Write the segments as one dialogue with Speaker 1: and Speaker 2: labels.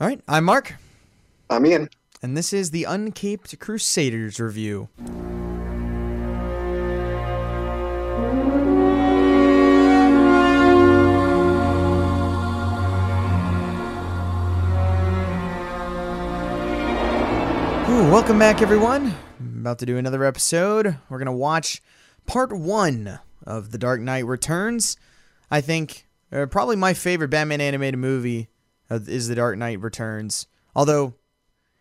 Speaker 1: All right, I'm Mark,
Speaker 2: I'm Ian.
Speaker 1: and this is the Uncaped Crusaders review. Ooh, welcome back, everyone. I'm about to do another episode. We're going to watch part one of The Dark Knight Returns. I think uh, probably my favorite Batman animated movie uh, is The Dark Knight Returns. Although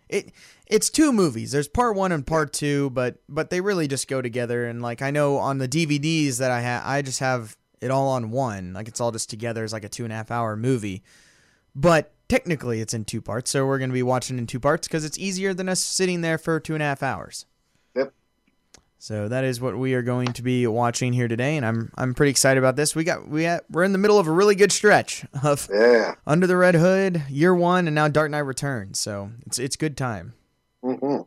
Speaker 1: it it's two movies. There's part one and part two, but but they really just go together. And like I know on the DVDs that I have, I just have it all on one. Like it's all just together as like a two and a half hour movie. But technically, it's in two parts. So we're gonna be watching in two parts because it's easier than us sitting there for two and a half hours.
Speaker 2: Yep.
Speaker 1: So that is what we are going to be watching here today, and I'm I'm pretty excited about this. We got we got, we're in the middle of a really good stretch of
Speaker 2: Yeah.
Speaker 1: under the Red Hood, Year One, and now Dark Knight Returns. So it's it's good time.
Speaker 2: hmm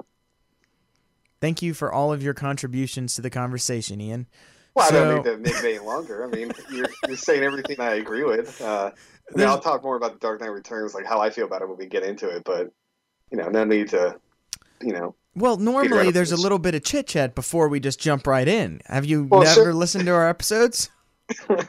Speaker 1: Thank you for all of your contributions to the conversation, Ian.
Speaker 2: Well, I
Speaker 1: So-
Speaker 2: don't need to make it any longer. I mean, you're, you're saying everything I agree with. Uh, I mean, I'll talk more about the Dark Knight Returns, like how I feel about it when we get into it. But you know, no need to, you know.
Speaker 1: Well, normally
Speaker 2: Adam,
Speaker 1: there's a
Speaker 2: please.
Speaker 1: little bit of chit chat before we just jump right in. Have you
Speaker 2: Well,
Speaker 1: never
Speaker 2: sure.
Speaker 1: listened to our episodes?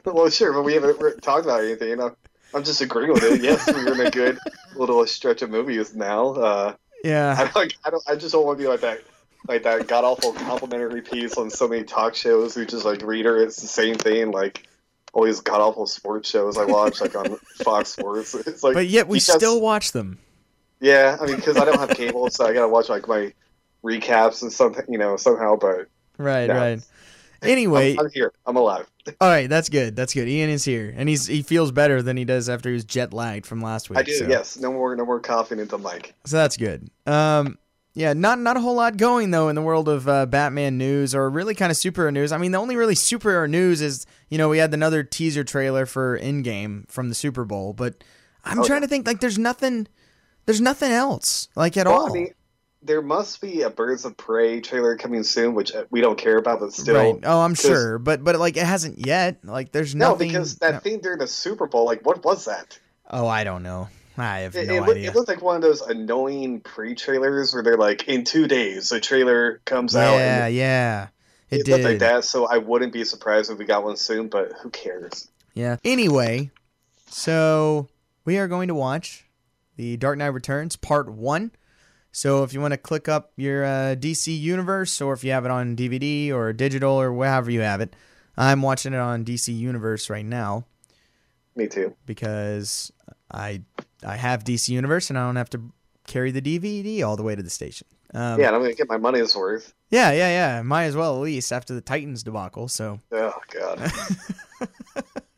Speaker 2: well, sure, but we haven't re- talked about anything. You know, I'm just agreeing with it. Yes, we're in a good little stretch of movies now. Uh,
Speaker 1: Yeah.
Speaker 2: I don't, I don't, I just don't want to be like that, like that god awful complimentary piece on so many talk shows who just like reiterates the same thing, like all these god awful sports shows I watch, like on Fox Sports. It's like,
Speaker 1: But yet we
Speaker 2: you guys-
Speaker 1: still watch them.
Speaker 2: yeah, I mean, because I don't have cable, so I gotta watch like my recaps and something, you know, somehow. But
Speaker 1: Right,
Speaker 2: Yeah.
Speaker 1: right. Anyway,
Speaker 2: I'm here, I'm alive.
Speaker 1: all right, that's good. That's good. Ian is here, and he's he feels better than he does after he was jet lagged from last week.
Speaker 2: I do.
Speaker 1: so-
Speaker 2: Yes, no more, no more coughing into the mic.
Speaker 1: So that's good. Um, yeah, not not a whole lot going though in the world of uh, Batman news or really kind of superhero news. I mean, the only really superhero news is you know we had another teaser trailer for Endgame from the Super Bowl, but I'm
Speaker 2: Oh,
Speaker 1: trying to think like there's nothing, there's nothing else like at
Speaker 2: Well,
Speaker 1: all.
Speaker 2: I mean, there must be a Birds of Prey trailer coming soon, which uh, we don't care about, but still.
Speaker 1: right? Oh, I'm
Speaker 2: 'cause-
Speaker 1: sure, but but like it hasn't yet. Like there's
Speaker 2: No,
Speaker 1: nothing.
Speaker 2: because that
Speaker 1: no-
Speaker 2: thing during the Super Bowl, like, what was that?
Speaker 1: oh, I don't know. I have
Speaker 2: It,
Speaker 1: no
Speaker 2: it, looked,
Speaker 1: idea.
Speaker 2: it looked like one of those annoying pre-trailers where they're like, in two days, the trailer comes out.
Speaker 1: yeah,
Speaker 2: and
Speaker 1: yeah, it,
Speaker 2: it
Speaker 1: did.
Speaker 2: looked like that, so I wouldn't be surprised if we got one soon, but who cares?
Speaker 1: Yeah. Anyway, so we are going to watch The Dark Knight Returns Part 1. So if you want to click up your uh, DC Universe or if you have it on DVD or digital or wherever you have it, I'm watching it on DC Universe right now
Speaker 2: Me too.
Speaker 1: because I I have DC Universe and I don't have to carry the DVD all the way to the station. Um,
Speaker 2: yeah, and I'm going to get my money's worth.
Speaker 1: yeah, yeah, yeah. Might as well at least after the Titans debacle. So
Speaker 2: Oh, God.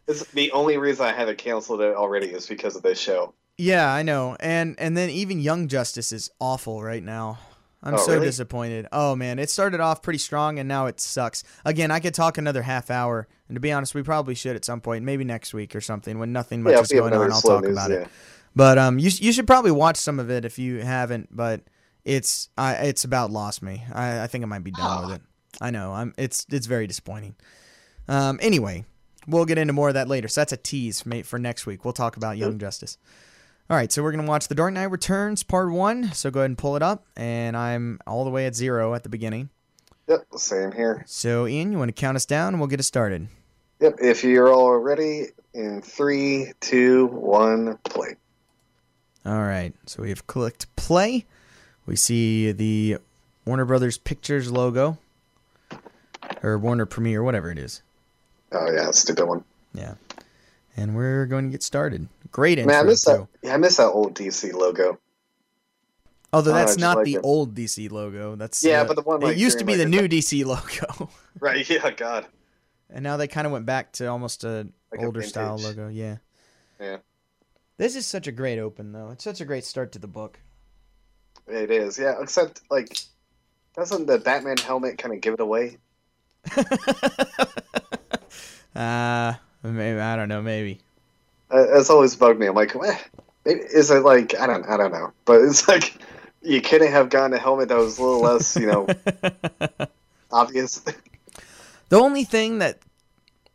Speaker 2: This is the only reason I haven't canceled it already is because of this show.
Speaker 1: Yeah, I know. And and then even Young Justice is awful right now. I'm
Speaker 2: Oh,
Speaker 1: so
Speaker 2: really?
Speaker 1: disappointed. Oh man, it started off pretty strong and now it sucks. Again, I could talk another half hour, and to be honest, we probably should at some point, maybe next week or something when nothing much
Speaker 2: yeah,
Speaker 1: is going on. I'll talk about it. But um, you sh- you should probably watch some of it if you haven't. But it's I it's about lost me. I, I think I might be done with it. I know. I'm it's it's very disappointing. Um, anyway, we'll get into more of that later. So that's a tease mate for next week. We'll talk about Young Justice. All right, so we're gonna watch The Dark Knight Returns Part One. So go ahead and pull it up, and I'm all the way at zero at the beginning.
Speaker 2: Yep, same here.
Speaker 1: So Ian, you want to count us down, and we'll get it started.
Speaker 2: Yep, if you're all ready, in three, two, one, play.
Speaker 1: All right, so we have clicked play. We see the Warner Brothers Pictures logo, or Warner Premiere, whatever it is.
Speaker 2: Oh yeah, stupid one.
Speaker 1: Yeah, and we're going to get started. Great intro.
Speaker 2: Man, uh, I miss that.
Speaker 1: too.
Speaker 2: Yeah, I miss that old DC logo.
Speaker 1: Although
Speaker 2: Oh, I
Speaker 1: that's
Speaker 2: just
Speaker 1: not
Speaker 2: like
Speaker 1: the
Speaker 2: it.
Speaker 1: old DC logo. That's
Speaker 2: Yeah,
Speaker 1: uh,
Speaker 2: but the one,
Speaker 1: it
Speaker 2: like,
Speaker 1: used to be
Speaker 2: during,
Speaker 1: the
Speaker 2: like,
Speaker 1: new DC logo,
Speaker 2: Right? Yeah. God.
Speaker 1: and now they kind of went back to almost a
Speaker 2: Like a
Speaker 1: older style
Speaker 2: vintage.
Speaker 1: logo. Yeah.
Speaker 2: Yeah.
Speaker 1: This is such a great open though. It's such a great start to the book.
Speaker 2: It is. Yeah. Except like, doesn't the Batman helmet kind of give it away?
Speaker 1: uh maybe I don't know. Maybe.
Speaker 2: Uh, that's always bugged me. I'm like, what? Maybe, is it like I don't I don't know. But it's like you couldn't have gotten a helmet that was a little less you know obvious.
Speaker 1: The only thing that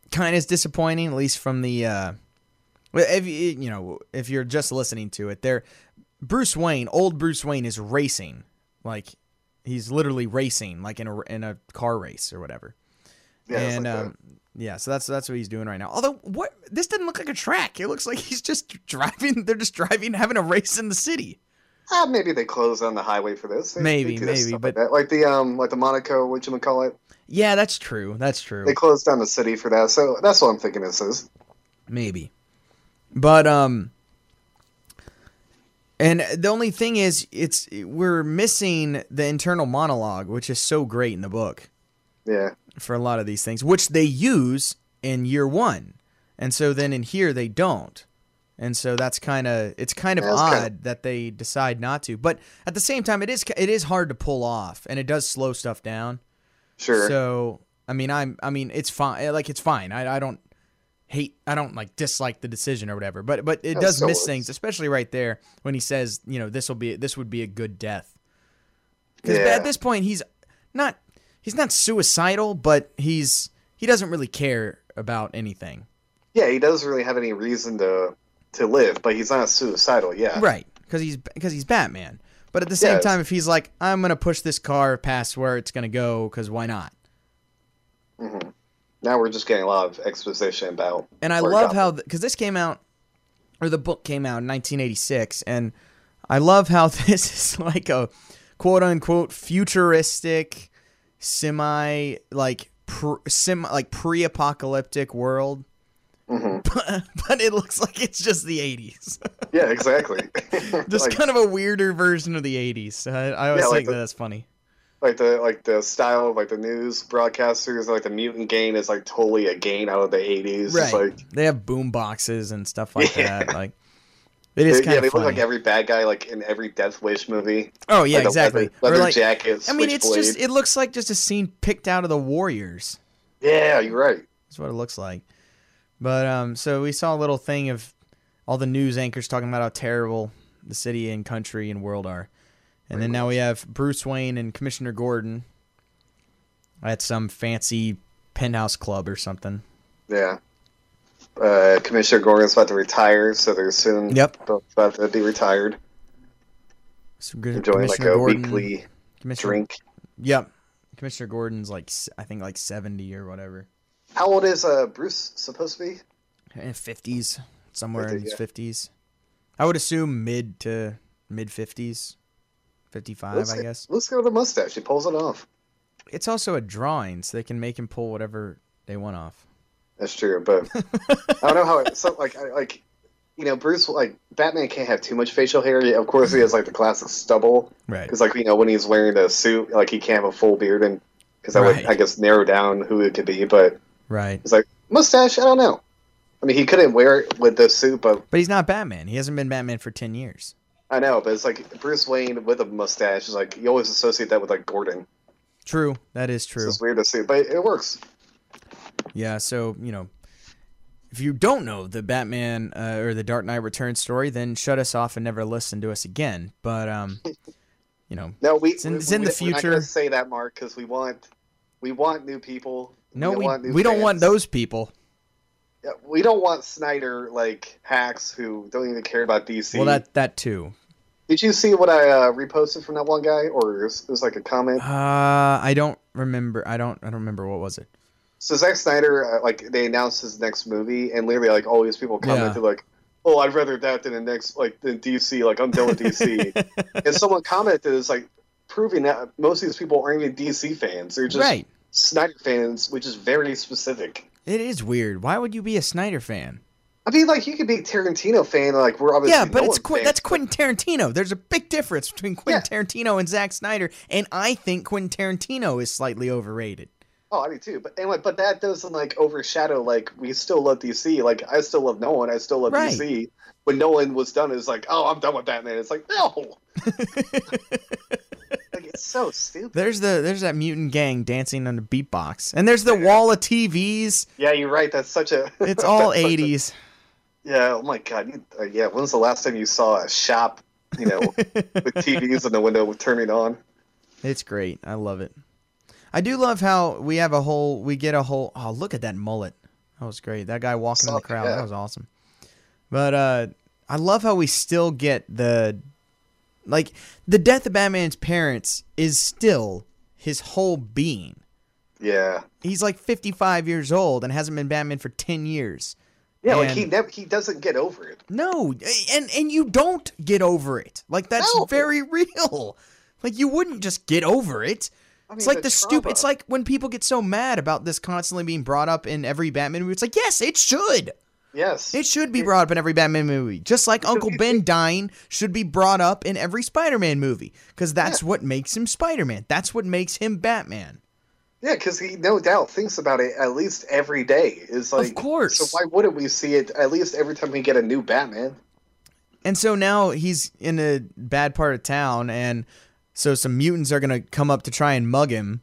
Speaker 1: kind of is disappointing, at least from the, uh, well, if you you know, if you're just listening to it, there, Bruce Wayne, old Bruce Wayne, is racing. Like he's literally racing, like in a in a car race or whatever.
Speaker 2: Yeah, it's
Speaker 1: and
Speaker 2: like that.
Speaker 1: um, yeah, so that's that's what he's doing right now. Although what this doesn't look like a track. It looks like he's just driving. They're just driving, having a race in the city.
Speaker 2: Ah, maybe they close on the highway for this. They- they
Speaker 1: Maybe,
Speaker 2: do that
Speaker 1: maybe,
Speaker 2: stuff
Speaker 1: but-
Speaker 2: like, that. like the um, like the Monaco, what you call it?
Speaker 1: Yeah, that's true. That's true.
Speaker 2: They closed down the city for that, so that's what I'm thinking this is.
Speaker 1: Maybe. But um and the only thing is it's we're missing the internal monologue, which is so great in the book
Speaker 2: Yeah,
Speaker 1: for a lot of these things, which they use in year 1. And so then in here they don't. And so that's kind of it's kind of
Speaker 2: Yeah, it's
Speaker 1: odd
Speaker 2: kinda-
Speaker 1: that they decide not to. But at the same time it is it is hard to pull off and it does slow stuff down.
Speaker 2: sure.
Speaker 1: So I mean, I'm I mean, it's fine. Like it's fine. I I don't hate. I don't like dislike the decision or whatever. But but it
Speaker 2: Yeah,
Speaker 1: does
Speaker 2: so
Speaker 1: miss
Speaker 2: it's-
Speaker 1: things, especially right there when he says, you know, this will be this would be a good death. Because
Speaker 2: Yeah.
Speaker 1: at this point, he's not he's not suicidal, but he's he doesn't really care about anything.
Speaker 2: yeah, he doesn't really have any reason to to live, but he's not suicidal. Yeah,
Speaker 1: Right. Because he's because he's Batman. But at the same
Speaker 2: Uh, Yes.
Speaker 1: time, if he's like, I'm gonna push this car past where it's gonna go, because why not?
Speaker 2: now we're just getting a lot of exposition about.
Speaker 1: and I
Speaker 2: where
Speaker 1: love
Speaker 2: Gotham-
Speaker 1: how because this came out or the book came out in 1986, and I love how this is like a quote unquote futuristic, semi like pr semi like pre apocalyptic world.
Speaker 2: Mm-hmm.
Speaker 1: But, but it looks like it's just the 80s.
Speaker 2: Yeah, exactly.
Speaker 1: just
Speaker 2: like,
Speaker 1: kind of a weirder version of the 80s. So I, I always
Speaker 2: Yeah, like
Speaker 1: think
Speaker 2: the-
Speaker 1: that that's funny.
Speaker 2: like the like the style of like the news broadcasters, like the mutant gain is like totally a gain out of the '80s. It's like
Speaker 1: they have boom boxes and stuff like
Speaker 2: Yeah.
Speaker 1: that. Like, it is
Speaker 2: They-
Speaker 1: kind
Speaker 2: yeah,
Speaker 1: of
Speaker 2: they
Speaker 1: funny.
Speaker 2: look like every bad guy like in every Death Wish movie.
Speaker 1: oh, yeah,
Speaker 2: Like, the
Speaker 1: exactly.
Speaker 2: Leather, leather
Speaker 1: or like,
Speaker 2: jackets.
Speaker 1: I mean, it's
Speaker 2: switchblade.
Speaker 1: just it looks like just a scene picked out of the Warriors.
Speaker 2: yeah, you're right.
Speaker 1: That's what it looks like. But um, so we saw a little thing of all the news anchors talking about how terrible the city and country and world are, and then now we have Bruce Wayne and Commissioner Gordon at some fancy penthouse club or something.
Speaker 2: Yeah. Uh, Commissioner Gordon's about to retire, so they're soon
Speaker 1: Yep.
Speaker 2: both about to be retired,
Speaker 1: So Gr-
Speaker 2: enjoying like
Speaker 1: Commissioner
Speaker 2: a
Speaker 1: Gordon-
Speaker 2: weekly
Speaker 1: Commissioner,
Speaker 2: drink.
Speaker 1: Yep, Commissioner Gordon's like s- I think like seventy or whatever,
Speaker 2: How old is uh, Bruce supposed to be?
Speaker 1: Eh, fifties somewhere in
Speaker 2: 50,
Speaker 1: his
Speaker 2: yeah.
Speaker 1: fifties. I would assume mid to mid fifties, fifty five,
Speaker 2: Let's
Speaker 1: I
Speaker 2: see-
Speaker 1: guess.
Speaker 2: Let's go with the mustache. He pulls it off.
Speaker 1: It's also a drawing, so they can make him pull whatever they want off.
Speaker 2: That's true, but I don't know how. It, so like, I, like you know, Bruce, like Batman can't have too much facial hair. Yeah, Of course, he has like the classic stubble.
Speaker 1: Right.
Speaker 2: Because like you know when he's wearing a suit, like he can't have a full beard, and because that
Speaker 1: Right.
Speaker 2: would I guess narrow down who it could be. But
Speaker 1: Right.
Speaker 2: it's like mustache, I don't know. I mean, he couldn't wear it with the suit, but
Speaker 1: But he's not Batman. He hasn't been Batman for ten years.
Speaker 2: I know. But it's like Bruce Wayne with a mustache is like you always associate that with like Gordon.
Speaker 1: True. That is
Speaker 2: It's
Speaker 1: true.
Speaker 2: just weird to see, but it works.
Speaker 1: Yeah, so, you know, if you don't know the Batman uh, or the Dark Knight Returns story, then shut us off and never listen to us again. But um, you know,
Speaker 2: No, we.
Speaker 1: It's in-
Speaker 2: we-
Speaker 1: it's in
Speaker 2: we-
Speaker 1: the
Speaker 2: we're not
Speaker 1: future.
Speaker 2: gonna say that, Mark, because we want we want new people.
Speaker 1: no we
Speaker 2: want new
Speaker 1: we don't want
Speaker 2: fans.
Speaker 1: those people.
Speaker 2: Yeah, We don't want Snyder like hacks who don't even care about DC.
Speaker 1: Well, that that too.
Speaker 2: Did you see what I uh, reposted from that one guy, or it was, it was like a comment?
Speaker 1: Uh, I don't remember. I don't I don't remember what was it.
Speaker 2: So Zack Snyder, uh, like they announced his next movie, and literally like all these people commented
Speaker 1: Yeah.
Speaker 2: like, "Oh, I'd rather that than the next like than DC. Like I'm done with DC." and someone commented is like proving that most of these people aren't even DC fans; they're just
Speaker 1: right.
Speaker 2: Snyder fans, which is very specific.
Speaker 1: It is weird. Why would you be a Snyder fan?
Speaker 2: I mean, like you could be a Tarantino fan, like we're obviously
Speaker 1: Yeah, but
Speaker 2: Nolan
Speaker 1: it's Qu-
Speaker 2: fans.
Speaker 1: that's Quentin Tarantino. There's a big difference between Quentin Tarantino and Zack Snyder, and I think Quentin Tarantino is slightly overrated.
Speaker 2: Oh, I do too. But anyway, but that doesn't like overshadow like we still love DC. Like I still love Nolan. I still love
Speaker 1: Right.
Speaker 2: DC. When Nolan was done, it's like, oh, I'm done with Batman. It's like, no. like it's so stupid.
Speaker 1: There's the there's that mutant gang dancing on the beatbox, and there's the wall of TVs.
Speaker 2: Yeah, you're right. That's such a.
Speaker 1: It's all
Speaker 2: that's such a-
Speaker 1: '80s.
Speaker 2: yeah. Oh my god. You, uh, yeah. When was the last time you saw a shop? You know, with TVs in the window turning on.
Speaker 1: It's great. I love it. I do love how we have a whole we get a whole. Oh, look at that mullet. That was great. That guy walking in the
Speaker 2: Something,
Speaker 1: crowd.
Speaker 2: yeah.
Speaker 1: That was awesome. But uh, I love how we still get the Like the death of Batman's parents is still his whole being.
Speaker 2: Yeah.
Speaker 1: He's like 55 years old and hasn't been Batman for 10 years.
Speaker 2: Yeah, like
Speaker 1: And-
Speaker 2: he never he doesn't get over it.
Speaker 1: No, and and you don't get over it. Like that's
Speaker 2: No.
Speaker 1: very real. Like you wouldn't just get over it.
Speaker 2: I
Speaker 1: It's
Speaker 2: mean,
Speaker 1: like the stupid.
Speaker 2: trauma.
Speaker 1: It's like when people get so mad about this constantly being brought up in every Batman movie. It's like yes, it should.
Speaker 2: yes,
Speaker 1: It should be brought up in every Batman movie. Just like Uncle
Speaker 2: be-
Speaker 1: Ben dying should be brought up in every Spider-Man movie because that's what makes him Spider-Man. That's what makes him Batman.
Speaker 2: yeah, because he no doubt thinks about it at least every day. Is like
Speaker 1: course.
Speaker 2: So why wouldn't we see it at least every time we get a new Batman?
Speaker 1: And so now he's in a bad part of town, and so some mutants are gonna come up to try and mug him,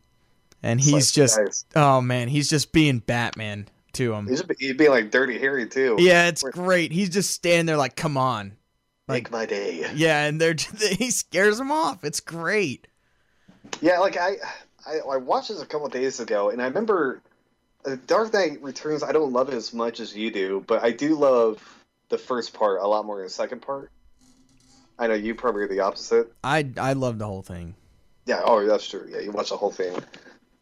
Speaker 1: and
Speaker 2: like,
Speaker 1: he's just,
Speaker 2: guys.
Speaker 1: oh man, he's just being Batman to him.
Speaker 2: He'd just be, he'd be like Dirty Harry too.
Speaker 1: Yeah, it's
Speaker 2: Like,
Speaker 1: great. He's just standing there like, come on,
Speaker 2: make my day.
Speaker 1: yeah, and they're he scares him off. It's great.
Speaker 2: Yeah, like I, I, I watched this a couple days ago, and I remember uh, Dark Knight Returns. I don't love it as much as you do, but I do love the first part a lot more than the second part. I know you probably are the opposite.
Speaker 1: I I love the whole thing.
Speaker 2: Yeah, oh, that's true. Yeah, you watch the whole thing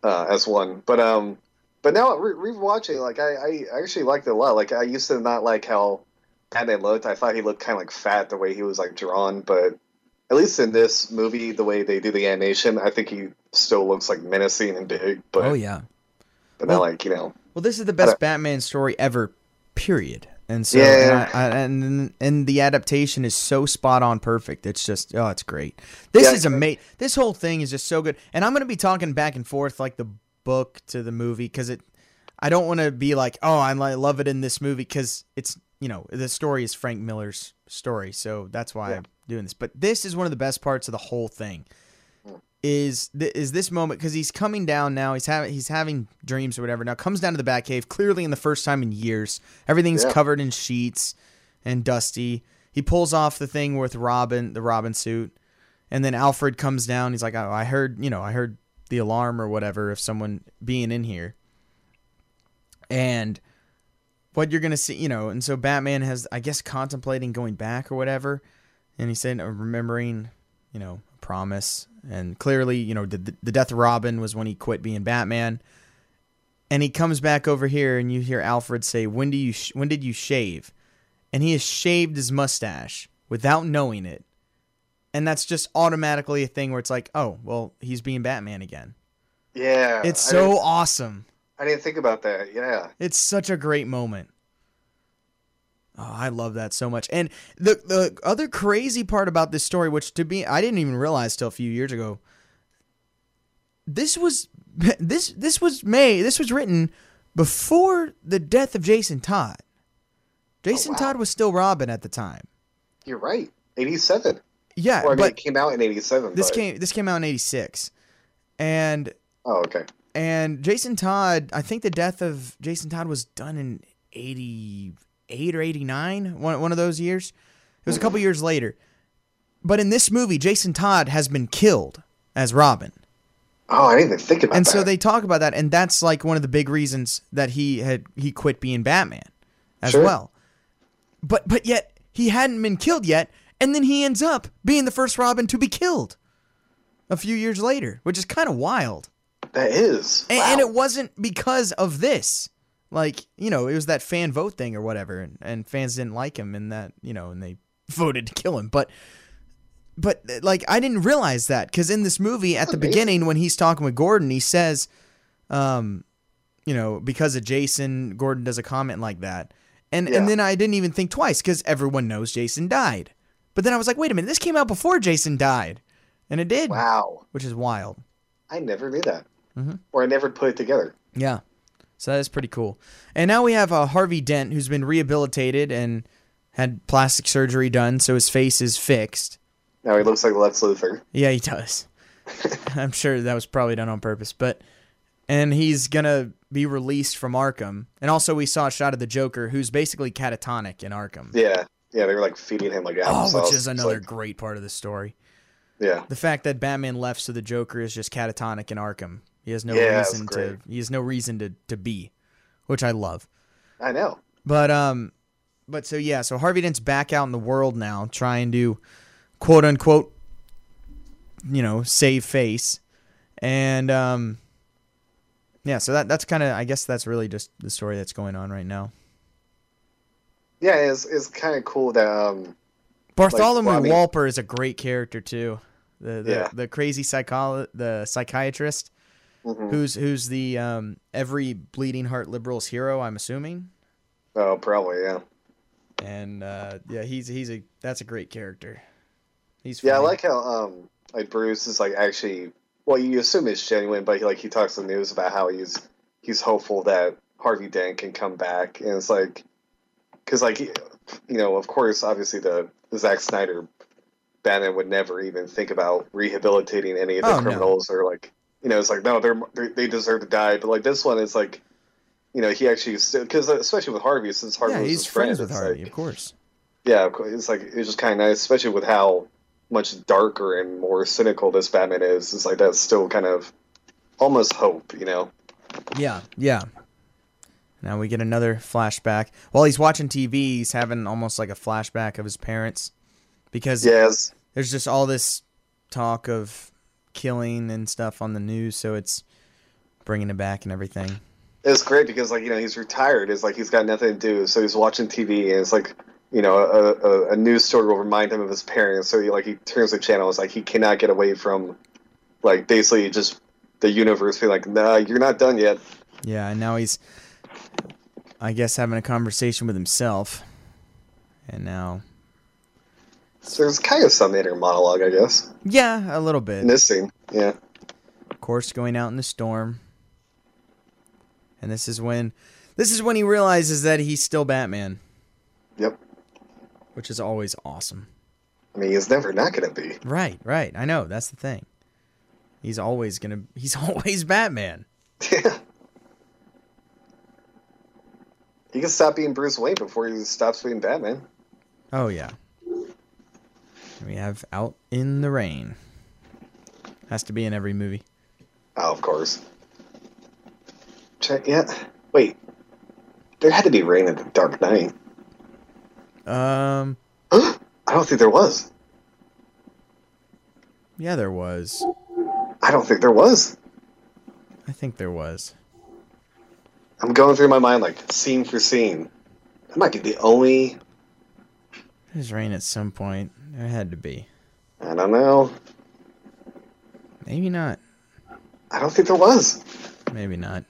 Speaker 2: uh, as one, but um, but now re- rewatching, like I, I actually liked it a lot. Like I used to not like how Batman looked. I thought he looked kind of like fat the way he was like drawn, but at least in this movie, the way they do the animation, I think he still looks like menacing and big. But
Speaker 1: Oh yeah.
Speaker 2: but
Speaker 1: Well-
Speaker 2: not like you know.
Speaker 1: Well, this is the
Speaker 2: I
Speaker 1: best
Speaker 2: don't-
Speaker 1: Batman story ever, period. And so,
Speaker 2: Yeah.
Speaker 1: and, I, I, and and the adaptation is so spot on, perfect. It's just, oh, it's great. This
Speaker 2: Yeah,
Speaker 1: is amazing. This whole thing is just so good. And I'm gonna be talking back and forth like the book to the movie because it. I don't want to be like, oh, I li- love it in this movie because it's you know the story is Frank Miller's story, so that's why
Speaker 2: Yeah.
Speaker 1: I'm doing this. But this is one of the best parts of the whole thing is th- is this moment because he's coming down now. He's having he's having dreams or whatever. Now comes down to the Batcave. Clearly, in the first time in years, everything's
Speaker 2: Yeah.
Speaker 1: covered in sheets and dusty. He pulls off the thing with Robin, the Robin suit, and then Alfred comes down. He's like, oh, I heard, you know, I heard the alarm or whatever of someone being in here. And what you're gonna see, you know, and so Batman has, I guess, contemplating going back or whatever, and he said, uh, remembering, you know, a promise, and clearly, you know, the, the death of Robin was when he quit being Batman, and he comes back over here, and you hear Alfred say, "When do you, sh- when did you shave?" And he has shaved his mustache without knowing it, and that's just automatically a thing where it's like, oh, well, he's being Batman again.
Speaker 2: Yeah,
Speaker 1: It's
Speaker 2: I
Speaker 1: so
Speaker 2: Didn't,
Speaker 1: awesome.
Speaker 2: I didn't think about that. Yeah,
Speaker 1: It's such a great moment. Oh, I love that so much. And the the other crazy part about this story, which to me I didn't even realize till a few years ago, this was this this was made this was written before the death of Jason Todd. Jason
Speaker 2: Oh, wow.
Speaker 1: Todd was still Robin at the time.
Speaker 2: you're right. Eighty-seven.
Speaker 1: Yeah,
Speaker 2: Well, I mean, it
Speaker 1: but
Speaker 2: came out in eighty-seven.
Speaker 1: this
Speaker 2: but-
Speaker 1: came this came out in '86, and
Speaker 2: Oh, okay.
Speaker 1: And Jason Todd, I think the death of Jason Todd was done in 88 or 89, one, one of those years. It was a couple years later. But in this movie, Jason Todd has been killed as Robin.
Speaker 2: Oh, I didn't even think about
Speaker 1: And
Speaker 2: that.
Speaker 1: so they talk about that and that's like one of the big reasons that he had he quit being Batman as
Speaker 2: Sure.
Speaker 1: well. But but yet he hadn't been killed yet and then he ends up being the first Robin to be killed a few years later, which is kind of wild.
Speaker 2: that is.
Speaker 1: And, and
Speaker 2: wow.
Speaker 1: it wasn't because of this. Like, you know, it was that fan vote thing or whatever, and, and fans didn't like him and that, you know, and they voted to kill him. But but like I didn't realize that because in this movie at the
Speaker 2: Amazing.
Speaker 1: beginning when he's talking with Gordon, he says, um, you know, because of Jason, Gordon does a comment like that. And
Speaker 2: Yeah.
Speaker 1: and then I didn't even think twice because everyone knows Jason died. But then I was like, wait a minute, this came out before Jason died. And it did.
Speaker 2: wow.
Speaker 1: Which is wild.
Speaker 2: I never knew that,
Speaker 1: Mhm.
Speaker 2: or I never put it together.
Speaker 1: Yeah. So that is pretty cool. And now we have uh, Harvey Dent, who's been rehabilitated and had plastic surgery done, so his face is fixed.
Speaker 2: Now he looks like Lex Luthor.
Speaker 1: Yeah, he does. I'm sure that was probably done on purpose, but and he's gonna be released from Arkham. And also, we saw a shot of the Joker, who's basically catatonic in Arkham.
Speaker 2: Yeah, yeah. They were like feeding him like applesauce.
Speaker 1: Oh, which is
Speaker 2: It's
Speaker 1: another
Speaker 2: like-
Speaker 1: great part of the story.
Speaker 2: yeah,
Speaker 1: The fact that Batman left, so the Joker is just catatonic in Arkham. He has no
Speaker 2: Yeah, it's
Speaker 1: reason to.
Speaker 2: great.
Speaker 1: He has no reason to to be, which I love.
Speaker 2: I know.
Speaker 1: But um, but so yeah, so Harvey Dent's back out in the world now, trying to quote unquote you know save face, and um, yeah. So that that's kind of I guess that's really just the story that's going on right now.
Speaker 2: Yeah, it's it's kind of cool that um,
Speaker 1: Bartholomew
Speaker 2: Well, I mean-
Speaker 1: Walper is a great character too. The the,
Speaker 2: Yeah.
Speaker 1: the crazy psycholo- the psychiatrist
Speaker 2: mhm.
Speaker 1: who's who's the um, every bleeding heart liberal's hero, I'm assuming.
Speaker 2: oh, probably yeah.
Speaker 1: And uh, yeah, he's he's a that's a great character. He's
Speaker 2: Yeah, I
Speaker 1: funny.
Speaker 2: like how um like Bruce is like actually well you assume it's genuine, but he, like he talks to the news about how he's he's hopeful that Harvey Dent can come back, and it's like because like you know of course obviously the, the Zack Snyder Batman would never even think about rehabilitating any of
Speaker 1: Oh,
Speaker 2: the
Speaker 1: no.
Speaker 2: criminals or like you know it's like no they're, they're they deserve to die, but like this one is like you know he actually because especially with Harvey since Harvey
Speaker 1: yeah,
Speaker 2: was
Speaker 1: he's
Speaker 2: his friend,
Speaker 1: friends with
Speaker 2: it's
Speaker 1: Harvey,
Speaker 2: like-
Speaker 1: of course.
Speaker 2: yeah, of course, it's like it's just kind of nice, especially with how much darker and more cynical this Batman is. It's like that's still kind of almost hope, you know?
Speaker 1: Yeah, yeah. Now we get another flashback. While he's watching TV, he's having almost like a flashback of his parents because
Speaker 2: Yes,
Speaker 1: there's just all this talk of killing and stuff on the news, so it's bringing it back and everything.
Speaker 2: it's great because like you know he's retired. It's like he's got nothing to do, so he's watching TV, and it's like you know a, a, a news story will remind him of his parents. So he like he turns the channel. It's like he cannot get away from like basically just the universe being like, nah, you're not done yet.
Speaker 1: Yeah, and now he's, I guess, having a conversation with himself. And now,
Speaker 2: So there's kind of some inner monologue, I guess,
Speaker 1: yeah, a little
Speaker 2: in
Speaker 1: bit.
Speaker 2: this scene. Yeah.
Speaker 1: Of course, going out in the storm. And this is when, this is when he realizes that he's still Batman,
Speaker 2: Yep.
Speaker 1: which is always awesome.
Speaker 2: I mean, he's never not going to be.
Speaker 1: Right, right. I know that's the thing. He's always gonna. He's always Batman.
Speaker 2: Yeah. He can stop being Bruce Wayne before he stops being Batman.
Speaker 1: Oh yeah. And we have Out in the Rain. Has to be in every movie.
Speaker 2: Oh, of course. Check, yeah. Wait. There had to be rain in the Dark Knight.
Speaker 1: Um
Speaker 2: I don't think there was.
Speaker 1: yeah, there was.
Speaker 2: I don't think there was.
Speaker 1: I think there was.
Speaker 2: I'm going through my mind like scene for scene. That might be the only.
Speaker 1: There was rain at some point. There had to be.
Speaker 2: I don't know.
Speaker 1: Maybe not.
Speaker 2: I don't think there was.
Speaker 1: Maybe not.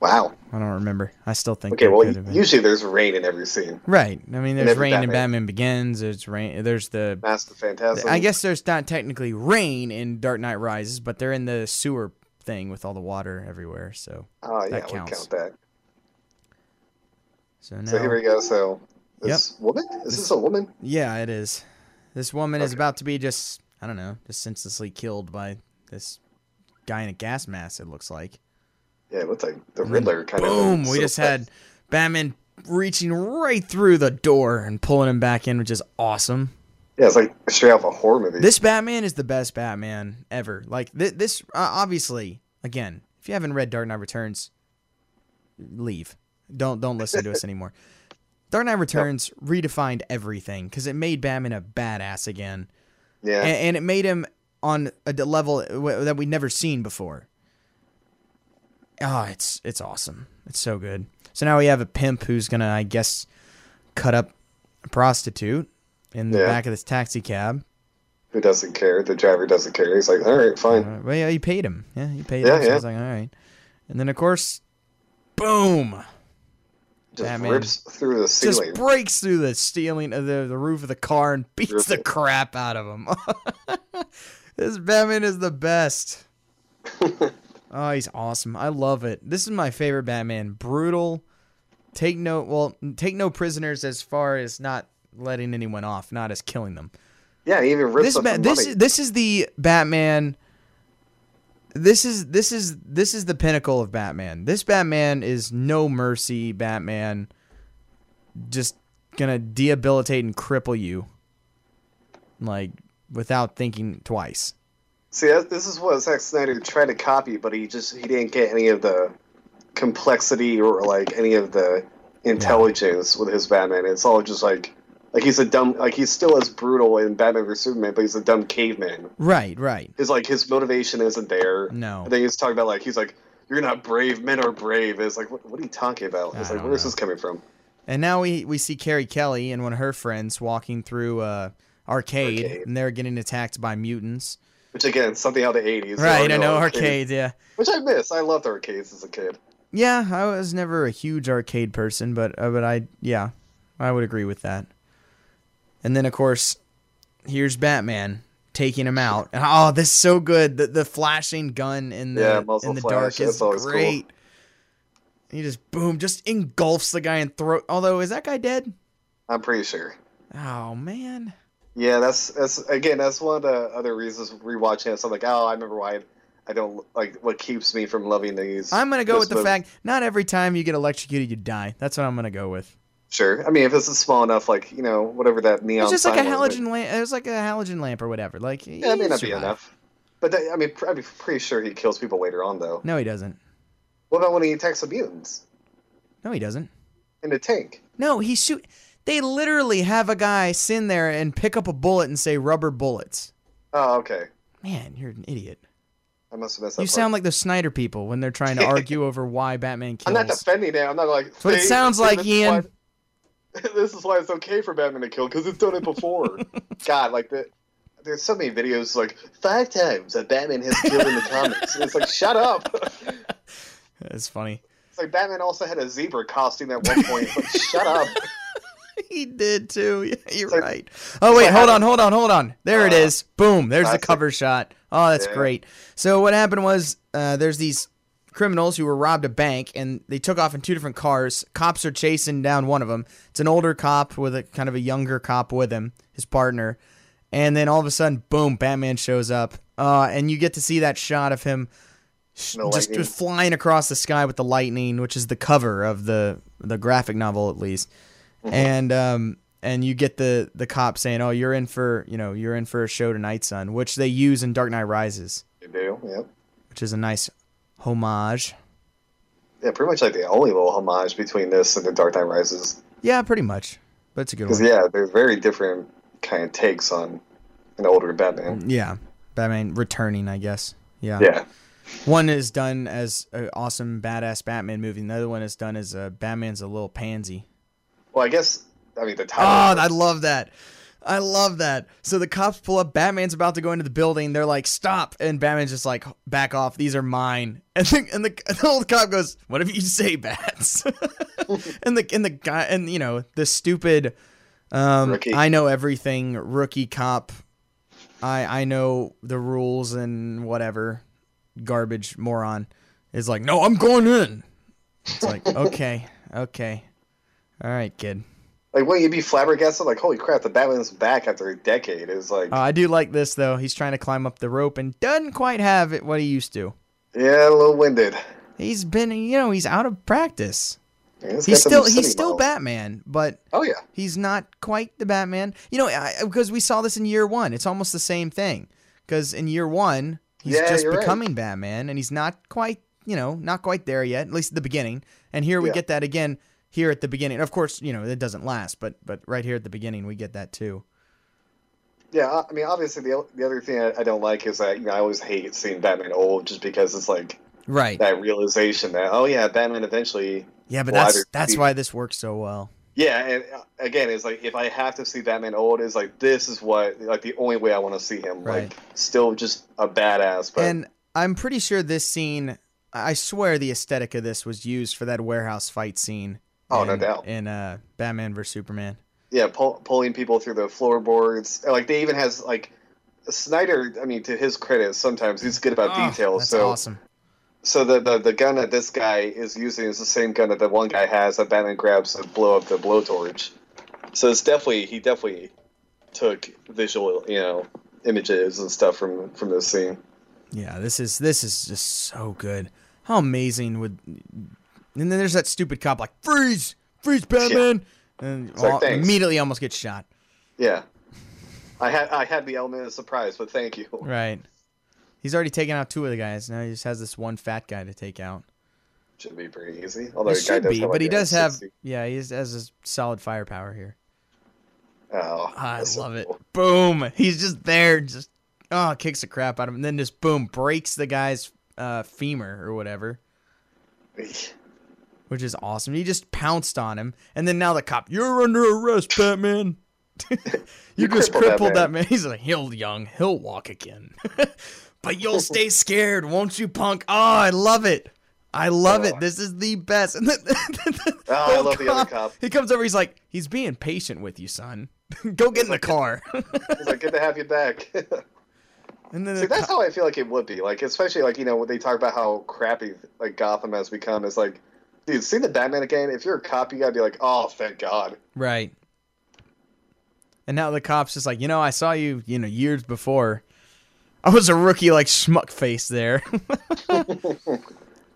Speaker 2: Wow.
Speaker 1: I don't remember. I still think
Speaker 2: Okay.
Speaker 1: there
Speaker 2: Well,
Speaker 1: could have been.
Speaker 2: usually there's rain in every scene.
Speaker 1: right. I mean there's
Speaker 2: every
Speaker 1: rain in
Speaker 2: Batman.
Speaker 1: Batman Begins, there's rain there's the
Speaker 2: Master Phantasm.
Speaker 1: I guess there's not technically rain in Dark Knight Rises, but they're in the sewer thing with all the water everywhere, so
Speaker 2: Oh yeah,
Speaker 1: that
Speaker 2: we
Speaker 1: counts.
Speaker 2: count that.
Speaker 1: so now
Speaker 2: So here we go. So this woman? Is this a woman?
Speaker 1: Yeah, it is. This woman is
Speaker 2: Okay.
Speaker 1: about to be just I don't know, just senselessly killed by this guy in a gas mask. It looks like.
Speaker 2: Yeah, it looks like the
Speaker 1: And then
Speaker 2: Riddler kind of.
Speaker 1: Mm-hmm. Boom! We
Speaker 2: sort
Speaker 1: just
Speaker 2: of-
Speaker 1: had Batman reaching right through the door and pulling him back in, which is awesome.
Speaker 2: Yeah, it's like straight off a horror movie.
Speaker 1: This Batman is the best Batman ever. Like th- this, uh, obviously. Again, if you haven't read Dark Knight Returns, leave. Don't don't listen to us anymore. Dark Knight Returns redefined everything because it made Batman a badass again.
Speaker 2: yeah,
Speaker 1: and, and it made him on a d- level w- that we'd never seen before. Ah, it's it's awesome. It's so good. So now we have a pimp who's gonna, I guess, cut up a prostitute in the
Speaker 2: Yeah.
Speaker 1: back of this taxi cab.
Speaker 2: who doesn't care? The driver doesn't care. He's like, all right, fine.
Speaker 1: Uh, well, yeah, he paid him. Yeah, he paid
Speaker 2: Yeah,
Speaker 1: him. So I
Speaker 2: yeah.
Speaker 1: was like, all right. And then of course, boom!
Speaker 2: just
Speaker 1: Batman
Speaker 2: rips through the
Speaker 1: Just
Speaker 2: ceiling.
Speaker 1: breaks through the ceiling of the, the roof of the car and beats the
Speaker 2: Beautiful.
Speaker 1: crap out of him. this Batman is the best. Oh, he's awesome. I love it. This is my favorite Batman. Brutal. Take no well, take no prisoners as far as not letting anyone off, not as killing them.
Speaker 2: yeah, he even rips
Speaker 1: This
Speaker 2: up
Speaker 1: ba-
Speaker 2: the
Speaker 1: this
Speaker 2: money.
Speaker 1: this is the Batman this is this is this is the pinnacle of Batman. This Batman is no mercy Batman. Just gonna debilitate and cripple you. Like without thinking twice.
Speaker 2: See, that, this is what Zack Snyder tried to copy, but he just he didn't get any of the complexity or like any of the intelligence with his Batman. It's all just like Like he's a dumb, like he's still as brutal in Batman vs Superman, but he's a dumb caveman.
Speaker 1: Right, right.
Speaker 2: His like his motivation isn't there.
Speaker 1: No.
Speaker 2: And then he's talking about like he's like, "You're not brave. Men are brave." It's like, what, what are you talking about?
Speaker 1: I
Speaker 2: It's like,
Speaker 1: don't
Speaker 2: where is
Speaker 1: know.
Speaker 2: this coming from?
Speaker 1: And now we, we see Carrie Kelly and one of her friends walking through uh, arcade,
Speaker 2: Arcade.
Speaker 1: and they're getting attacked by mutants.
Speaker 2: Which again, something out of the
Speaker 1: right,
Speaker 2: '80s. There
Speaker 1: I
Speaker 2: are no
Speaker 1: know arcade.
Speaker 2: arcades.
Speaker 1: Yeah,
Speaker 2: Which I miss. I loved arcades as a kid.
Speaker 1: yeah. I was never a huge arcade person, but uh, but I yeah, I would agree with that. And then of course, here's Batman taking him out. And, oh, this is so good. The the flashing gun in the
Speaker 2: Yeah, muzzle
Speaker 1: in the
Speaker 2: flash,
Speaker 1: dark is
Speaker 2: that's always cool.
Speaker 1: great. He just boom, just engulfs the guy and throat. Although is that guy dead?
Speaker 2: I'm pretty sure.
Speaker 1: Oh man.
Speaker 2: Yeah, that's that's again that's one of the other reasons rewatching it. So I'm like, oh, I remember why I don't like what keeps me from loving these.
Speaker 1: I'm gonna go
Speaker 2: this
Speaker 1: with the
Speaker 2: movie.
Speaker 1: fact not every time you get electrocuted you die. That's what I'm gonna go with.
Speaker 2: Sure, I mean if this is small enough, like you know whatever that neon.
Speaker 1: It's just like a
Speaker 2: sign was,
Speaker 1: halogen lamp. It was like a halogen lamp or whatever. Like
Speaker 2: Yeah, it may not be
Speaker 1: survive.
Speaker 2: enough. But that, I mean, pr- I'm pretty sure he kills people later on though.
Speaker 1: No, he doesn't.
Speaker 2: What about when he attacks the mutants
Speaker 1: No, he doesn't.
Speaker 2: in the tank?
Speaker 1: No, he shoot. They literally have a guy sit there and pick up a bullet and say rubber bullets.
Speaker 2: Oh, okay.
Speaker 1: Man, you're an idiot.
Speaker 2: I must have missed that.
Speaker 1: You
Speaker 2: part.
Speaker 1: sound like the Snyder people when they're trying to argue over why Batman
Speaker 2: I'm
Speaker 1: kills.
Speaker 2: not defending it. I'm not like.
Speaker 1: what it
Speaker 2: "See,
Speaker 1: sounds like,
Speaker 2: this is
Speaker 1: Ian."
Speaker 2: why- this is why it's okay for Batman to kill because it's done it before. God, like the, there's so many videos like five times that Batman has killed in the comics. And it's like shut up.
Speaker 1: That's funny.
Speaker 2: It's like Batman also had a zebra costume at one point. It's like shut up.
Speaker 1: He did too. Yeah, you're
Speaker 2: like-
Speaker 1: right. Oh wait,
Speaker 2: like
Speaker 1: hold
Speaker 2: how-
Speaker 1: on, hold on, hold on. There it
Speaker 2: Uh,
Speaker 1: is. Boom. There's the
Speaker 2: classic.
Speaker 1: cover shot. Oh, that's
Speaker 2: Yeah.
Speaker 1: great. So what happened was uh, there's these criminals who were robbed a bank and they took off in two different cars. Cops are chasing down one of them. It's an older cop with a kind of a younger cop with him, his partner. And then all of a sudden, boom, Batman shows up. Uh, and you get to see that shot of him sh-
Speaker 2: The
Speaker 1: just,
Speaker 2: lightning.
Speaker 1: just flying across the sky with the lightning, which is the cover of the the graphic novel at least.
Speaker 2: Mm-hmm.
Speaker 1: And um and you get the the cop saying, "Oh, you're in for you know you're in for a show tonight, son," which they use in Dark Knight Rises,
Speaker 2: You do, yeah.
Speaker 1: which is a nice homage.
Speaker 2: Yeah, pretty much like the only little homage between this and the Dark Knight Rises.
Speaker 1: Yeah, pretty much. But it's a good
Speaker 2: Because
Speaker 1: one.
Speaker 2: yeah, they're very different kind of takes on an older Batman.
Speaker 1: Yeah, Batman returning, I guess. Yeah.
Speaker 2: Yeah.
Speaker 1: One is done as an awesome badass Batman movie. and The other one is done as a Batman's a little pansy.
Speaker 2: Well, I guess I mean the
Speaker 1: Oh,
Speaker 2: title.
Speaker 1: I love that. I love that. So the cops pull up. Batman's about to go into the building. They're like, "Stop!" And Batman's just like, "Back off. These are mine." And the and the, and the old cop goes, "Whatever you say, bats." and the and the guy and you know the stupid, um,
Speaker 2: Rookie.
Speaker 1: I know everything rookie cop. I I know the rules and whatever garbage moron is like, "No, I'm going in." It's like, okay, okay, all right, kid.
Speaker 2: Like, wouldn't you be flabbergasted? Like, holy crap, the Batman's back after a decade. It was like,
Speaker 1: Uh, I do like this though. He's trying to climb up the rope and doesn't quite have it what he used to.
Speaker 2: yeah, a little winded.
Speaker 1: He's been, you know, he's out of practice.
Speaker 2: Yeah, it's
Speaker 1: He's
Speaker 2: got them
Speaker 1: still he's
Speaker 2: city
Speaker 1: still
Speaker 2: miles.
Speaker 1: Batman, but
Speaker 2: Oh yeah,
Speaker 1: he's not quite the Batman. You know, I, I- because we saw this in year one. It's almost the same thing. Because in year one, he's
Speaker 2: Yeah,
Speaker 1: just
Speaker 2: you're right.
Speaker 1: becoming Batman, and he's not quite, you know, not quite there yet. At least at the beginning. And here we
Speaker 2: Yeah.
Speaker 1: get that again. Here at the beginning, of course, you know it doesn't last, but but right here at the beginning, we get that too.
Speaker 2: yeah. I- I mean, obviously, the o- the other thing I, I don't like is that you know I always hate seeing Batman old, just because it's like
Speaker 1: Right.
Speaker 2: that realization that oh yeah, Batman eventually.
Speaker 1: Yeah, but
Speaker 2: Well,
Speaker 1: that's
Speaker 2: either
Speaker 1: that's
Speaker 2: he-
Speaker 1: why this works so well.
Speaker 2: Yeah, and uh, again, it's like if I have to see Batman old, is like this is what like the only way I want to see him.
Speaker 1: Right.
Speaker 2: Like, still just a badass, but
Speaker 1: and I'm pretty sure this scene, I swear the aesthetic of this was used for that warehouse fight scene.
Speaker 2: Oh,
Speaker 1: in,
Speaker 2: no doubt.
Speaker 1: In uh, Batman vs. Superman.
Speaker 2: yeah, pull, pulling people through the floorboards. Like they even has like Snyder. I mean, to his credit, sometimes he's good about
Speaker 1: Oh,
Speaker 2: details.
Speaker 1: That's
Speaker 2: so,
Speaker 1: awesome.
Speaker 2: so the, the the gun that this guy is using is the same gun that the one guy has that Batman grabs to blow up the blowtorch. So it's definitely he definitely took visual, you know, images and stuff from from this scene.
Speaker 1: Yeah, this is this is just so good. How amazing would? And then there's that stupid cop like freeze, freeze, Batman, and
Speaker 2: like,
Speaker 1: all-
Speaker 2: "Thanks."
Speaker 1: immediately almost gets shot.
Speaker 2: Yeah, I had I had the element of surprise, but thank you.
Speaker 1: Right. He's already taken out two of the guys. Now he just has this one fat guy to take out.
Speaker 2: Should be pretty easy. Although
Speaker 1: It
Speaker 2: the guy
Speaker 1: should
Speaker 2: does
Speaker 1: be,
Speaker 2: have,
Speaker 1: but
Speaker 2: like,
Speaker 1: he
Speaker 2: a
Speaker 1: does have.
Speaker 2: 60.
Speaker 1: Yeah, he is- has a solid firepower here.
Speaker 2: Oh,
Speaker 1: Ah, I
Speaker 2: that's so
Speaker 1: love it.
Speaker 2: cool.
Speaker 1: Boom. He's just there, just oh, kicks the crap out of him, and then just boom breaks the guy's uh, femur or whatever, which is awesome. He just pounced on him, and then now the cop, you're under arrest, Batman. you,
Speaker 2: You
Speaker 1: just
Speaker 2: crippled
Speaker 1: crippled
Speaker 2: that
Speaker 1: that
Speaker 2: man."
Speaker 1: man. He's like, he'll young, he'll walk again, but you'll stay scared, won't you, punk? Oh, I love it. I love it.
Speaker 2: Oh.
Speaker 1: This is the best. And then,
Speaker 2: Oh, I
Speaker 1: whole
Speaker 2: love the other cop.
Speaker 1: He comes over. He's like, he's being patient with you, son. Go get in the car.
Speaker 2: It's like good to have you back.
Speaker 1: And then
Speaker 2: See,
Speaker 1: the
Speaker 2: that's
Speaker 1: co-
Speaker 2: how I feel like it would be. Like, especially like you know when they talk about how crappy like Gotham has become. It's like, dude, see the Batman again. If you're a cop, you gotta be like, oh, thank God.
Speaker 1: right. And now the cops just like, you know, I saw you, you know, years before. I was a rookie like schmuck face there.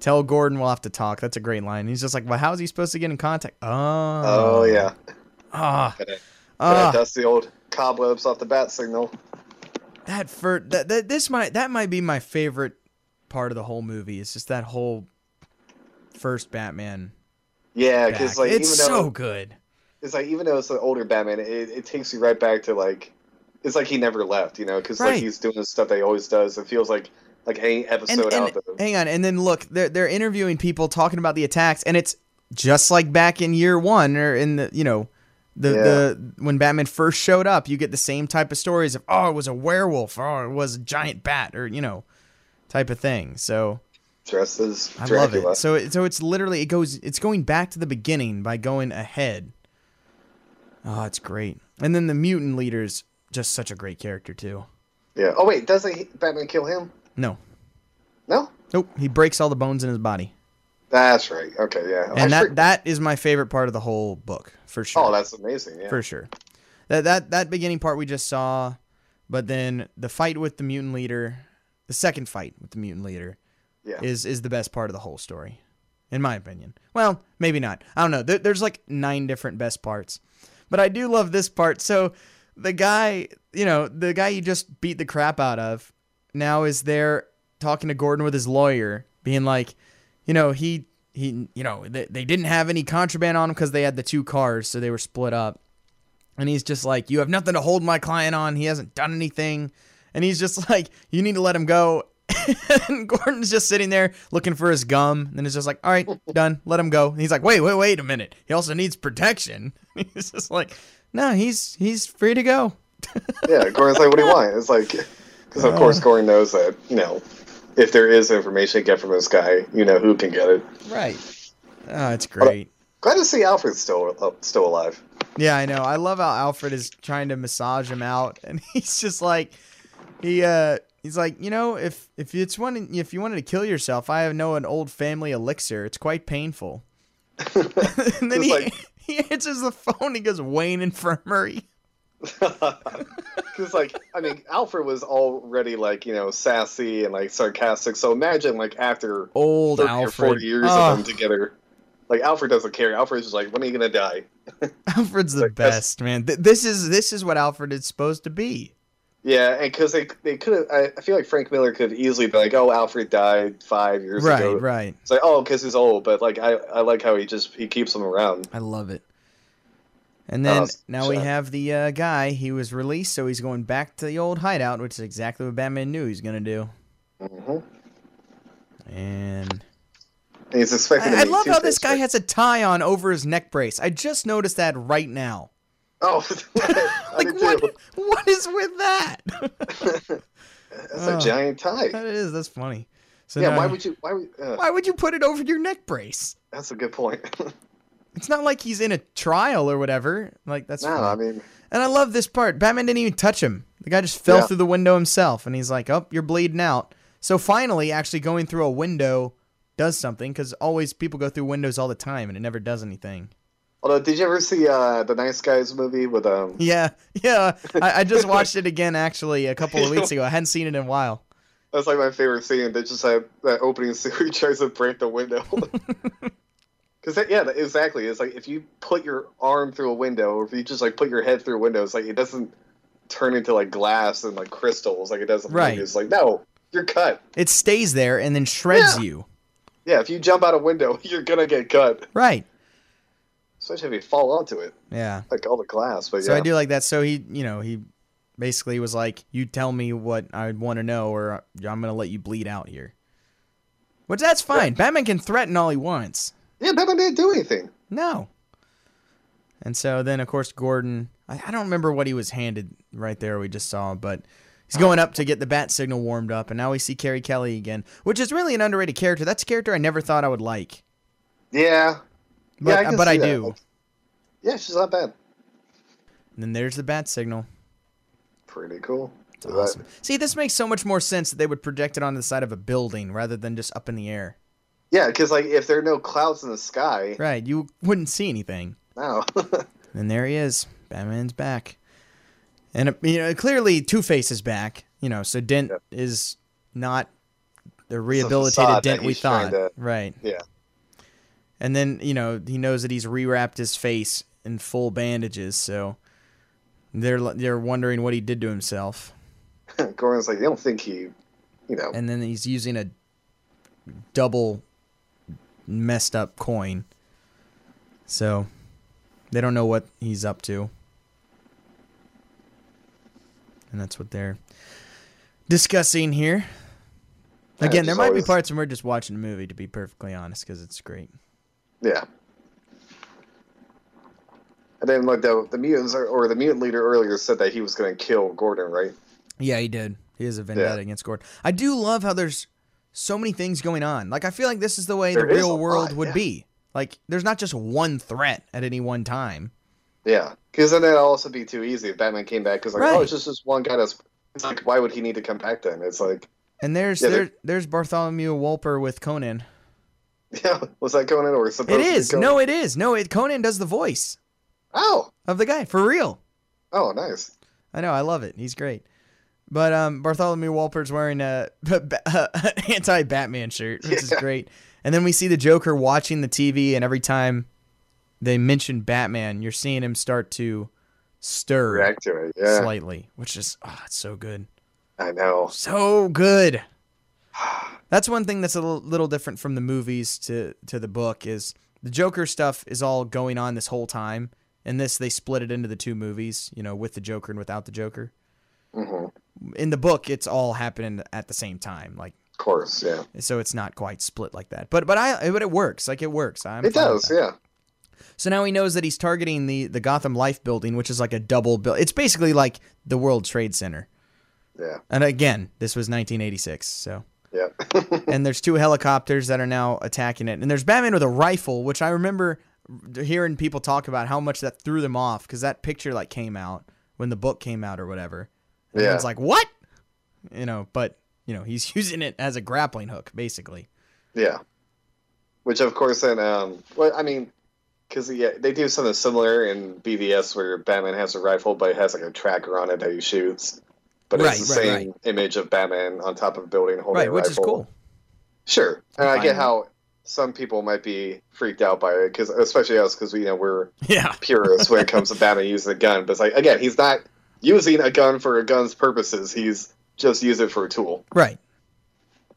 Speaker 1: Tell Gordon we'll have to talk. That's a great line. He's just like, well, how is he supposed to get in contact? Oh,
Speaker 2: Oh yeah,
Speaker 1: ah,
Speaker 2: gotta, gotta
Speaker 1: ah.
Speaker 2: dust the old cobwebs off the bat signal.
Speaker 1: that for that, that this might that might be my favorite part of the whole movie. It's just that whole first Batman.
Speaker 2: Yeah,
Speaker 1: Back.
Speaker 2: because like
Speaker 1: it's
Speaker 2: even though
Speaker 1: so good.
Speaker 2: it's like even though it's an older Batman, it, it takes you right back to like it's like he never left, you know, because
Speaker 1: Right.
Speaker 2: like he's doing the stuff that he always does. It feels like like any
Speaker 1: and,
Speaker 2: episode
Speaker 1: and-
Speaker 2: out of
Speaker 1: hang on and then look they're, they're interviewing people talking about the attacks and it's just like back in year one or in the you know the,
Speaker 2: Yeah.
Speaker 1: the when batman first showed up you get the same type of stories of oh it was a werewolf or oh, it was a giant bat or you know type of thing so
Speaker 2: dressed as
Speaker 1: i
Speaker 2: Dracula.
Speaker 1: love it so it, so it's literally it goes it's going back to the beginning by going ahead oh it's great and then the mutant leader's just such a great character too
Speaker 2: Yeah. Oh wait, doesn't he, Batman kill him?
Speaker 1: no
Speaker 2: No.
Speaker 1: nope he breaks all the bones in his body
Speaker 2: That's right. Okay. Yeah. I
Speaker 1: and that
Speaker 2: forget-
Speaker 1: that is my favorite part of the whole book for sure
Speaker 2: oh, that's amazing. Yeah.
Speaker 1: for sure that that that beginning part we just saw but then the fight with the mutant leader the second fight with the mutant leader
Speaker 2: yeah.
Speaker 1: is is the best part of the whole story in my opinion well maybe not i don't know there, there's like nine different best parts but i do love this part so the guy you know the guy you just beat the crap out of now is there talking to gordon with his lawyer being like you know he he you know they, they didn't have any contraband on him because they had the two cars so they were split up and he's just like you have nothing to hold my client on he hasn't done anything and he's just like you need to let him go and gordon's just sitting there looking for his gum and it's just like all right done let him go and he's like wait wait wait a minute he also needs protection he's just like no he's he's free to go
Speaker 2: yeah. Gordon's like, "What do you want?" It's like, because
Speaker 1: Oh.
Speaker 2: of course Gordon knows that you know, if there is information to get from this guy, you know who can get it.
Speaker 1: right oh it's great
Speaker 2: Glad to see Alfred's still up, still alive.
Speaker 1: Yeah, I know. I love how Alfred is trying to massage him out, and he's just like, he uh, he's like, you know, if if it's one, if you wanted to kill yourself, I know an old family elixir. It's quite painful. and then
Speaker 2: Just
Speaker 1: he,
Speaker 2: like-
Speaker 1: he answers the phone. He goes, Wayne Infirmary.
Speaker 2: Because like, I mean, Alfred was already like you know sassy and like sarcastic. So imagine like after
Speaker 1: Old
Speaker 2: 30 or
Speaker 1: Alfred.
Speaker 2: forty years
Speaker 1: Oh,
Speaker 2: of them together. Like Alfred doesn't care. Alfred's just like, when are you gonna die?
Speaker 1: Alfred's the
Speaker 2: Like, that's-
Speaker 1: best man. Th- this is this is what Alfred is supposed to be.
Speaker 2: Yeah, and because they they could have, I, I feel like Frank Miller could have easily been like, oh, Alfred died five years
Speaker 1: Right,
Speaker 2: ago.
Speaker 1: right.
Speaker 2: It's like, oh, because he's old, but like I, I like how he just he keeps him around.
Speaker 1: I love it. And
Speaker 2: Oh,
Speaker 1: then
Speaker 2: s-
Speaker 1: now we
Speaker 2: shut up.
Speaker 1: have the uh, guy. He was released, so he's going back to the old hideout, which is exactly what Batman knew he was gonna do.
Speaker 2: hmm
Speaker 1: And
Speaker 2: And he's expected. to
Speaker 1: I, I
Speaker 2: meet
Speaker 1: love how
Speaker 2: Two-Face,
Speaker 1: this guy
Speaker 2: right?
Speaker 1: has a tie on over his neck brace. I just noticed that right now.
Speaker 2: Oh, I
Speaker 1: Like
Speaker 2: did
Speaker 1: what?
Speaker 2: too.
Speaker 1: What is with that?
Speaker 2: That's
Speaker 1: Oh.
Speaker 2: a giant tie.
Speaker 1: that is. That's funny. So
Speaker 2: Yeah,
Speaker 1: now
Speaker 2: why
Speaker 1: he-
Speaker 2: would you? Why would? Uh,
Speaker 1: why would you put it over your neck brace?
Speaker 2: that's a good point.
Speaker 1: It's not like he's in a trial or whatever. Like that's
Speaker 2: no,
Speaker 1: funny.
Speaker 2: I mean,
Speaker 1: And I love this part. Batman didn't even touch him. The guy just fell
Speaker 2: Yeah.
Speaker 1: through the window himself, and he's like, "Oh, you're bleeding out." So finally, actually going through a window does something because always people go through windows all the time, and it never does anything.
Speaker 2: although did you ever see uh, the Nice Guys movie with um?
Speaker 1: Yeah, yeah. I, I just watched it again actually a couple of weeks ago. I hadn't seen it in a while.
Speaker 2: That's like my favorite scene. They just have that opening scene where he tries to break the window. Because yeah, that- exactly. It's like if you put your arm through a window, or if you just like put your head through a window, it's like it doesn't turn into like glass and like crystals, like it doesn't. move.
Speaker 1: Right.
Speaker 2: It's like no, you're cut.
Speaker 1: It stays there and then shreds
Speaker 2: Yeah.
Speaker 1: you.
Speaker 2: Yeah, if you jump out a window, you're gonna get cut.
Speaker 1: Right.
Speaker 2: especially if you fall onto it,
Speaker 1: Yeah.
Speaker 2: like all the glass. But
Speaker 1: So
Speaker 2: yeah,
Speaker 1: I do like that. So he, you know, he basically was like, "You tell me what I want to know, or I'm gonna let you bleed out here." Which that's fine. Batman can threaten all he wants.
Speaker 2: yeah, Batman didn't do anything.
Speaker 1: No. And so then, of course, Gordon. I, I don't remember what he was handed right there. We just saw, but he's going up to get the bat signal warmed up, and now we see Carrie Kelly again, which is really an underrated character. That's a character I never thought I would like,
Speaker 2: Yeah,
Speaker 1: but
Speaker 2: yeah, can
Speaker 1: but
Speaker 2: see
Speaker 1: I
Speaker 2: that.
Speaker 1: do.
Speaker 2: Like, yeah, she's not bad.
Speaker 1: and then there's the bat signal.
Speaker 2: Pretty cool.
Speaker 1: It's awesome. See, this makes so much more sense that they would project it onto the side of a building rather than just up in the air.
Speaker 2: Yeah, because like if there are no clouds in the sky,
Speaker 1: Right, you wouldn't see anything.
Speaker 2: no.
Speaker 1: And there he is. Batman's back. And uh, you know, clearly Two Face is back. You know, so Dent
Speaker 2: Yep.
Speaker 1: is not the rehabilitated
Speaker 2: facade that
Speaker 1: Dent we
Speaker 2: he's trying
Speaker 1: thought.
Speaker 2: to-
Speaker 1: Right.
Speaker 2: yeah,
Speaker 1: And then, you know, he knows that he's rewrapped his face in full bandages, so they're they're wondering what he did to himself.
Speaker 2: Gordon's like, you don't think he, you know,
Speaker 1: And then he's using a double messed up coin. So they don't know what he's up to. And that's what they're discussing here.
Speaker 2: Yeah,
Speaker 1: Again, there
Speaker 2: just
Speaker 1: might
Speaker 2: always-
Speaker 1: be parts when we're just watching a movie, to be perfectly honest, because it's great.
Speaker 2: yeah. And then like the the mutants are, or the mutant leader earlier said that he was going to kill Gordon, right?
Speaker 1: Yeah, he did. He has a vendetta against Gordon. I do love how there's so many things going on. Like I feel like this is the way
Speaker 2: There
Speaker 1: the
Speaker 2: is a
Speaker 1: real world
Speaker 2: lot,
Speaker 1: would
Speaker 2: yeah.
Speaker 1: be. Like there's not just one threat at any one time.
Speaker 2: Yeah, because then that'd also be too easy if Batman came back. Because like,
Speaker 1: Right.
Speaker 2: oh, it's just this one guy that's. It's like, why would he need to come back then? It's like,
Speaker 1: And there's
Speaker 2: Yeah,
Speaker 1: there,
Speaker 2: they're-
Speaker 1: there's Bartholomew Wolper with Conan.
Speaker 2: yeah, was that Conan or
Speaker 1: It
Speaker 2: supposed to be
Speaker 1: is.
Speaker 2: Oh, Conan?
Speaker 1: No, it is. No, it Conan does the voice
Speaker 2: Oh,
Speaker 1: of the guy for real.
Speaker 2: oh, nice.
Speaker 1: I know. I love it. He's great. But um, Bartholomew Wolper's wearing a, anti Batman shirt, which is
Speaker 2: Yeah.
Speaker 1: great. And then we see the Joker watching the TV, and every time they mention Batman, you're seeing him start to stir
Speaker 2: React to it. Yeah,
Speaker 1: slightly, which is oh, it's so good,
Speaker 2: I know.
Speaker 1: so good. That's one thing that's a little, little different from the movies to to the book is the Joker stuff is all going on this whole time. In this, they split it into the two movies, you know, with the Joker and without the Joker.
Speaker 2: hmm Of
Speaker 1: In the book, it's all happening at the same time, like
Speaker 2: course, yeah.
Speaker 1: so it's not quite split like that. But but I but it works, like it works. I'm
Speaker 2: it
Speaker 1: fine with
Speaker 2: does,
Speaker 1: that.
Speaker 2: yeah.
Speaker 1: So now he knows that he's targeting the the Gotham Life Building, which is like a double build. It's basically like the World Trade Center.
Speaker 2: Yeah,
Speaker 1: And again, this was 1986, so.
Speaker 2: yeah.
Speaker 1: and there's two helicopters that are now attacking it. And there's Batman with a rifle, which I remember hearing people talk about how much that threw them off because that picture like came out when the book came out or whatever. And
Speaker 2: Yeah.
Speaker 1: it's like what, you know? But you know, he's using it as a grappling hook basically.
Speaker 2: Yeah. Which, of course, then, um, well, I mean, because yeah, they do something similar in BVS where Batman has a rifle, but it has like a tracker on it that he shoots. But
Speaker 1: Right,
Speaker 2: it's the
Speaker 1: right,
Speaker 2: same image of Batman on top of a building holding
Speaker 1: Right,
Speaker 2: a
Speaker 1: which
Speaker 2: rifle.
Speaker 1: is cool.
Speaker 2: Sure, and I
Speaker 1: Fine.
Speaker 2: get how some people might be freaked out by it, because especially us, because we you know we're
Speaker 1: Yeah.
Speaker 2: purists when it comes to Batman using a gun. But it's like again, he's not using a gun for a gun's purposes. He's just using it for a tool.
Speaker 1: Right.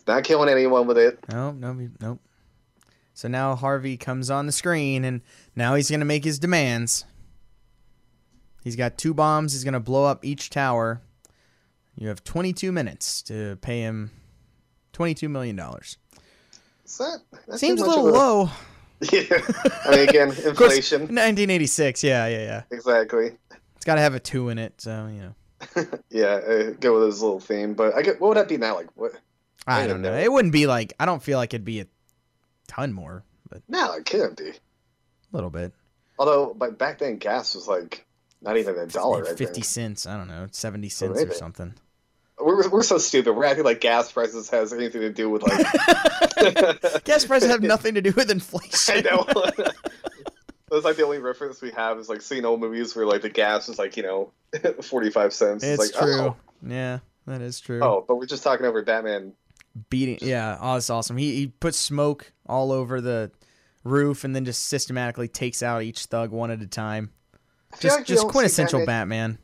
Speaker 2: Not killing anyone with it.
Speaker 1: No, no, we- nope. So now Harvey comes on the screen, and now he's going to make his demands. He's got two bombs. He's going to blow up each tower. You have 22 minutes to pay him $22 million.
Speaker 2: Is that, that
Speaker 1: Seems a
Speaker 2: too much
Speaker 1: little
Speaker 2: of
Speaker 1: low.
Speaker 2: Yeah. I mean, again,
Speaker 1: Of course,
Speaker 2: inflation.
Speaker 1: 1986. Yeah, yeah, yeah.
Speaker 2: exactly.
Speaker 1: It's got to have a two in it. So, you know.
Speaker 2: Yeah, uh, go with his little theme. But I get, what would that be now? Like, what?
Speaker 1: I
Speaker 2: I
Speaker 1: don't
Speaker 2: don't
Speaker 1: know.
Speaker 2: know.
Speaker 1: It wouldn't be like, I don't feel like it'd be a ton more, but
Speaker 2: No, it can't be.
Speaker 1: a little bit.
Speaker 2: Although, but back then, gas was like not even a dollar. I think.
Speaker 1: 50 cents. I don't know. 70 cents or
Speaker 2: maybe.
Speaker 1: something.
Speaker 2: We're, we're so stupid. We're acting like gas prices has anything to do with like.
Speaker 1: Gas prices have
Speaker 2: nothing.
Speaker 1: nothing to do with
Speaker 2: I
Speaker 1: inflation.
Speaker 2: know. That's like the only reference we have is like seeing old movies where like the gas is like you know, forty five cents.
Speaker 1: It's
Speaker 2: like,
Speaker 1: true.
Speaker 2: Oh,
Speaker 1: Yeah, that is true.
Speaker 2: oh, but we're just talking over Batman.
Speaker 1: Beating. Yeah, oh, that's awesome. He he puts smoke all over the roof and then just systematically takes out each thug one at a time.
Speaker 2: I feel
Speaker 1: Just
Speaker 2: like we
Speaker 1: just
Speaker 2: don't see
Speaker 1: quintessential
Speaker 2: Batman-
Speaker 1: Batman.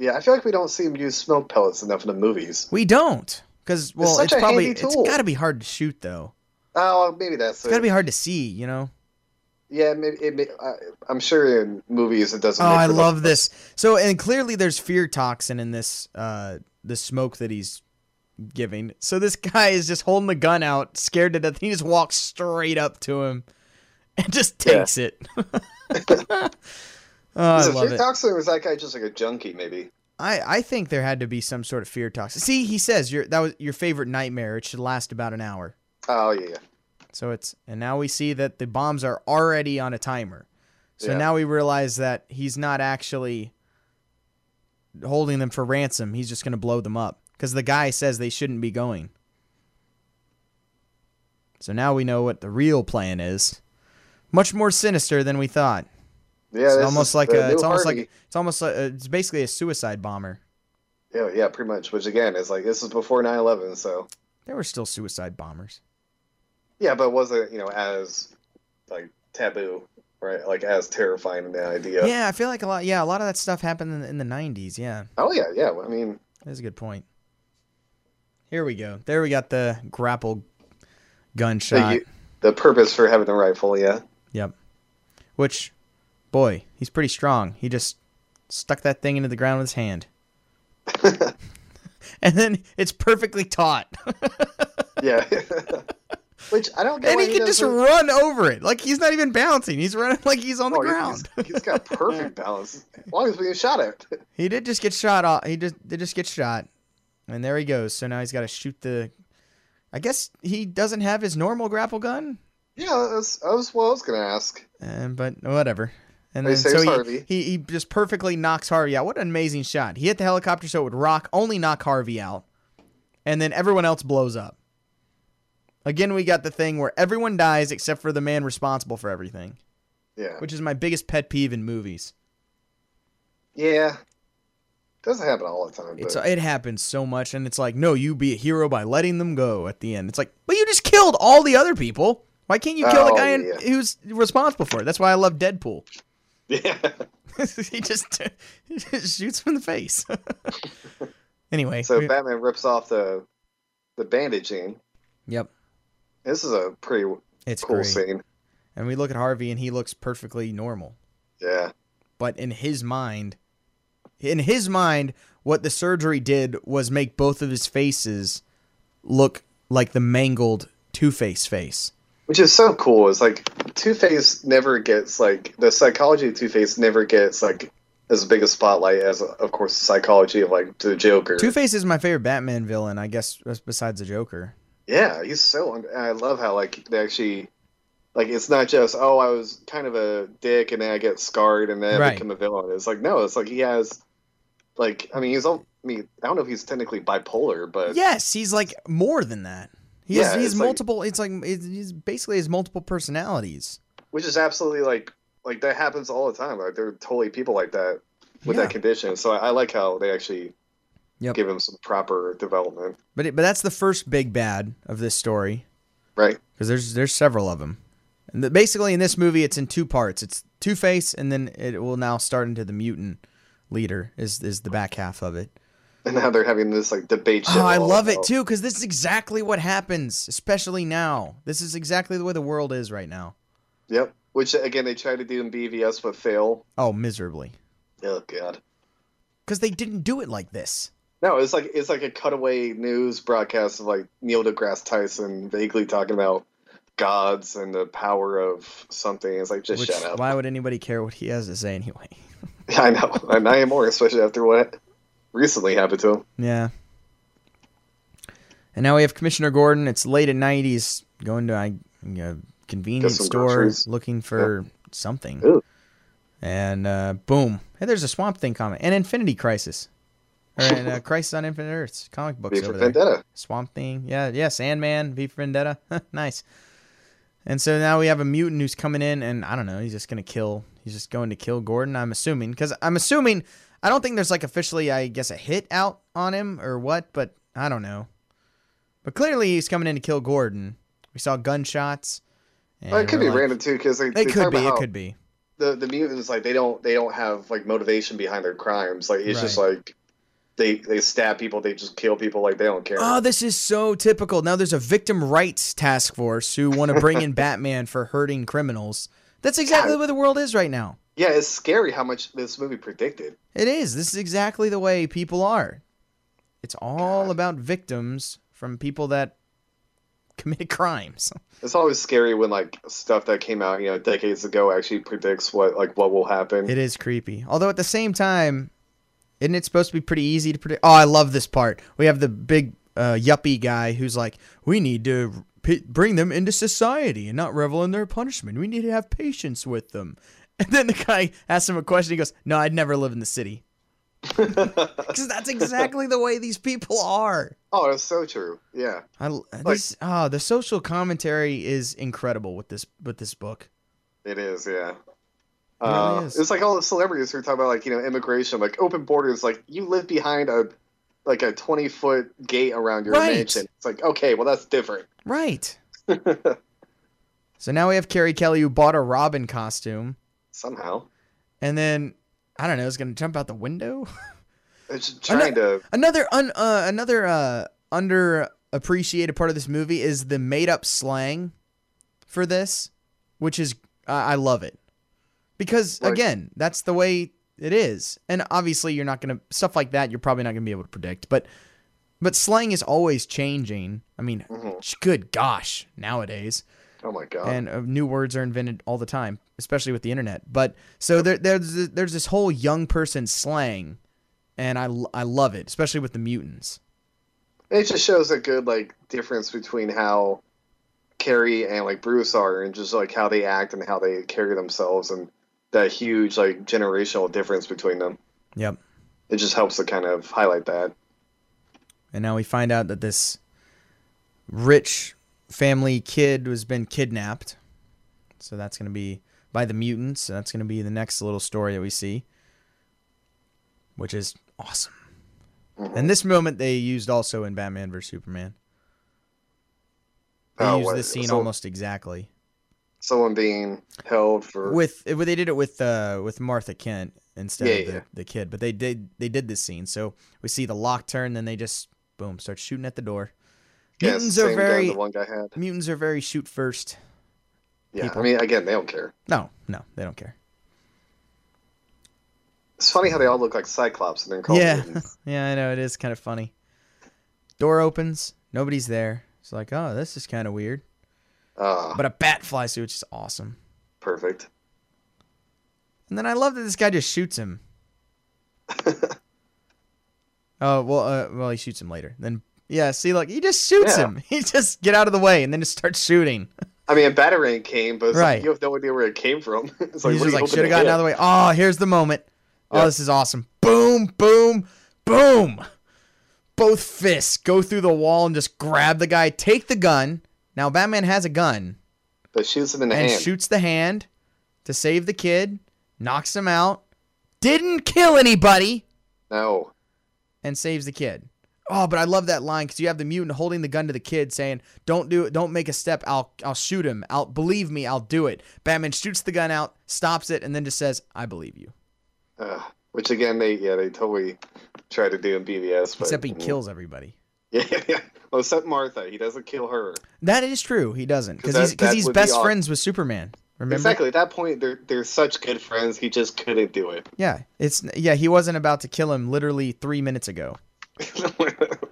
Speaker 2: Yeah, I feel like we don't see him use smoke pellets enough in the movies.
Speaker 1: We don't. Cuz well,
Speaker 2: such
Speaker 1: it's,
Speaker 2: a
Speaker 1: probably
Speaker 2: handy
Speaker 1: it's
Speaker 2: tool.
Speaker 1: got to be hard to shoot though.
Speaker 2: Oh, maybe that's
Speaker 1: It's got to
Speaker 2: it.
Speaker 1: be hard to see, you know.
Speaker 2: Yeah, maybe it, may I, I'm sure in movies it doesn't.
Speaker 1: Oh,
Speaker 2: make
Speaker 1: I
Speaker 2: for the-
Speaker 1: love this. So, and clearly there's fear toxin in this uh the smoke that he's giving. So this guy is just holding the gun out, scared to death. He just walks straight up to him and just
Speaker 2: Yeah.
Speaker 1: takes it. oh, I
Speaker 2: Is it
Speaker 1: love
Speaker 2: fear
Speaker 1: it.
Speaker 2: toxin, or is that guy just like a junkie? Maybe.
Speaker 1: I I think there had to be some sort of fear toxin. See, he says your that was your favorite nightmare. It should last about an hour.
Speaker 2: Oh yeah. yeah.
Speaker 1: So it's and now we see that the bombs are already on a timer. So
Speaker 2: Yeah.
Speaker 1: now we realize that he's not actually holding them for ransom. He's just going to blow them up because the guy says they shouldn't be going. So now we know what the real plan is. Much more sinister than we thought.
Speaker 2: Yeah,
Speaker 1: it's
Speaker 2: this
Speaker 1: almost
Speaker 2: is
Speaker 1: like
Speaker 2: the
Speaker 1: a.
Speaker 2: new
Speaker 1: It's almost
Speaker 2: Harvey.
Speaker 1: like it's almost like, uh, it's basically a suicide bomber.
Speaker 2: Yeah, yeah, pretty much. Which again is like this is before 9-11, so
Speaker 1: There were still suicide bombers.
Speaker 2: yeah, but it wasn't you know as like taboo, right? Like as terrifying an idea.
Speaker 1: Yeah, I feel like a lot. Yeah, a lot of that stuff happened in the, in the '90s. Yeah.
Speaker 2: Oh yeah, yeah. I mean,
Speaker 1: That's a good point. Here we go. There we got the grapple gunshot.
Speaker 2: the, the purpose for having a rifle, yeah.
Speaker 1: Yep. Which, boy, he's pretty strong. He just stuck that thing into the ground with his hand. and then it's perfectly taut.
Speaker 2: Yeah. Which I don't get.
Speaker 1: and
Speaker 2: why
Speaker 1: he can just
Speaker 2: doesn't-
Speaker 1: run over it. Like he's not even bouncing. He's running like he's on the
Speaker 2: Oh, he-
Speaker 1: ground.
Speaker 2: he's- he's got perfect balance. As long as we get shot at.
Speaker 1: He did just get shot off. He just did just get shot, and there he goes. So now he's got to shoot the. I guess he doesn't have his normal grapple gun.
Speaker 2: Yeah, that's, that was what I was gonna ask.
Speaker 1: Um, but whatever. And
Speaker 2: They
Speaker 1: then
Speaker 2: saved
Speaker 1: so he,
Speaker 2: Harvey.
Speaker 1: he he just perfectly knocks Harvey out. What an amazing shot! He hit the helicopter so it would rock, only knock Harvey out, and then everyone else blows up. Again, we got the thing where everyone dies except for the man responsible for everything,
Speaker 2: Yeah.
Speaker 1: which is my biggest pet peeve in movies.
Speaker 2: Yeah. Doesn't happen all the time. But
Speaker 1: It's it happens so much, and it's like, no, you be a hero by letting them go at the end. It's like, but you just killed all the other people. Why can't you kill the
Speaker 2: Oh,
Speaker 1: guy
Speaker 2: yeah.
Speaker 1: who's responsible for it? That's why I love Deadpool.
Speaker 2: yeah.
Speaker 1: he just he just shoots him in the face. anyway,
Speaker 2: So
Speaker 1: we-
Speaker 2: Batman rips off the the bandaging.
Speaker 1: yep,
Speaker 2: This is a pretty
Speaker 1: it's
Speaker 2: cool
Speaker 1: great.
Speaker 2: scene.
Speaker 1: And we look at Harvey, and he looks perfectly normal.
Speaker 2: Yeah.
Speaker 1: But in his mind, in his mind, what the surgery did was make both of his faces look like the mangled Two Face face.
Speaker 2: Which is so cool. It's like Two Face never gets like the psychology of Two Face never gets like as big a spotlight as of course the psychology of like the Joker.
Speaker 1: Two Face is my favorite Batman villain, I guess, besides the Joker.
Speaker 2: Yeah, he's so. un- I love how like they actually, like it's not just oh I was kind of a dick and then I get scarred and then I
Speaker 1: Right.
Speaker 2: become a villain. It's like no, it's like he has, like I mean he's all. I mean I don't know if he's technically bipolar, but
Speaker 1: Yes, he's like more than that. He has,
Speaker 2: Uh, Yeah,
Speaker 1: he has
Speaker 2: it's like-
Speaker 1: multiple. it's like it's, he's basically has multiple personalities.
Speaker 2: which is absolutely like like that happens all the time. Like there are totally people like that with
Speaker 1: Yeah.
Speaker 2: that condition. So I, I like how they actually
Speaker 1: Yep.
Speaker 2: give him some proper development.
Speaker 1: But it, but that's the first big bad of this story
Speaker 2: Right.
Speaker 1: because there's there's several of them. And the, basically, in this movie, it's in two parts. It's Two Face, and then it will now start into the mutant leader is is the back half of it.
Speaker 2: And now they're having this like debate. show
Speaker 1: Oh, I
Speaker 2: all
Speaker 1: love it
Speaker 2: about-
Speaker 1: too because this is exactly what happens, especially now. This is exactly the way the world is right now.
Speaker 2: Yep. Which again they tried to do in BVS but fail.
Speaker 1: Oh, miserably
Speaker 2: Oh god.
Speaker 1: because they didn't do it like this.
Speaker 2: No, it's like it's like a cutaway news broadcast of like Neil deGrasse Tyson vaguely talking about gods and the power of something. It's like just
Speaker 1: Which
Speaker 2: shut up.
Speaker 1: why would anybody care what he has to say anyway?
Speaker 2: I know, and I am more, especially after what recently happened to him.
Speaker 1: Yeah. And now we have Commissioner Gordon. It's late at night. He's going to a, a
Speaker 2: Get
Speaker 1: convenience
Speaker 2: some
Speaker 1: store
Speaker 2: groceries.
Speaker 1: looking for something.
Speaker 2: Ooh.
Speaker 1: And uh, boom. Hey, there's a Swamp Thing comic. And Infinity Crisis. Or and, uh, Crisis on Infinite Earths. Comic books
Speaker 2: V for
Speaker 1: over there.
Speaker 2: Vendetta.
Speaker 1: Swamp Thing. Yeah, yeah. Sandman. V for Vendetta. nice. And so now we have a mutant who's coming in, and I don't know. He's just gonna kill. He's just going to kill Gordon. I'm assuming because I'm assuming I don't think there's like officially, I guess, a hit out on him or what, but I don't know. But clearly he's coming in to kill Gordon. We saw gunshots. And
Speaker 2: Well, it could
Speaker 1: we're
Speaker 2: be
Speaker 1: like-
Speaker 2: random too, because they, they
Speaker 1: It could
Speaker 2: talk
Speaker 1: be.
Speaker 2: about
Speaker 1: It
Speaker 2: how
Speaker 1: could be.
Speaker 2: the the mutants like they don't they don't have like motivation behind their crimes. Like it's just like they they stab people, they just kill people, like they don't care.
Speaker 1: Oh, this is so typical. Now there's a victim rights task force who want to bring in Batman for hurting criminals. That's exactly
Speaker 2: God.
Speaker 1: where the world is right now.
Speaker 2: Yeah, it's scary how much this movie predicted.
Speaker 1: It is. This is exactly the way people are. It's all
Speaker 2: God.
Speaker 1: about victims from people that committed crimes.
Speaker 2: It's always scary when like stuff that came out, you know, decades ago actually predicts what like what will happen.
Speaker 1: It is creepy. Although at the same time, isn't it supposed to be pretty easy to predict? Oh, I love this part. We have the big uh, yuppie guy who's like, we need to p- bring them into society and not revel in their punishment. We need to have patience with them. And then the guy asks him a question. He goes, No, I'd never live in the city. Because that's exactly the way these people are.
Speaker 2: oh, that's so true. Yeah.
Speaker 1: I, l- this, ah, the social commentary is incredible with this with this book.
Speaker 2: It is, yeah. Uh,
Speaker 1: really is.
Speaker 2: It's like all the celebrities who are talking about like you know immigration, like open borders. Like you live behind a like a twenty foot gate around your
Speaker 1: Right.
Speaker 2: mansion. It's like okay, well that's different.
Speaker 1: Right. so now we have Carrie Kelly who bought a Robin costume.
Speaker 2: Somehow
Speaker 1: and then I don't know, it's gonna jump out the window.
Speaker 2: it's just trying to.
Speaker 1: another un, uh, another uh, underappreciated part of this movie is the made up slang for this, which is I I love it because
Speaker 2: Like-
Speaker 1: again, that's the way it is, and obviously you're not gonna stuff like that. You're probably not gonna be able to predict, but but slang is always changing. I mean,
Speaker 2: Mhm.
Speaker 1: good gosh, nowadays
Speaker 2: Oh my god.
Speaker 1: and uh, new words are invented all the time, especially with the internet. But so there, there's th- there's this whole young person slang, and I, l- I love it, especially with the mutants.
Speaker 2: it just shows a good like difference between how Carrie and like Bruce are, and just like how they act and how they carry themselves, and that huge like generational difference between them.
Speaker 1: Yep.
Speaker 2: It just helps to kind of highlight that.
Speaker 1: And now we find out that this rich family kid has been kidnapped. So that's gonna be by the mutants. So that's gonna be the next little story that we see, which is awesome. And this moment they used also in Batman vs Superman. They
Speaker 2: Oh,
Speaker 1: used
Speaker 2: what-
Speaker 1: this scene
Speaker 2: so-
Speaker 1: almost exactly.
Speaker 2: Someone being held for
Speaker 1: with eh, well, they did it with uh with Martha Kent instead
Speaker 2: Yeah,
Speaker 1: of the,
Speaker 2: yeah.
Speaker 1: the kid, but they did they did this scene. So we see the lock turn, then they just boom start shooting at the door.
Speaker 2: yeah, it's the
Speaker 1: mutants are
Speaker 2: same gun
Speaker 1: very
Speaker 2: the one guy had.
Speaker 1: mutants are very shoot first.
Speaker 2: Yeah,
Speaker 1: people.
Speaker 2: I mean, again, they don't care.
Speaker 1: No, no, they don't care.
Speaker 2: It's funny how they all look like Cyclops and they're called
Speaker 1: Yeah.
Speaker 2: mutants.
Speaker 1: Yeah, I know it is kind of funny. Door opens, nobody's there. It's like, oh, this is kind of weird.
Speaker 2: Ah,
Speaker 1: But a bat flies through, which is awesome.
Speaker 2: perfect.
Speaker 1: And then I love that this guy just shoots him. Oh well, uh, well he shoots him later. Then yeah, see, look, he just shoots
Speaker 2: Yeah.
Speaker 1: him. He just get out of the way and then just starts shooting.
Speaker 2: I mean, a batarang came, but it's
Speaker 1: Right.
Speaker 2: like, you have no idea where it came from. It's like,
Speaker 1: He's
Speaker 2: what
Speaker 1: just
Speaker 2: are you
Speaker 1: like,
Speaker 2: hoping
Speaker 1: should have
Speaker 2: to
Speaker 1: gotten
Speaker 2: hit?"
Speaker 1: out of the way. Oh, here's the moment. Oh,
Speaker 2: Yeah.
Speaker 1: this is awesome. Boom, boom, boom. Both fists go through the wall and just grab the guy, take the gun. Now, Batman has a gun
Speaker 2: But shoots him in the
Speaker 1: and
Speaker 2: hand.
Speaker 1: shoots the hand to save the kid, knocks him out, didn't kill anybody,
Speaker 2: No.
Speaker 1: and saves the kid. Oh, but I love that line because you have the mutant holding the gun to the kid, saying, "Don't do it. Don't make a step. I'll, I'll shoot him. I'll believe me. I'll do it." Batman shoots the gun out, stops it, and then just says, "I believe you."
Speaker 2: Uh, which again, they yeah they totally tried to do in BVS, but mm-hmm.
Speaker 1: Except he kills everybody.
Speaker 2: Yeah, yeah. Well, except Martha, he doesn't kill her.
Speaker 1: That is true. He doesn't because
Speaker 2: 'Cause that-
Speaker 1: he's because
Speaker 2: that
Speaker 1: he's
Speaker 2: would be
Speaker 1: best
Speaker 2: odd.
Speaker 1: friends with Superman. Remember?
Speaker 2: Exactly. At that point, they're they're such good friends. He just couldn't do it.
Speaker 1: Yeah. It's yeah. He wasn't about to kill him literally three minutes ago,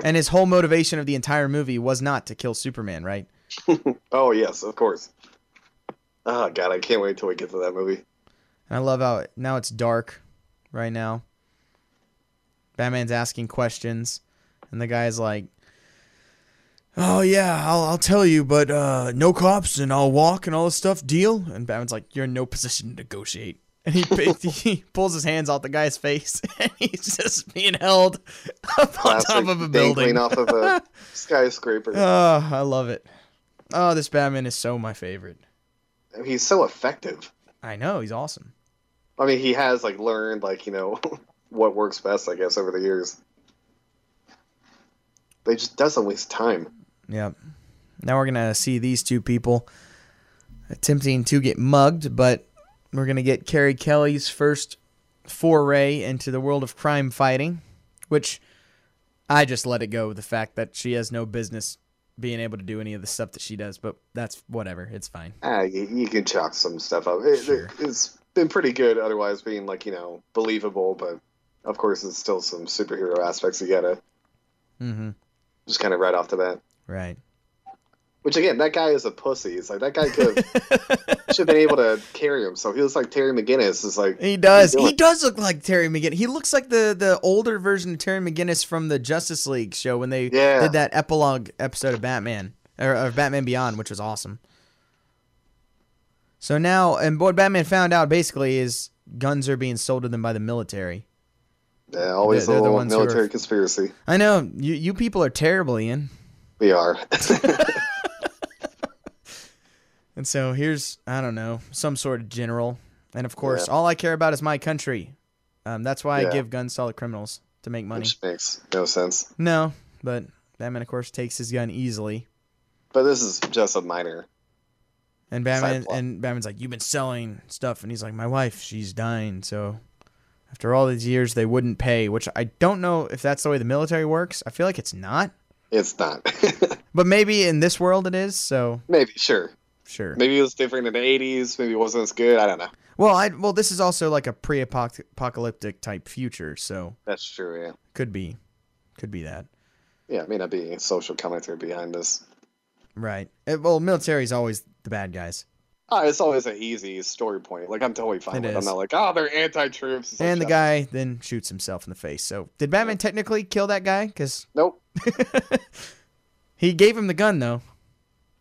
Speaker 1: and his whole motivation of the entire movie was not to kill Superman, right?
Speaker 2: oh yes, of course. Oh god, I can't wait till we get to that movie.
Speaker 1: And I love how it- now it's dark, right now. Batman's asking questions, and the guy's like. Oh yeah, I'll, I'll tell you, but uh, no cops and I'll walk and all this stuff. Deal? And Batman's like, you're in no position to negotiate. And he, he pulls his hands off the guy's face, and he's just being held up on
Speaker 2: Classic,
Speaker 1: top of a
Speaker 2: dangling
Speaker 1: building.
Speaker 2: off of a skyscraper.
Speaker 1: Oh, I love it. Oh, this Batman is so my favorite.
Speaker 2: He's so effective.
Speaker 1: I know he's awesome.
Speaker 2: I mean, he has like learned like you know what works best, I guess, over the years. They just doesn't waste time.
Speaker 1: Yep. Now we're gonna see these two people attempting to get mugged, but we're gonna get Carrie Kelly's first foray into the world of crime fighting, which I just let it go with the fact that she has no business being able to do any of the stuff that she does, but that's whatever. It's fine.
Speaker 2: Ah, you, you can chalk some stuff up. It,
Speaker 1: Sure.
Speaker 2: It's been pretty good otherwise, being like you know believable, but of course, it's still some superhero aspects you gotta
Speaker 1: Mm-hmm.
Speaker 2: just kind of right off the bat.
Speaker 1: Right.
Speaker 2: Which again, that guy is a pussy. It's like that guy could should have been able to carry him. So he was like Terry McGinnis. Is like
Speaker 1: He does.
Speaker 2: He's
Speaker 1: He
Speaker 2: doing-
Speaker 1: does look like Terry McGinnis. He looks like the the older version of Terry McGinnis from the Justice League show when they
Speaker 2: Yeah.
Speaker 1: did that epilogue episode of Batman or of Batman Beyond, which was awesome. So now, and what Batman found out basically is guns are being sold to them by the military.
Speaker 2: yeah, always
Speaker 1: They're- they're
Speaker 2: a
Speaker 1: the
Speaker 2: little
Speaker 1: ones who are-
Speaker 2: military conspiracy.
Speaker 1: I know you you people are terrible, Ian.
Speaker 2: We are.
Speaker 1: And so here's I don't know some sort of general, and of course all I care about is my country. Um, that's why I
Speaker 2: Yeah.
Speaker 1: give guns to all the criminals to make money.
Speaker 2: Which makes no sense.
Speaker 1: No, but Batman of course takes his gun easily.
Speaker 2: But this is just a minor.
Speaker 1: And Batman
Speaker 2: plot.
Speaker 1: and Batman's like, "You've been selling stuff," and he's like, "My wife, she's dying." So, after all these years, they wouldn't pay, which I don't know if that's the way the military works. I feel like it's not,
Speaker 2: It's not.
Speaker 1: but maybe in this world it is. So,
Speaker 2: maybe sure.
Speaker 1: sure.
Speaker 2: Maybe it was different in the '80s. Maybe it wasn't as good. I don't know.
Speaker 1: Well, I well, this is also like a pre-apocalyptic type future, so
Speaker 2: That's true. Yeah.
Speaker 1: could be, could be that.
Speaker 2: Yeah. It may not be social commentary behind this.
Speaker 1: Right. Eh, Well, military's always the bad guys.
Speaker 2: Oh, it's always an easy story point. Like I'm totally fine
Speaker 1: It
Speaker 2: with. it.
Speaker 1: is.
Speaker 2: I'm not like, oh, they're anti-troops. It's like,
Speaker 1: And the
Speaker 2: shut up.
Speaker 1: guy then shoots himself in the face. So, did Batman technically kill that guy? Because
Speaker 2: Nope.
Speaker 1: he gave him the gun, though.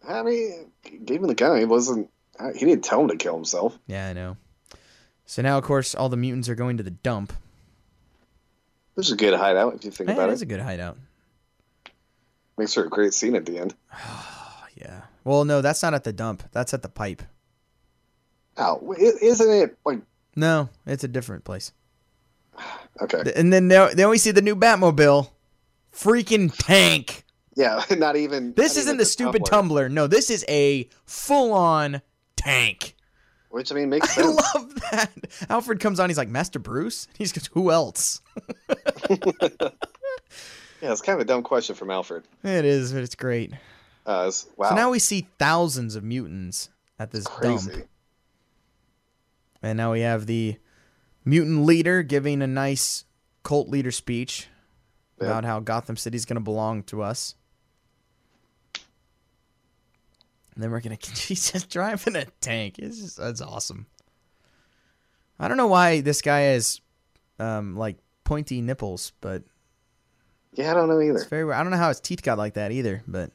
Speaker 2: I mean, he gave him the gun. He wasn't. uh, He didn't tell him to kill himself.
Speaker 1: Yeah, I know. So now, of course, all the mutants are going to the dump.
Speaker 2: This is a good hideout if you think
Speaker 1: Hey,
Speaker 2: about
Speaker 1: that
Speaker 2: it.
Speaker 1: is a good hideout.
Speaker 2: Makes for a great scene at the end.
Speaker 1: Oh, yeah. Well, no, that's not at the dump. That's at the pipe.
Speaker 2: Oh, w- i- isn't it like
Speaker 1: No, it's a different place.
Speaker 2: okay?
Speaker 1: Th- And then they, they always see the new Batmobile. Freaking tank.
Speaker 2: Yeah, not even.
Speaker 1: This
Speaker 2: not
Speaker 1: isn't
Speaker 2: even
Speaker 1: the stupid
Speaker 2: Tumblr,
Speaker 1: tumbler. No, this is a full on tank.
Speaker 2: Which I mean makes
Speaker 1: I
Speaker 2: sense.
Speaker 1: love that. Alfred comes on. He's like, Master Bruce? He's goes, who else?
Speaker 2: yeah, it's kind of a dumb question from Alfred.
Speaker 1: It is, but it's great.
Speaker 2: Uh, it's, wow,
Speaker 1: So now we see thousands of mutants at this
Speaker 2: crazy.
Speaker 1: dump. And now we have the mutant leader giving a nice cult leader speech
Speaker 2: Yeah.
Speaker 1: about how Gotham City's going to belong to us. And then we're going to. He's just driving a tank. It's just, that's awesome. I don't know why this guy has um, like pointy nipples, but
Speaker 2: Yeah, I don't know
Speaker 1: it's
Speaker 2: either.
Speaker 1: very weird. I don't know how his teeth got like that either, but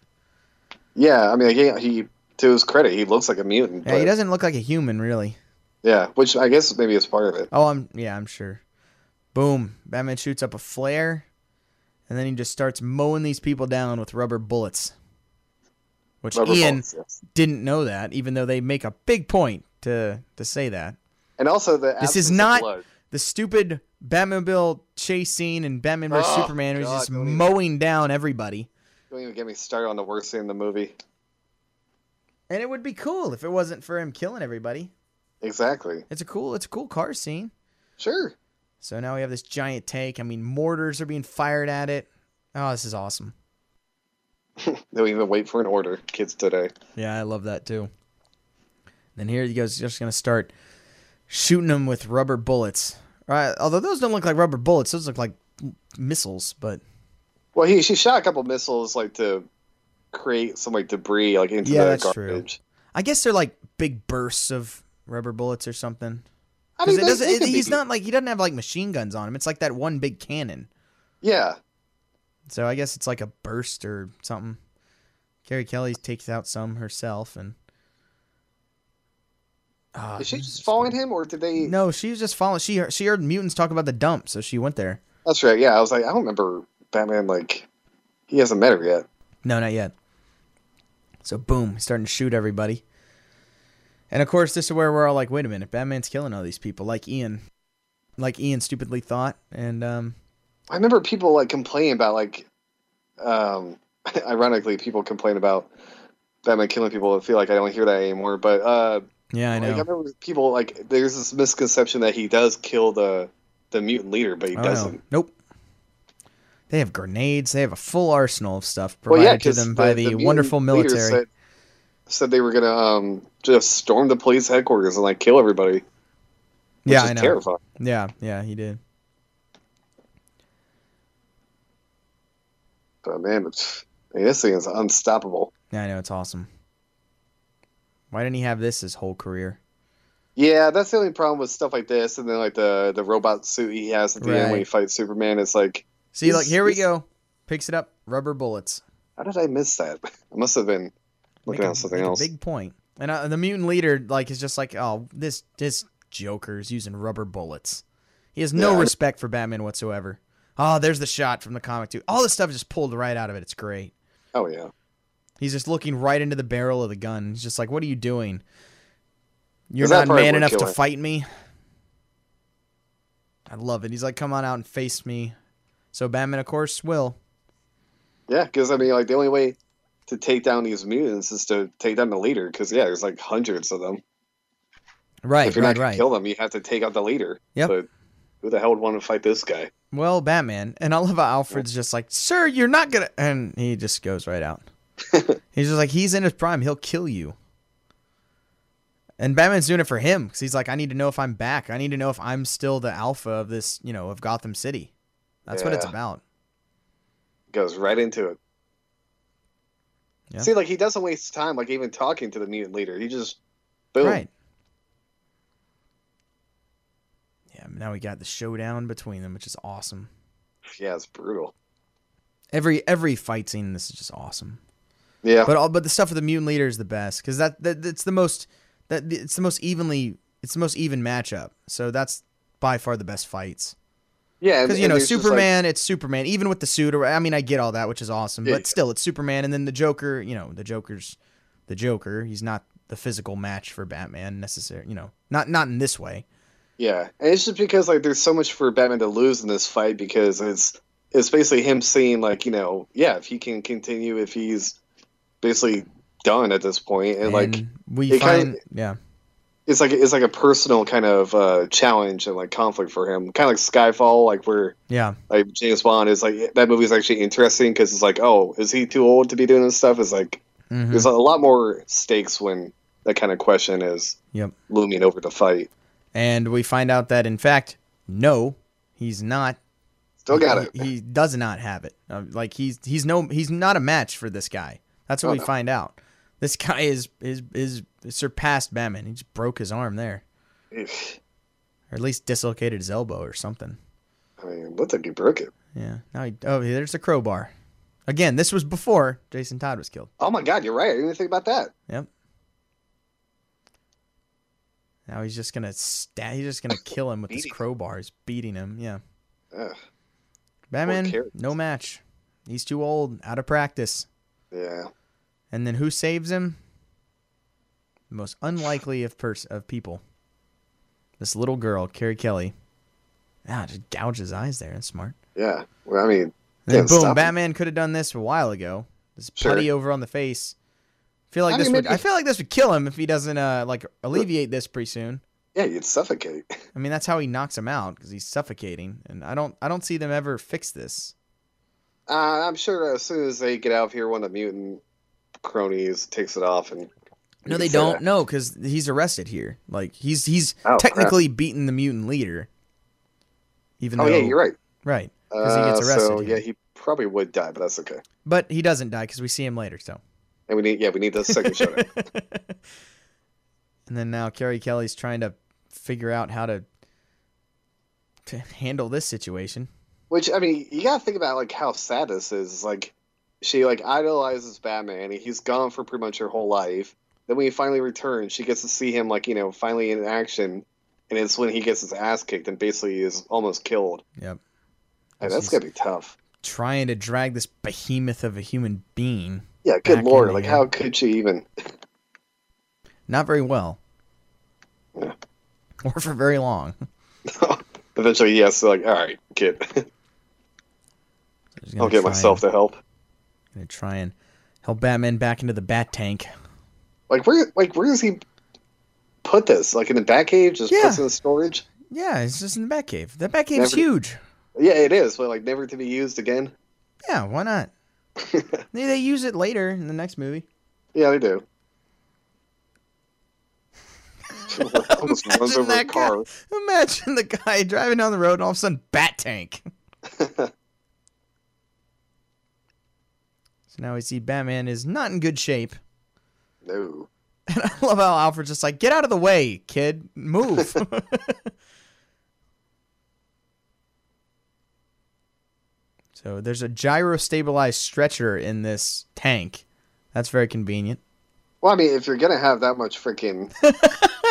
Speaker 2: Yeah, I mean, again, he to his credit, he looks like a mutant.
Speaker 1: yeah, he
Speaker 2: but-
Speaker 1: doesn't look like a human, really.
Speaker 2: yeah, which I guess maybe is part of it.
Speaker 1: Oh, I'm yeah, I'm sure. Boom! Batman shoots up a flare, and then he just starts mowing these people down with rubber bullets. Which
Speaker 2: Rubber
Speaker 1: Ian
Speaker 2: bullets, yes.
Speaker 1: didn't know that, even though they make a big point to to say that.
Speaker 2: And also the
Speaker 1: This
Speaker 2: absence
Speaker 1: is
Speaker 2: of
Speaker 1: not
Speaker 2: blood.
Speaker 1: the stupid Batmobile chase scene in Batman vs
Speaker 2: Oh,
Speaker 1: Superman, where he's
Speaker 2: God,
Speaker 1: just
Speaker 2: don't even-
Speaker 1: mowing down everybody.
Speaker 2: Don't even get me started on the worst scene in the movie.
Speaker 1: And it would be cool if it wasn't for him killing everybody.
Speaker 2: Exactly.
Speaker 1: It's a cool, it's a cool car scene.
Speaker 2: Sure.
Speaker 1: So now we have this giant tank. I mean, mortars are being fired at it. Oh, this is awesome.
Speaker 2: Don't even wait for an order, kids today.
Speaker 1: Yeah, I love that too. Then here he goes, just gonna start shooting them with rubber bullets. Right, although those don't look like rubber bullets, those look like m- missiles. But
Speaker 2: Well, he she shot a couple missiles like to create some like debris like into
Speaker 1: Yeah,
Speaker 2: the
Speaker 1: that's true.
Speaker 2: garbage.
Speaker 1: I guess they're like big bursts of rubber bullets or something.
Speaker 2: I
Speaker 1: Because
Speaker 2: mean,
Speaker 1: it
Speaker 2: they-
Speaker 1: doesn't.
Speaker 2: they
Speaker 1: it-
Speaker 2: could be-
Speaker 1: he's not like he doesn't have like machine guns on him. It's like that one big cannon.
Speaker 2: Yeah,
Speaker 1: So I guess it's like a burst or something. Carrie Kelly takes out some herself, and Ah,
Speaker 2: is she
Speaker 1: this
Speaker 2: just following him, or did they?
Speaker 1: No, she was just following. She heard, she heard mutants talk about the dump, so she went there.
Speaker 2: That's right. Yeah, I was like, I don't remember Batman. Like, he hasn't met her yet.
Speaker 1: No, not yet. So boom, he's starting to shoot everybody. And of course, this is where we're all like, wait a minute, Batman's killing all these people, like Ian, like Ian stupidly thought, and um,
Speaker 2: I remember people like complaining about like, um, ironically, people complain about Batman killing people. I feel like I don't hear that anymore. But uh,
Speaker 1: yeah, I
Speaker 2: like, I
Speaker 1: know.
Speaker 2: remember people like there's this misconception that he does kill the the mutant leader, but he
Speaker 1: Oh, no.
Speaker 2: doesn't.
Speaker 1: Nope. They have grenades. They have a full arsenal of stuff
Speaker 2: Well,
Speaker 1: provided
Speaker 2: yeah,
Speaker 1: to
Speaker 2: 'cause
Speaker 1: them by the,
Speaker 2: mutant
Speaker 1: wonderful
Speaker 2: leaders
Speaker 1: military.
Speaker 2: Said, said they were gonna um, just storm the police headquarters and like kill everybody. Which
Speaker 1: yeah,
Speaker 2: is
Speaker 1: I know.
Speaker 2: Terrifying.
Speaker 1: Yeah, yeah, he did.
Speaker 2: But man, it's- I mean, this thing is unstoppable.
Speaker 1: Yeah, I know. It's awesome. Why didn't he have this his whole career?
Speaker 2: Yeah, that's the only problem with stuff like this, and then like the the robot suit he has at the end when he
Speaker 1: Right.
Speaker 2: fights Superman. It's like,
Speaker 1: See, look,
Speaker 2: He's-
Speaker 1: here we
Speaker 2: he's-
Speaker 1: go. Picks it up. Rubber bullets.
Speaker 2: how did I miss that? I must have been looking
Speaker 1: Make a-
Speaker 2: at something
Speaker 1: make a
Speaker 2: else.
Speaker 1: big point. And uh, the mutant leader, like, is just like, oh, this this Joker's using rubber bullets. He has no
Speaker 2: Yeah.
Speaker 1: respect for Batman whatsoever. Oh, there's the shot from the comic too. All this stuff just pulled right out of it. It's great.
Speaker 2: Oh yeah,
Speaker 1: He's just looking right into the barrel of the gun. He's just like, "What are you doing? You're
Speaker 2: that
Speaker 1: not
Speaker 2: probably
Speaker 1: man
Speaker 2: would
Speaker 1: enough
Speaker 2: kill
Speaker 1: to
Speaker 2: him.
Speaker 1: fight me." I love it. He's like, "Come on out and face me." So Batman, of course, will.
Speaker 2: yeah. Because I mean, like the only way to take down these mutants is to take down the leader. Because yeah, there's like hundreds of them.
Speaker 1: Right,
Speaker 2: if you're
Speaker 1: right,
Speaker 2: not gonna
Speaker 1: right.
Speaker 2: kill them, you have to take out the leader.
Speaker 1: Yep.
Speaker 2: But who the hell would want to fight this guy?
Speaker 1: Well, Batman, and I love how Alfred's just like, "Sir, you're not gonna," and he just goes right out. he's just like, "He's in his prime. He'll kill you." And Batman's doing it for him because he's like, "I need to know if I'm back. I need to know if I'm still the alpha of this, you know, of Gotham City." That's what it's
Speaker 2: Yeah.
Speaker 1: about.
Speaker 2: Goes right into it.
Speaker 1: Yeah.
Speaker 2: See, like he doesn't waste time, like even talking to the mutant leader. He just boom.
Speaker 1: Right. Yeah, now we got the showdown between them, which is awesome.
Speaker 2: Yeah, it's brutal.
Speaker 1: Every every fight scene, in this is just awesome.
Speaker 2: Yeah.
Speaker 1: But all but the stuff with the mutant leader is the best because that, that that's the most that it's the most evenly it's the most even matchup. So that's by far the best fights
Speaker 2: yeah. and-
Speaker 1: because you
Speaker 2: and
Speaker 1: know
Speaker 2: there's just, like-
Speaker 1: Superman, it's Superman. Even with the suit, or I mean, I get all that, which is awesome.
Speaker 2: Yeah, yeah.
Speaker 1: But still, it's Superman, and then the Joker. You know, the Joker's the Joker. He's not the physical match for Batman necessarily. You know, not not in this way.
Speaker 2: Yeah, and it's just because like there's so much for Batman to lose in this fight because it's it's basically him seeing like you know yeah if he can continue if he's basically done at this point and, like
Speaker 1: we
Speaker 2: it
Speaker 1: find
Speaker 2: kinda-
Speaker 1: yeah
Speaker 2: it's like it's like a personal kind of uh, challenge and like conflict for him kind of like Skyfall like where
Speaker 1: yeah
Speaker 2: like James Bond is like that movie's actually interesting because it's like oh is he too old to be doing this stuff it's like
Speaker 1: mhm.
Speaker 2: there's a lot more stakes when that kind of question is
Speaker 1: Yep.
Speaker 2: looming over the fight
Speaker 1: and we find out that in fact no he's not
Speaker 2: still got it
Speaker 1: he, he does not have it Uh, like he's he's no he's not a match for this guy that's what
Speaker 2: Oh,
Speaker 1: we
Speaker 2: no.
Speaker 1: find out this guy is is is surpassed Batman he just broke his arm there or at least dislocated his elbow or something
Speaker 2: I mean looked like he broke it.
Speaker 1: yeah now he, oh there's a crowbar again this was before Jason Todd was killed
Speaker 2: Oh my god, you're right. I didn't even think about that.
Speaker 1: now he's just gonna sta- he's just gonna kill him with this
Speaker 2: Beating.
Speaker 1: crowbar he's beating him yeah
Speaker 2: Ugh.
Speaker 1: Batman,
Speaker 2: characters.
Speaker 1: no match. He's too old, out of practice.
Speaker 2: Yeah.
Speaker 1: And then who saves him? The most unlikely of pers- of people. This little girl, Carrie Kelly. Ah, just gouge his eyes there. That's smart.
Speaker 2: Yeah. Well, I mean,
Speaker 1: And then
Speaker 2: Yeah, stop
Speaker 1: boom,
Speaker 2: him.
Speaker 1: Batman could have done this a while ago. This
Speaker 2: Sure.
Speaker 1: putty over on the face. feel like
Speaker 2: I
Speaker 1: this
Speaker 2: mean,
Speaker 1: would.
Speaker 2: maybe-
Speaker 1: I feel like this would kill him if he doesn't uh like alleviate this pretty soon.
Speaker 2: yeah, you'd suffocate.
Speaker 1: I mean, that's how he knocks him out because he's suffocating. And I don't, I don't see them ever fix this.
Speaker 2: Uh, I'm sure as soon as they get out of here, one of the mutant cronies takes it off and.
Speaker 1: No,
Speaker 2: you
Speaker 1: they
Speaker 2: can say
Speaker 1: don't.
Speaker 2: that.
Speaker 1: No, because he's arrested here. Like he's he's
Speaker 2: Oh, crap.
Speaker 1: technically beaten the mutant leader. Even
Speaker 2: Oh
Speaker 1: though,
Speaker 2: yeah, you're right.
Speaker 1: right, 'Cause he
Speaker 2: Uh,
Speaker 1: gets arrested,
Speaker 2: so
Speaker 1: yeah.
Speaker 2: yeah, he probably would die, but that's okay.
Speaker 1: but he doesn't die because we see him later. So,
Speaker 2: And we need yeah, we need the second showdown.
Speaker 1: and then now Carrie Kelly's trying to figure out how to to handle this situation.
Speaker 2: Which I mean, you gotta think about like how sad this is. Like, she like idolizes Batman. and He's gone for pretty much her whole life. Then when he finally returns, she gets to see him like you know finally in action, and it's when he gets his ass kicked and basically is almost killed.
Speaker 1: Yep,
Speaker 2: Like, that's
Speaker 1: Jeez.
Speaker 2: gonna be tough.
Speaker 1: trying to drag this behemoth of a human being
Speaker 2: Yeah, good
Speaker 1: Back
Speaker 2: lord.
Speaker 1: in
Speaker 2: Like,
Speaker 1: the
Speaker 2: how could she even?
Speaker 1: not very well,
Speaker 2: Yeah.
Speaker 1: or for very long.
Speaker 2: Eventually, yes. so, like, all right, kid,
Speaker 1: Just gonna
Speaker 2: I'll get
Speaker 1: try
Speaker 2: myself to help.
Speaker 1: and- Gonna try and help Batman back into the Bat Tank.
Speaker 2: Like, where, like, where does he put this? Like in the Batcave, just
Speaker 1: Yeah.
Speaker 2: puts it in storage.
Speaker 1: Yeah, it's just in the Batcave. That Batcave's
Speaker 2: Never-
Speaker 1: huge.
Speaker 2: Yeah, it is, but like never to be used again.
Speaker 1: Yeah, why not? they, they use it later in the next movie.
Speaker 2: Yeah, they do. Almost runs
Speaker 1: Imagine
Speaker 2: over a
Speaker 1: that guy.
Speaker 2: car.
Speaker 1: Imagine the guy driving down the road and all of a sudden, Bat Tank. so now we see Batman is not in good shape.
Speaker 2: No.
Speaker 1: And I love how Alfred's just like, get out of the way, kid. Move. so there's a gyro stabilized stretcher in this tank. That's very convenient.
Speaker 2: Well, I mean, if you're gonna have that much freaking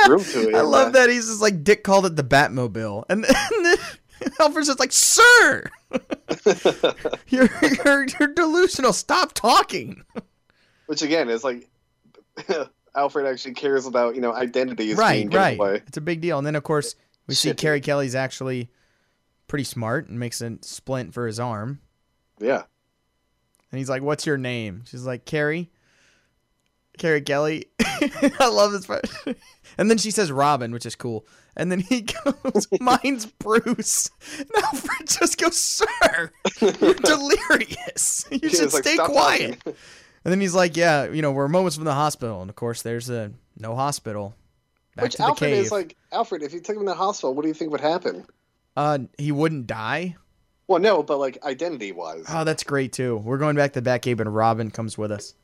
Speaker 2: room to it,
Speaker 1: I love
Speaker 2: uh,
Speaker 1: that he's just like Dick called it the Batmobile, and, and then Alfred's just like, "Sir, you're, you're you're delusional. Stop talking."
Speaker 2: Which again is like, Alfred actually cares about you know identities being
Speaker 1: Right,
Speaker 2: given
Speaker 1: right.
Speaker 2: away.
Speaker 1: It's a big deal. And then of course we see
Speaker 2: Shit.
Speaker 1: Carrie Kelly's actually pretty smart and makes a splint for his arm,
Speaker 2: Yeah.
Speaker 1: and he's like, "What's your name?" She's like, "Carrie." Carrie Kelly. I love this part. And then she says Robin, which is cool. And then he goes, Mine's Bruce. And Alfred just goes, Sir, you're delirious. You
Speaker 2: He
Speaker 1: should
Speaker 2: was like,
Speaker 1: stay
Speaker 2: "Stop
Speaker 1: quiet.
Speaker 2: talking."
Speaker 1: And then he's like, Yeah, you know, we're moments from the hospital. And of course, there's a no hospital. Back
Speaker 2: Which
Speaker 1: to the
Speaker 2: Alfred
Speaker 1: cave.
Speaker 2: is like, Alfred, if you took him to the hospital, what do you think would happen?
Speaker 1: uh, he wouldn't die.
Speaker 2: Well, no, but like identity wise.
Speaker 1: Oh, that's great, too. We're going back to the Batcave, and Robin comes with us.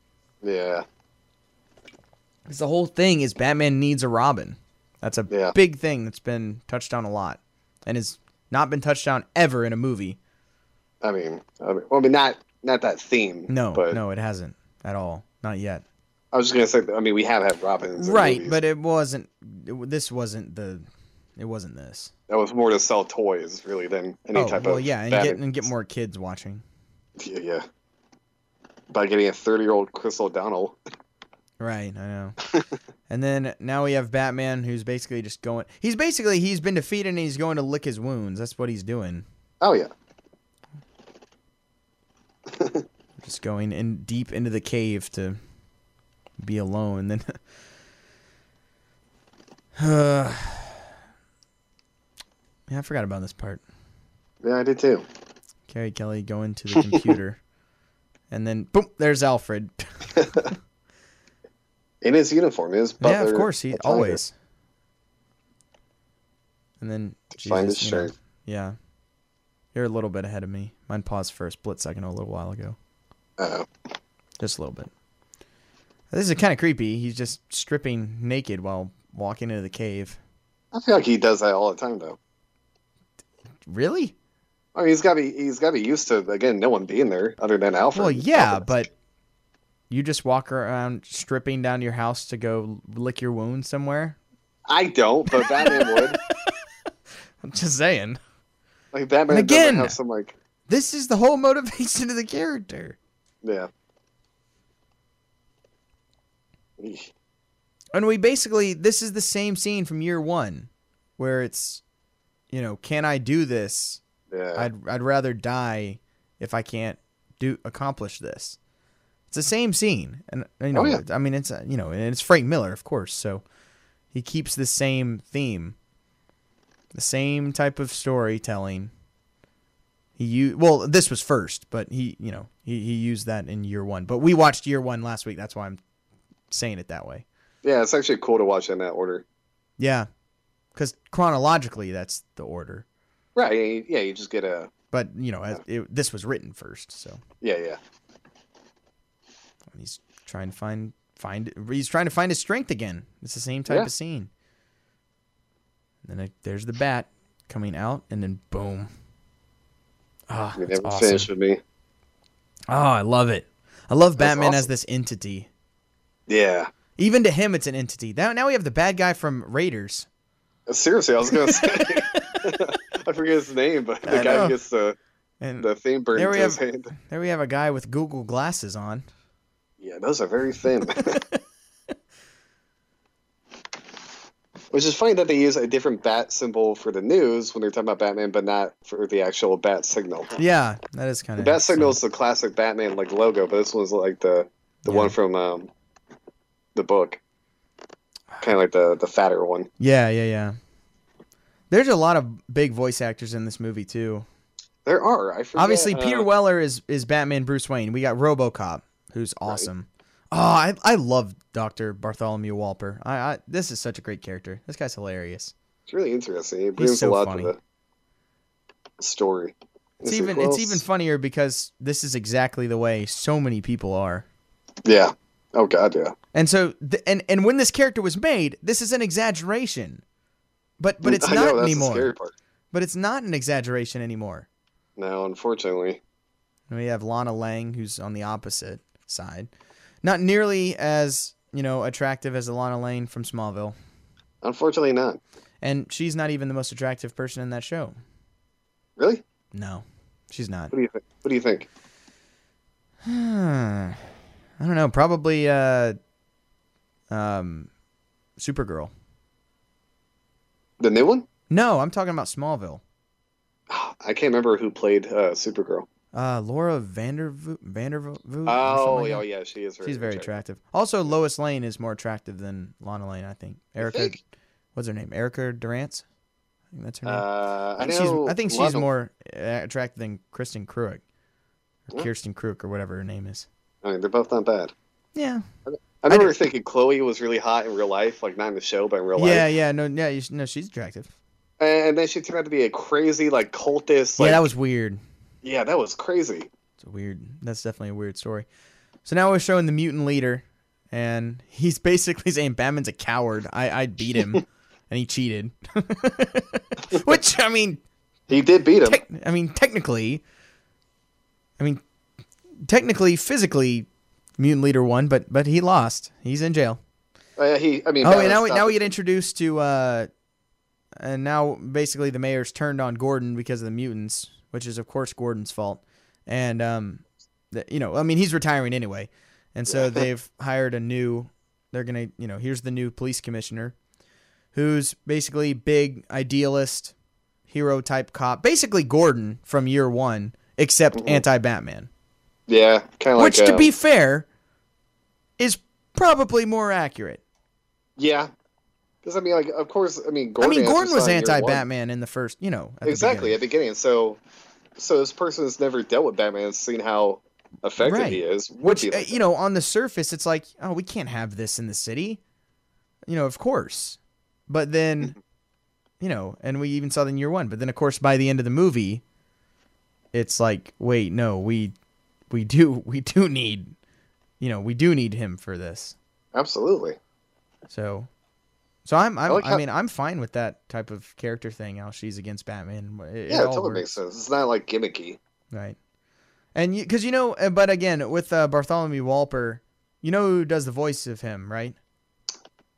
Speaker 2: yeah.
Speaker 1: 'Cause the whole thing is Batman needs a Robin. That's a
Speaker 2: Yeah.
Speaker 1: big thing that's been touched on a lot and has not been touched on ever in a movie.
Speaker 2: I mean, I mean, well, I mean, not not that theme.
Speaker 1: No,
Speaker 2: but
Speaker 1: no, it hasn't at all. Not yet.
Speaker 2: I was just gonna say. that- I mean, we have had Robins. in
Speaker 1: Right,
Speaker 2: movies.
Speaker 1: but it wasn't. It, w- this wasn't the. It wasn't this.
Speaker 2: that was more to sell toys, really, than any
Speaker 1: Oh
Speaker 2: type
Speaker 1: well,
Speaker 2: of.
Speaker 1: yeah, and
Speaker 2: Batman.
Speaker 1: get and get more kids watching.
Speaker 2: Yeah, yeah. By getting a thirty-year-old Chris O'Donnell.
Speaker 1: Right, I know. and then now we have Batman, who's basically just going. He's basically he's been defeated and he's going to lick his wounds. That's what he's doing.
Speaker 2: Oh yeah.
Speaker 1: just going in deep into the cave to be alone. Then uh, yeah, I forgot about this part.
Speaker 2: Yeah, I did too.
Speaker 1: Carrie Kelly going to the computer, and then boom, there's Alfred.
Speaker 2: In his uniform, in his butler.
Speaker 1: yeah, of course, he
Speaker 2: attire.
Speaker 1: always. And then
Speaker 2: To find
Speaker 1: Jesus,
Speaker 2: his
Speaker 1: you know,
Speaker 2: shirt.
Speaker 1: yeah, you're a little bit ahead of me. Mine paused for a split second a little while ago.
Speaker 2: Uh,
Speaker 1: Just a little bit. This is kind of creepy. He's just stripping naked while walking into the cave.
Speaker 2: I feel like he does that all the time, though.
Speaker 1: Really?
Speaker 2: I mean, he's got to be he's got to be used to again no one being there other than Alfred.
Speaker 1: Well, yeah, but you just walk around stripping down your house to go lick your wound somewhere?
Speaker 2: I don't. But Batman would.
Speaker 1: I'm just saying.
Speaker 2: Like Batman
Speaker 1: And
Speaker 2: again
Speaker 1: again-
Speaker 2: have some like
Speaker 1: This is the whole motivation of the character.
Speaker 2: yeah. Eesh.
Speaker 1: And we basically, this is the same scene from year one where it's, you know, can I do this?
Speaker 2: Yeah.
Speaker 1: I'd, I'd rather die if I can't do accomplish this. It's the same scene, and you know,
Speaker 2: Oh, yeah.
Speaker 1: I mean, it's uh, you know, and it's Frank Miller, of course, so he keeps the same theme, the same type of storytelling. He u- well, this was first, but he you know he he used that in year one. But we watched year one last week, that's why I'm saying it that way.
Speaker 2: yeah, it's actually cool to watch in that order.
Speaker 1: Yeah, because chronologically, that's the order.
Speaker 2: Right. Yeah, you- yeah, you just get a
Speaker 1: But you know, as- it, this was written first, so.
Speaker 2: yeah, yeah.
Speaker 1: And he's trying to find find he's trying to find his strength again. It's the same type
Speaker 2: Yeah.
Speaker 1: of scene. And then it, there's the bat coming out, and then boom. Ah,
Speaker 2: You
Speaker 1: that's
Speaker 2: never finished
Speaker 1: awesome.
Speaker 2: with me.
Speaker 1: Oh, I love it. I love
Speaker 2: That's
Speaker 1: Batman as
Speaker 2: awesome.
Speaker 1: this entity.
Speaker 2: Yeah.
Speaker 1: Even to him, it's an entity. Now, now we have the bad guy from Raiders.
Speaker 2: Seriously, I was gonna say. I forget his name, but the
Speaker 1: I
Speaker 2: guy
Speaker 1: know.
Speaker 2: who gets the
Speaker 1: And
Speaker 2: the thing burned
Speaker 1: There
Speaker 2: to
Speaker 1: we
Speaker 2: his
Speaker 1: have-
Speaker 2: hand.
Speaker 1: there we have a guy with Google glasses on.
Speaker 2: Yeah, those are very thin. Which is funny that they use a different bat symbol for the news when they're talking about Batman, but not for the actual bat signal.
Speaker 1: Yeah, that is kind
Speaker 2: The
Speaker 1: of
Speaker 2: bat signal is the classic Batman like logo, but this one's like the the
Speaker 1: Yeah.
Speaker 2: one from um, the book, kind of like the the fatter one.
Speaker 1: Yeah, yeah, yeah. There's a lot of big voice actors in this movie too.
Speaker 2: There are. I forget,
Speaker 1: Obviously,
Speaker 2: uh,
Speaker 1: Peter Weller is is Batman Bruce Wayne. We got RoboCop, who's awesome. Oh, I I love Doctor Bartholomew Walper. I, I this is such a great character. This guy's hilarious.
Speaker 2: It's really interesting. It brings
Speaker 1: so
Speaker 2: a lot
Speaker 1: funny.
Speaker 2: to the story.
Speaker 1: It's
Speaker 2: Let's see,
Speaker 1: even
Speaker 2: who
Speaker 1: it's
Speaker 2: else?
Speaker 1: even funnier because this is exactly the way so many people are.
Speaker 2: yeah. Oh god, yeah.
Speaker 1: And so th- and and when this character was made, this is an exaggeration. But but it's
Speaker 2: I
Speaker 1: not
Speaker 2: know, that's The scary
Speaker 1: anymore.
Speaker 2: part.
Speaker 1: But it's not an exaggeration anymore.
Speaker 2: No, unfortunately.
Speaker 1: And we have Lana Lang, who's on the opposite side, not nearly as you know attractive as the Lana Lang from Smallville,
Speaker 2: Unfortunately not.
Speaker 1: and she's not even the most attractive person in that show.
Speaker 2: Really?
Speaker 1: No, she's not.
Speaker 2: What do you think? What do you think?
Speaker 1: Hmm. I don't know. Probably uh, um, Supergirl.
Speaker 2: The new one?
Speaker 1: No, I'm talking about Smallville.
Speaker 2: I can't remember who played uh, Supergirl.
Speaker 1: Uh, Laura Vandervo Vandervo. or
Speaker 2: Oh,
Speaker 1: something
Speaker 2: yeah,
Speaker 1: like
Speaker 2: yeah, she is.
Speaker 1: that. she's very attractive. Also, Lois Lane is more attractive than Lana Lane, I think. Erica,
Speaker 2: think?
Speaker 1: what's her name? Erica Durant. I think that's her name.
Speaker 2: Uh, I,
Speaker 1: I think
Speaker 2: know
Speaker 1: she's, I think she's
Speaker 2: Lana-
Speaker 1: more uh, attractive than Kristen Krug, or
Speaker 2: Yeah.
Speaker 1: Kirsten Krug, or whatever her name is.
Speaker 2: I mean, they're both not bad.
Speaker 1: Yeah.
Speaker 2: I
Speaker 1: I
Speaker 2: remember thinking Chloe was really hot in real life, like not in the show, but in real
Speaker 1: Yeah,
Speaker 2: life.
Speaker 1: yeah, no, yeah, you, should- no, she's attractive.
Speaker 2: And then she turned out to be a crazy, like cultist. Like,
Speaker 1: yeah, that was weird.
Speaker 2: yeah, that was crazy.
Speaker 1: It's a weird. That's definitely a weird story. So now we're showing the mutant leader, and he's basically saying Batman's a coward. I I beat him, and he cheated. Which I mean,
Speaker 2: He did beat him.
Speaker 1: tec- I mean technically, I mean technically, physically, mutant leader won, but but he lost. He's in jail.
Speaker 2: Uh, he, I mean,
Speaker 1: Oh,
Speaker 2: Batman's
Speaker 1: and now we,
Speaker 2: not-
Speaker 1: now we get introduced to, uh, and now basically the mayor's turned on Gordon because of the mutants, which is of course Gordon's fault, and um, the, you know, I mean he's retiring anyway, and so
Speaker 2: Yeah.
Speaker 1: they've hired a new. They're gonna, you know, here's the new police commissioner, who's basically big idealist, hero type cop, basically Gordon from year one, except anti Batman,
Speaker 2: yeah, kind of Mm-hmm. like
Speaker 1: which to
Speaker 2: um,
Speaker 1: be fair, is probably more accurate.
Speaker 2: yeah. Because I mean, like, of course, I mean,
Speaker 1: I
Speaker 2: Gordon
Speaker 1: mean, Gordon was
Speaker 2: Anderson in year one-
Speaker 1: anti-Batman in the first, you know. at the
Speaker 2: exactly at the beginning. So, so this person has never dealt with Batman and seen how effective
Speaker 1: Right.
Speaker 2: he is. would
Speaker 1: which
Speaker 2: be
Speaker 1: uh,
Speaker 2: like
Speaker 1: you know on the surface it's like oh we can't have this in the city you know of course but then you know and we even saw that in year one but then of course by the end of the movie it's like wait no we we do we do need you know we do need him for this
Speaker 2: that. absolutely.
Speaker 1: so so i'm, I'm
Speaker 2: I
Speaker 1: I,
Speaker 2: like how-
Speaker 1: mean i'm fine with that type of character thing how she's against batman It- it
Speaker 2: Yeah, it
Speaker 1: all
Speaker 2: totally
Speaker 1: works.
Speaker 2: makes sense. It's not like gimmicky.
Speaker 1: Right. And because you, know, uh, but again, with uh, Bartholomew Walper, you know who does the voice of him, right?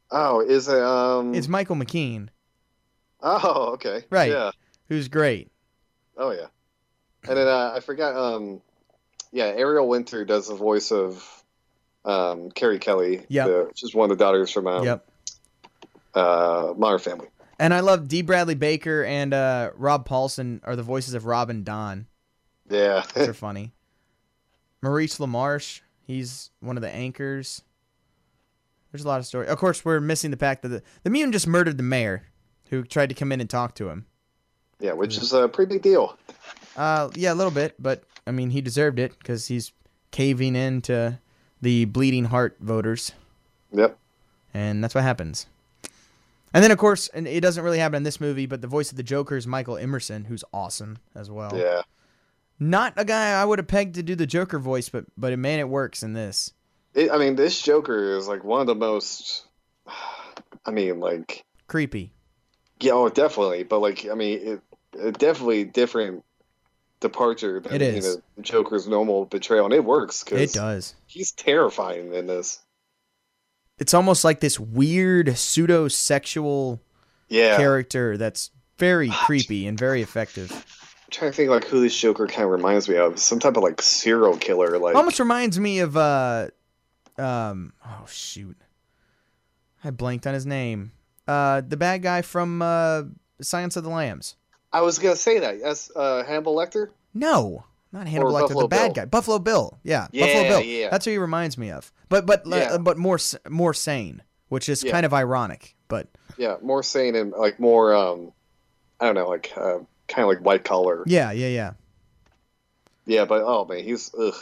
Speaker 2: Oh, is it? Um,
Speaker 1: It's Michael McKean,
Speaker 2: oh, okay,
Speaker 1: Right.
Speaker 2: Yeah.
Speaker 1: who's great.
Speaker 2: Oh yeah. And then uh, I forgot. Um, yeah, Ariel Winter does the voice of um, Carrie Kelly.
Speaker 1: Yep.
Speaker 2: the- she's one of the daughters from um,
Speaker 1: Yep.
Speaker 2: uh, Modern Family.
Speaker 1: And I love D. Bradley Baker and uh, Rob Paulson are the voices of Rob and Don.
Speaker 2: Yeah,
Speaker 1: Those are funny. Maurice LaMarche, he's one of the anchors. There's a lot of story. Of course, we're missing the fact that the, the mutant just murdered the mayor, who tried to come in and talk to him.
Speaker 2: yeah, which is a pretty big deal.
Speaker 1: Uh, yeah, a little bit, but I mean, he deserved it because he's caving in to the bleeding heart voters,
Speaker 2: Yep.
Speaker 1: and that's what happens. And then, of course, and it doesn't really happen in this movie, but the voice of the Joker is Michael Emerson, who's awesome as well.
Speaker 2: Yeah.
Speaker 1: Not a guy I would have pegged to do the Joker voice, but but man, it works in this.
Speaker 2: It, I mean, this Joker is like one of the most. I mean, like
Speaker 1: Creepy.
Speaker 2: yeah, oh, definitely. But like, I mean, it, it definitely different departure than
Speaker 1: It
Speaker 2: you
Speaker 1: is.
Speaker 2: know the Joker's normal betrayal, and it works
Speaker 1: It
Speaker 2: because
Speaker 1: does.
Speaker 2: he's terrifying in this.
Speaker 1: It's almost like this weird pseudo sexual
Speaker 2: Yeah,
Speaker 1: character that's very creepy and very effective.
Speaker 2: I'm trying to think like who this Joker kind of reminds me of. Some type of like serial killer. Like
Speaker 1: almost reminds me of uh um oh shoot i blanked on his name uh the bad guy from uh science of the lambs
Speaker 2: I was gonna say that. Yes, uh, Hannibal Lecter.
Speaker 1: no not hannibal lecter
Speaker 2: Buffalo
Speaker 1: the bad
Speaker 2: Bill.
Speaker 1: guy buffalo bill yeah, buffalo
Speaker 2: Yeah,
Speaker 1: bill
Speaker 2: yeah.
Speaker 1: that's who he reminds me of but but le-
Speaker 2: Yeah.
Speaker 1: but more s- more sane which is
Speaker 2: Yeah.
Speaker 1: kind of ironic but
Speaker 2: Yeah, more sane and like more um, I don't know, like uh, kind of like white collar.
Speaker 1: yeah yeah yeah
Speaker 2: Yeah, but oh man, he's ugh.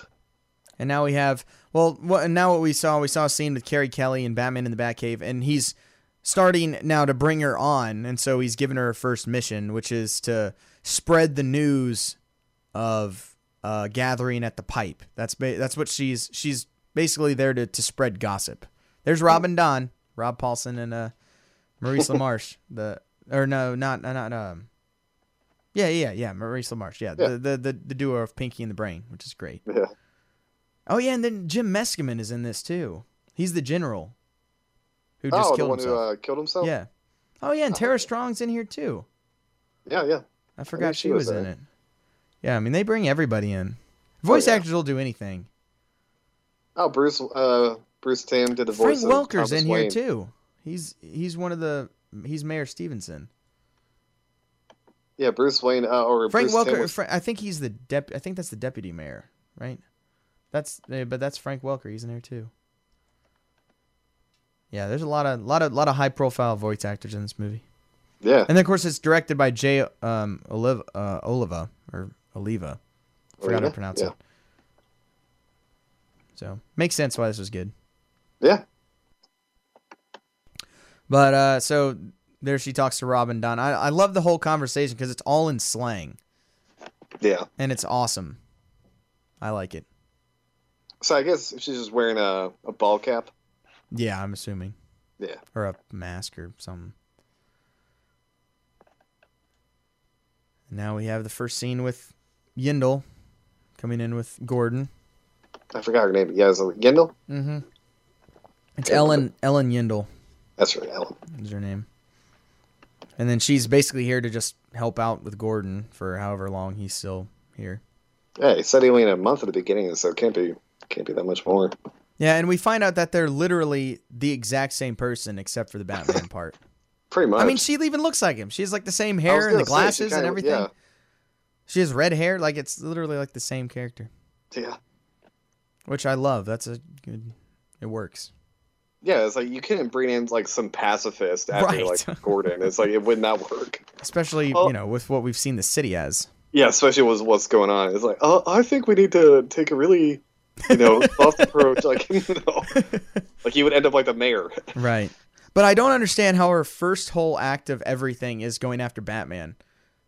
Speaker 1: And now we have well, what, now what we saw, we saw a scene with Carrie Kelly and Batman in the Batcave, and he's starting now to bring her on, and so he's given her her first mission, which is to spread the news of uh, gathering at the pipe. That's ba- that's what she's she's basically there to to spread gossip. There's Rob and Don, Rob Paulson and uh, Maurice LaMarche, the or no, not not um. Yeah, yeah, yeah. Maurice LaMarche, yeah,
Speaker 2: Yeah.
Speaker 1: The, the the the duo of Pinky and the Brain, which is great.
Speaker 2: Yeah.
Speaker 1: Oh yeah, and then Jim Meskimen is in this too. He's the general who just
Speaker 2: Oh, the
Speaker 1: killed
Speaker 2: one
Speaker 1: himself.
Speaker 2: who uh, killed himself.
Speaker 1: yeah. Oh yeah, and
Speaker 2: Oh,
Speaker 1: Tara
Speaker 2: yeah.
Speaker 1: Strong's in here too.
Speaker 2: yeah, yeah.
Speaker 1: I forgot
Speaker 2: she
Speaker 1: she was
Speaker 2: was
Speaker 1: in
Speaker 2: there.
Speaker 1: it. Yeah, I mean they bring everybody in. Voice
Speaker 2: yeah.
Speaker 1: actors will do anything.
Speaker 2: Oh, Bruce. Uh, Bruce Tam did the
Speaker 1: Frank
Speaker 2: voice. of
Speaker 1: Welker's
Speaker 2: Thomas
Speaker 1: in
Speaker 2: Wayne.
Speaker 1: here too. He's he's one of the he's Mayor Stevenson.
Speaker 2: Yeah, Bruce Wayne. Uh, or
Speaker 1: Frank
Speaker 2: Bruce Tim
Speaker 1: Welker,
Speaker 2: was-
Speaker 1: Fra- I think he's the dep. I think that's the deputy mayor, right? That's eh, but that's Frank Welker. He's in there too. Yeah, there's a lot of lot of lot of high profile voice actors in this movie.
Speaker 2: yeah.
Speaker 1: And then, of course, it's directed by Jay um, Oliva, uh, Oliva or Oliva. Forgot how
Speaker 2: Oliva?
Speaker 1: to pronounce
Speaker 2: Yeah.
Speaker 1: it. So makes sense why this was good.
Speaker 2: Yeah.
Speaker 1: But uh, so there she talks to Robin Don. I, I love the whole conversation because it's all in slang
Speaker 2: Yeah.
Speaker 1: and it's awesome. I like it.
Speaker 2: So I guess she's just wearing a, a ball cap.
Speaker 1: Yeah, I'm assuming.
Speaker 2: Yeah.
Speaker 1: Or a mask or something. Now we have the first scene with Yindle coming in with Gordon.
Speaker 2: I forgot her name. Yeah, is it Yendel?
Speaker 1: Mm-hmm. It's
Speaker 2: Yeah,
Speaker 1: Ellen Ellen Yindle
Speaker 2: That's right, Ellen.
Speaker 1: is her name. And then she's basically here to just help out with Gordon for however long he's still here.
Speaker 2: Yeah, he said he only had a month at the beginning, so it can't be can't be that much more.
Speaker 1: Yeah, and we find out that they're literally the exact same person except for the Batman part.
Speaker 2: Pretty much.
Speaker 1: I mean, she even looks like him. She has like the same
Speaker 2: I was
Speaker 1: hair and the
Speaker 2: gonna say, she
Speaker 1: glasses and
Speaker 2: kinda-
Speaker 1: everything. She has red hair, like it's literally like the same character,
Speaker 2: Yeah, yeah,
Speaker 1: which I love. That's a good it works.
Speaker 2: yeah. It's like you couldn't bring in like some pacifist after
Speaker 1: Right.
Speaker 2: like Gordon. It's like it would not work.
Speaker 1: Especially,
Speaker 2: Well-
Speaker 1: you know, with what we've seen the city as.
Speaker 2: Yeah, especially with what's going on. It's like, oh, I think we need to take a really, you know, soft approach. Like, no. like you would end up like the mayor.
Speaker 1: Right. But I don't understand how her first whole act of everything is going after Batman.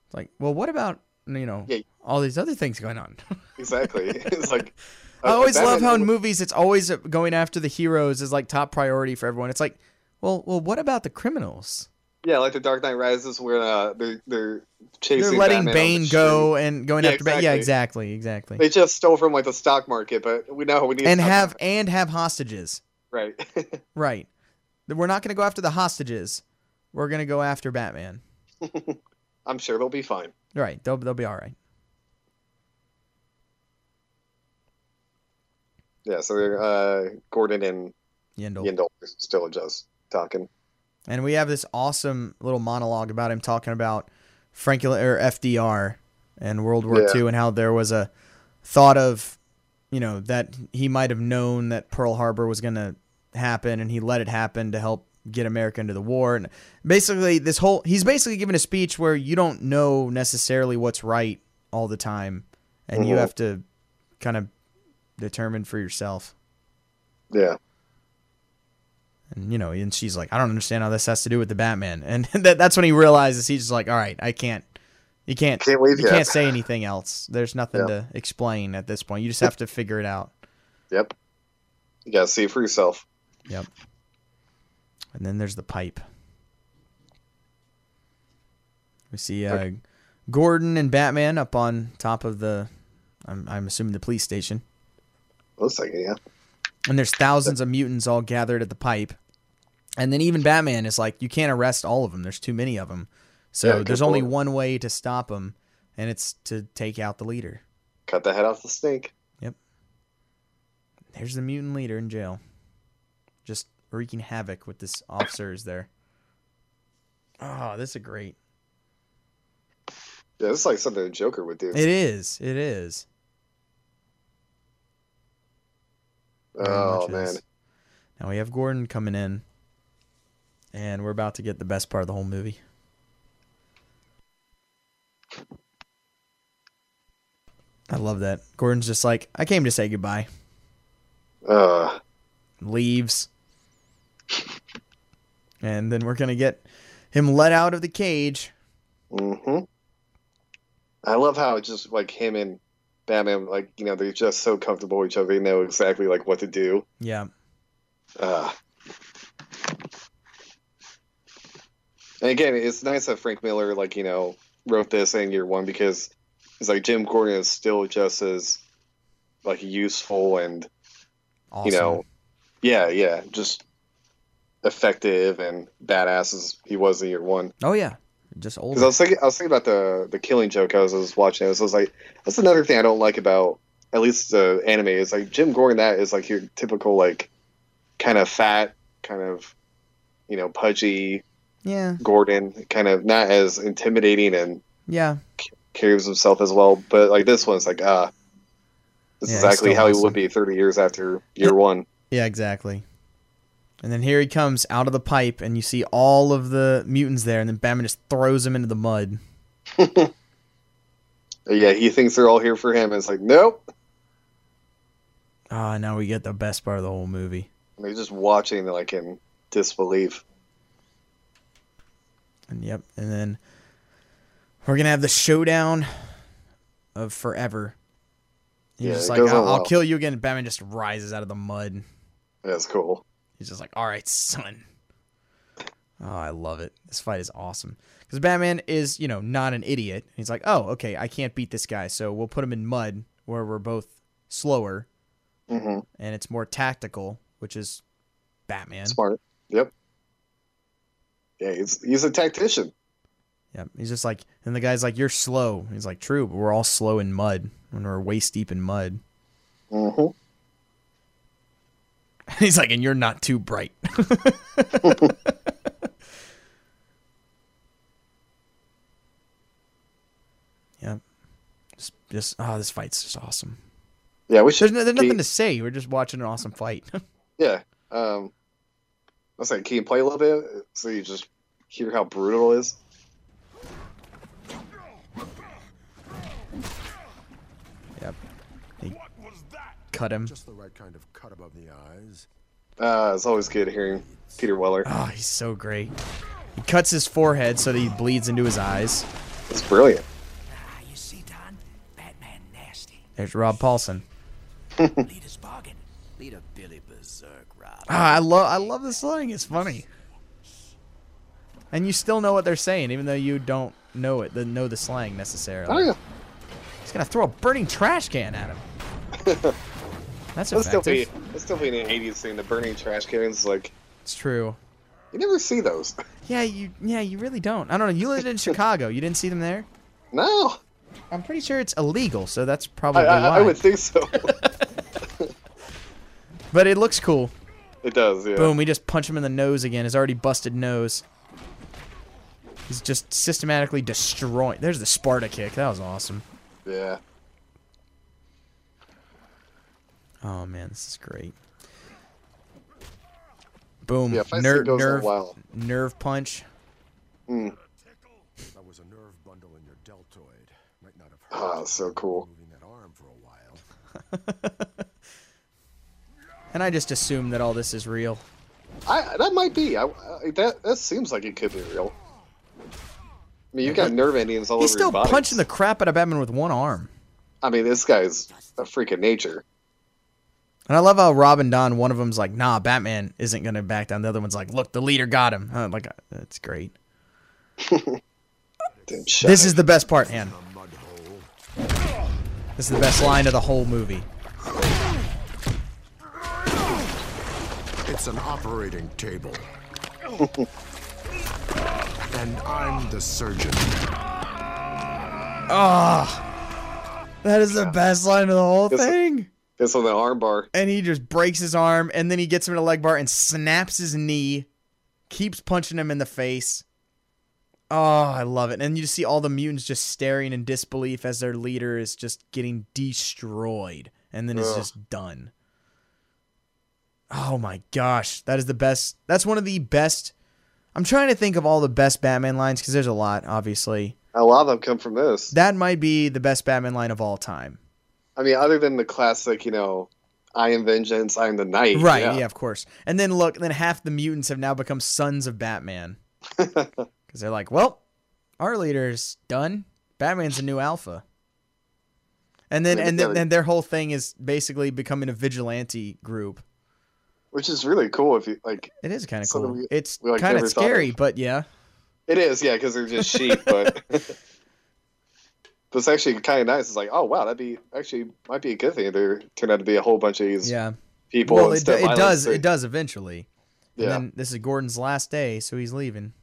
Speaker 1: It's like, well, what about, you know,
Speaker 2: Yeah.
Speaker 1: all these other things going on?
Speaker 2: exactly. It's like uh,
Speaker 1: I always love how in
Speaker 2: Batman-
Speaker 1: movies it's always going after the heroes is like top priority for everyone. It's like, well, well, what about the criminals?
Speaker 2: yeah, like the Dark Knight Rises, where uh, they're they're chasing.
Speaker 1: They're letting
Speaker 2: Batman on the
Speaker 1: Bane
Speaker 2: street.
Speaker 1: go and going
Speaker 2: Yeah,
Speaker 1: after Batman. Yeah, exactly,
Speaker 2: exactly.
Speaker 1: exactly.
Speaker 2: They just stole from like the stock market, but we know we need
Speaker 1: And
Speaker 2: something.
Speaker 1: have and have hostages.
Speaker 2: right.
Speaker 1: Right. We're not going to go after the hostages. We're going to go after Batman.
Speaker 2: I'm sure they'll be fine.
Speaker 1: Right. They'll they'll be all right.
Speaker 2: Yeah, so they're, uh, Gordon and
Speaker 1: Yendel.
Speaker 2: Yendel are still just talking.
Speaker 1: And we have this awesome little monologue about him talking about Frankula or FDR and World War
Speaker 2: Yeah.
Speaker 1: II and how there was a thought of, you know, that he might have known that Pearl Harbor was going to happen and he let it happen to help get America into the war. And basically, this whole he's basically giving a speech where you don't know necessarily what's right all the time and you
Speaker 2: Mhm.
Speaker 1: have to kind of determine for yourself.
Speaker 2: Yeah.
Speaker 1: And you know, and she's like, I don't understand how this has to do with the Batman. And that, that's when he realizes he's just like, all right, I can't, you can't,
Speaker 2: Can't leave
Speaker 1: you
Speaker 2: yet.
Speaker 1: can't say anything else. There's nothing
Speaker 2: Yeah.
Speaker 1: to explain at this point. You just have to figure it out.
Speaker 2: Yep. You gotta see for yourself.
Speaker 1: And then there's the pipe. We see uh,
Speaker 2: Okay.
Speaker 1: Gordon and Batman up on top of the, I'm, I'm assuming the police station.
Speaker 2: Looks like it, yeah.
Speaker 1: And there's thousands of mutants all gathered at the pipe. And then even Batman is like, you can't arrest all of them. There's too many of them. So
Speaker 2: Yeah,
Speaker 1: there's
Speaker 2: good
Speaker 1: only
Speaker 2: point.
Speaker 1: one way to stop them, and it's to take out the leader.
Speaker 2: Cut the head off the snake.
Speaker 1: There's the mutant leader in jail, just wreaking havoc with this officer is there. Oh, this is great.
Speaker 2: Yeah, this is like something a Joker would do.
Speaker 1: It is. It is. Very
Speaker 2: oh
Speaker 1: much
Speaker 2: man.
Speaker 1: is. Now we have Gordon coming in, and we're about to get the best part of the whole movie. I love that. Gordon's just like, I came to say goodbye.
Speaker 2: Uh,
Speaker 1: Leaves. And then we're going to get him let out of the cage.
Speaker 2: hmm I love how just like him and Batman, like you know, they're just so comfortable with each other. They know exactly like what to do.
Speaker 1: Yeah.
Speaker 2: Uh, and again, it's nice that Frank Miller, like you know, wrote this in year one because it's like Jim Gordon is still just as like useful and
Speaker 1: Awesome.
Speaker 2: you know, yeah, yeah, just effective and badass as he was in year one.
Speaker 1: Oh, yeah. Just old.
Speaker 2: Because I was thinking, I was thinking about the the Killing Joke as I was watching this. I was like, that's another thing I don't like about at least the anime is like Jim Gordon. That is like your typical like kind of fat, kind of you know pudgy
Speaker 1: Yeah.
Speaker 2: Gordon, kind of not as intimidating and
Speaker 1: Yeah.
Speaker 2: carries himself as well. But like this one's like ah, this is
Speaker 1: Yeah, he's
Speaker 2: exactly
Speaker 1: still
Speaker 2: how he
Speaker 1: awesome.
Speaker 2: would be thirty years after year one.
Speaker 1: Yeah, exactly. And then here he comes out of the pipe, and you see all of the mutants there, and then Batman just throws him into the mud.
Speaker 2: Yeah, he thinks they're all here for him. And it's like nope.
Speaker 1: Ah, now we get the best part of the whole movie.
Speaker 2: And they're just watching like in disbelief.
Speaker 1: And yep, and then we're gonna have the showdown of forever. He's
Speaker 2: Yeah,
Speaker 1: just
Speaker 2: it
Speaker 1: like,
Speaker 2: goes on
Speaker 1: I'll, I'll
Speaker 2: well."
Speaker 1: kill you again. and Batman just rises out of the mud.
Speaker 2: That's cool.
Speaker 1: He's just like, all right, son. Oh, I love it. This fight is awesome. Because Batman is, you know, not an idiot. He's like, oh, okay, I can't beat this guy, so we'll put him in mud where we're both slower
Speaker 2: hmm
Speaker 1: and it's more tactical, which is Batman.
Speaker 2: Smart. Yep. Yeah, he's he's a tactician.
Speaker 1: Yeah, he's just like, and the guy's like, "You're slow." He's like, "True, but we're all slow in mud when we're waist deep in mud."
Speaker 2: hmm
Speaker 1: he's like, "And you're not too bright." yeah, just, just oh, this fight's just awesome.
Speaker 2: Yeah, we
Speaker 1: There's,
Speaker 2: should.
Speaker 1: no, there's nothing to say. We're just watching an awesome fight.
Speaker 2: Yeah. Um, I was like, can you play a little bit so you just hear how brutal it is?
Speaker 1: yep,
Speaker 3: What was that?
Speaker 1: cut him.
Speaker 3: Just the right kind of cut above the eyes.
Speaker 2: Uh, it's always good hearing Peter Weller.
Speaker 1: Oh, he's so great. He cuts his forehead so that he bleeds into his eyes.
Speaker 2: It's brilliant.
Speaker 4: Ah, you see, Don? Batman nasty.
Speaker 1: There's Rob Paulson.
Speaker 4: Leader's bargain. Leader Billy Berserk, Rob.
Speaker 1: Ah, I love I love the slang. It's funny. And you still know what they're saying, even though you don't know it, the, know the slang necessarily.
Speaker 2: Oh yeah,
Speaker 1: He's gonna throw a burning trash can at him. That's
Speaker 2: that's still be
Speaker 1: effective.
Speaker 2: that's still be an '80s thing. The burning trash cans, like
Speaker 1: It's true.
Speaker 2: you never see those.
Speaker 1: Yeah, you yeah you really don't. I don't know. You lived in Chicago. You didn't see them there.
Speaker 2: No,
Speaker 1: I'm pretty sure it's illegal, so that's probably
Speaker 2: I, I,
Speaker 1: why.
Speaker 2: I would think so.
Speaker 1: But it looks cool.
Speaker 2: it does. Yeah.
Speaker 1: Boom! We just punch him in the nose again. His already busted nose. He's just systematically destroying. There's the Sparta kick. That was awesome.
Speaker 2: Yeah.
Speaker 1: Oh man, this is great. Boom.
Speaker 2: Yeah, fight
Speaker 1: Ner-
Speaker 2: scene goes on
Speaker 1: nerve,
Speaker 2: wild.
Speaker 1: nerve punch.
Speaker 3: That was a nerve bundle in your deltoid. Might not have hurt.
Speaker 2: Ah, so cool.
Speaker 3: Moving that arm for a while.
Speaker 1: And I just assume that all this is real.
Speaker 2: I that might be. I, I that that seems like it could be real. I mean, you've got nerve endings all
Speaker 1: He's
Speaker 2: over
Speaker 1: still
Speaker 2: your body.
Speaker 1: punching the crap out of Batman with one arm.
Speaker 2: I mean, this guy's a freak of nature.
Speaker 1: And I love how Rob and Don, one of them's like, nah, Batman isn't going to back down. The other one's like, look, the leader got him. Uh, like, uh, that's great.
Speaker 2: Damn, shut
Speaker 1: This
Speaker 2: up.
Speaker 1: is the best part, Han.
Speaker 3: A mud hole.
Speaker 1: This is the best line of the whole movie.
Speaker 3: It's an operating table. and I'm the surgeon.
Speaker 1: Ah, That is the best line of the whole
Speaker 2: Yes, sir.
Speaker 1: thing.
Speaker 2: It's on the armbar.
Speaker 1: and he just breaks his arm and then he gets him in a leg bar and snaps his knee keeps punching him in the face oh i love it and you just see all the mutants just staring in disbelief as their leader is just getting destroyed and then is
Speaker 2: Ugh.
Speaker 1: just done oh my gosh that is the best that's one of the best i'm trying to think of all the best batman lines because there's a lot obviously
Speaker 2: A lot of them come from this.
Speaker 1: that might be the best batman line of all time
Speaker 2: I mean, other than the classic, you know, I am vengeance, I am the knight.
Speaker 1: Right, yeah. of course. And then look, then half the mutants have now become sons of Batman. Because they're like, well, our leader's done. Batman's a new alpha. And then
Speaker 2: Yeah,
Speaker 1: and
Speaker 2: but
Speaker 1: then
Speaker 2: they're-
Speaker 1: and their whole thing is basically becoming a vigilante group.
Speaker 2: Which is really cool if you like
Speaker 1: It is kind of
Speaker 2: Something
Speaker 1: cool.
Speaker 2: we-
Speaker 1: it's
Speaker 2: we, like,
Speaker 1: kind of
Speaker 2: never thought
Speaker 1: scary,
Speaker 2: of.
Speaker 1: but yeah.
Speaker 2: It is, yeah, because they're just sheep, but but it's actually kind of nice. It's like, oh wow, that'd be actually might be a good thing. if There turned out to be a whole bunch of these
Speaker 1: Yeah.
Speaker 2: people.
Speaker 1: Well, it,
Speaker 2: instead of
Speaker 1: it
Speaker 2: islands.
Speaker 1: does
Speaker 2: They're-
Speaker 1: it does eventually.
Speaker 2: Yeah,
Speaker 1: And then this is Gordon's last day, so he's leaving.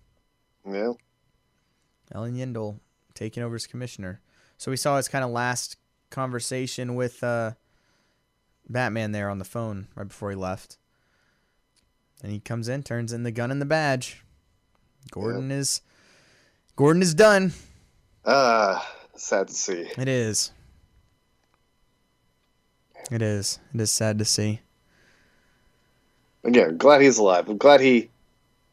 Speaker 2: yeah.
Speaker 1: Ellen Yindel taking over as commissioner. So we saw his kind of last conversation with uh, Batman there on the phone right before he left. And he comes in, turns in the gun and the badge. Gordon is Gordon is done.
Speaker 2: Ah, sad to see.
Speaker 1: It is. It is. It is sad to see.
Speaker 2: Again, glad he's alive. I'm glad he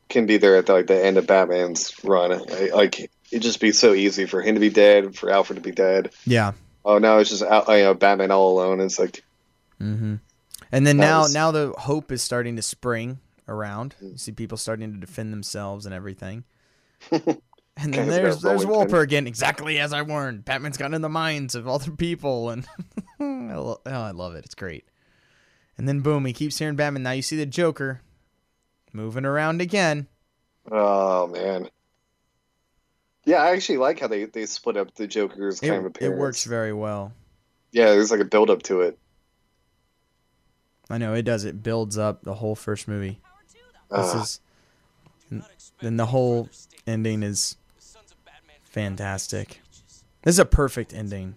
Speaker 2: can be there at the, like the end of Batman's run. I, like it'd just be so easy for him to be dead, for Alfred to be dead.
Speaker 1: Yeah.
Speaker 2: Oh no, it's just Al- you know Batman all alone. It's like
Speaker 1: Mm-hmm. And then
Speaker 2: That
Speaker 1: now,
Speaker 2: was-
Speaker 1: now the hope is starting to spring around.
Speaker 2: Hmm.
Speaker 1: You see people starting to defend themselves and everything. and then
Speaker 2: Kind of
Speaker 1: there's
Speaker 2: got
Speaker 1: there's
Speaker 2: rolling,
Speaker 1: Wolper again, exactly as I warned. Batman's gotten in the minds of other people, and I lo- oh, I love it. It's great. And then boom, he keeps hearing Batman. Now you see the Joker moving around again.
Speaker 2: oh man. Yeah, I actually like how they, they split up the Joker's
Speaker 1: It,
Speaker 2: kind of
Speaker 1: it
Speaker 2: appearance.
Speaker 1: works very well.
Speaker 2: Yeah, there's like a build up to it.
Speaker 1: I know it does. It builds up the whole first movie. This
Speaker 2: Uh,
Speaker 1: is then the whole ending is fantastic. This is a perfect ending.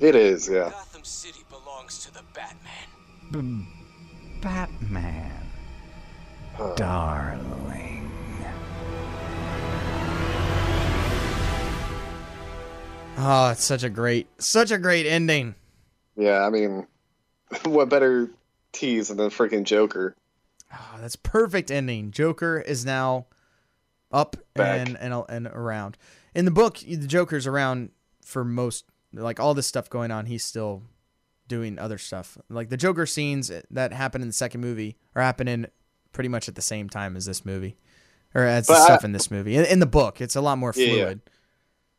Speaker 2: it is, yeah.
Speaker 4: Gotham City belongs to the Batman.
Speaker 5: B- Batman. Darling.
Speaker 1: Oh, it's such a great, such a great ending.
Speaker 2: Yeah, I mean, what better tease than the freaking Joker?
Speaker 1: Oh, that's perfect ending. Joker is now up
Speaker 2: Back.
Speaker 1: and and and around. In the book, the Joker's around for most, like all this stuff going on. He's still doing other stuff. Like the Joker scenes that happen in the second movie are happening pretty much at the same time as this movie, or as the
Speaker 2: But I-
Speaker 1: stuff in this movie. In, in the book, it's a lot more
Speaker 2: Yeah, yeah.
Speaker 1: fluid.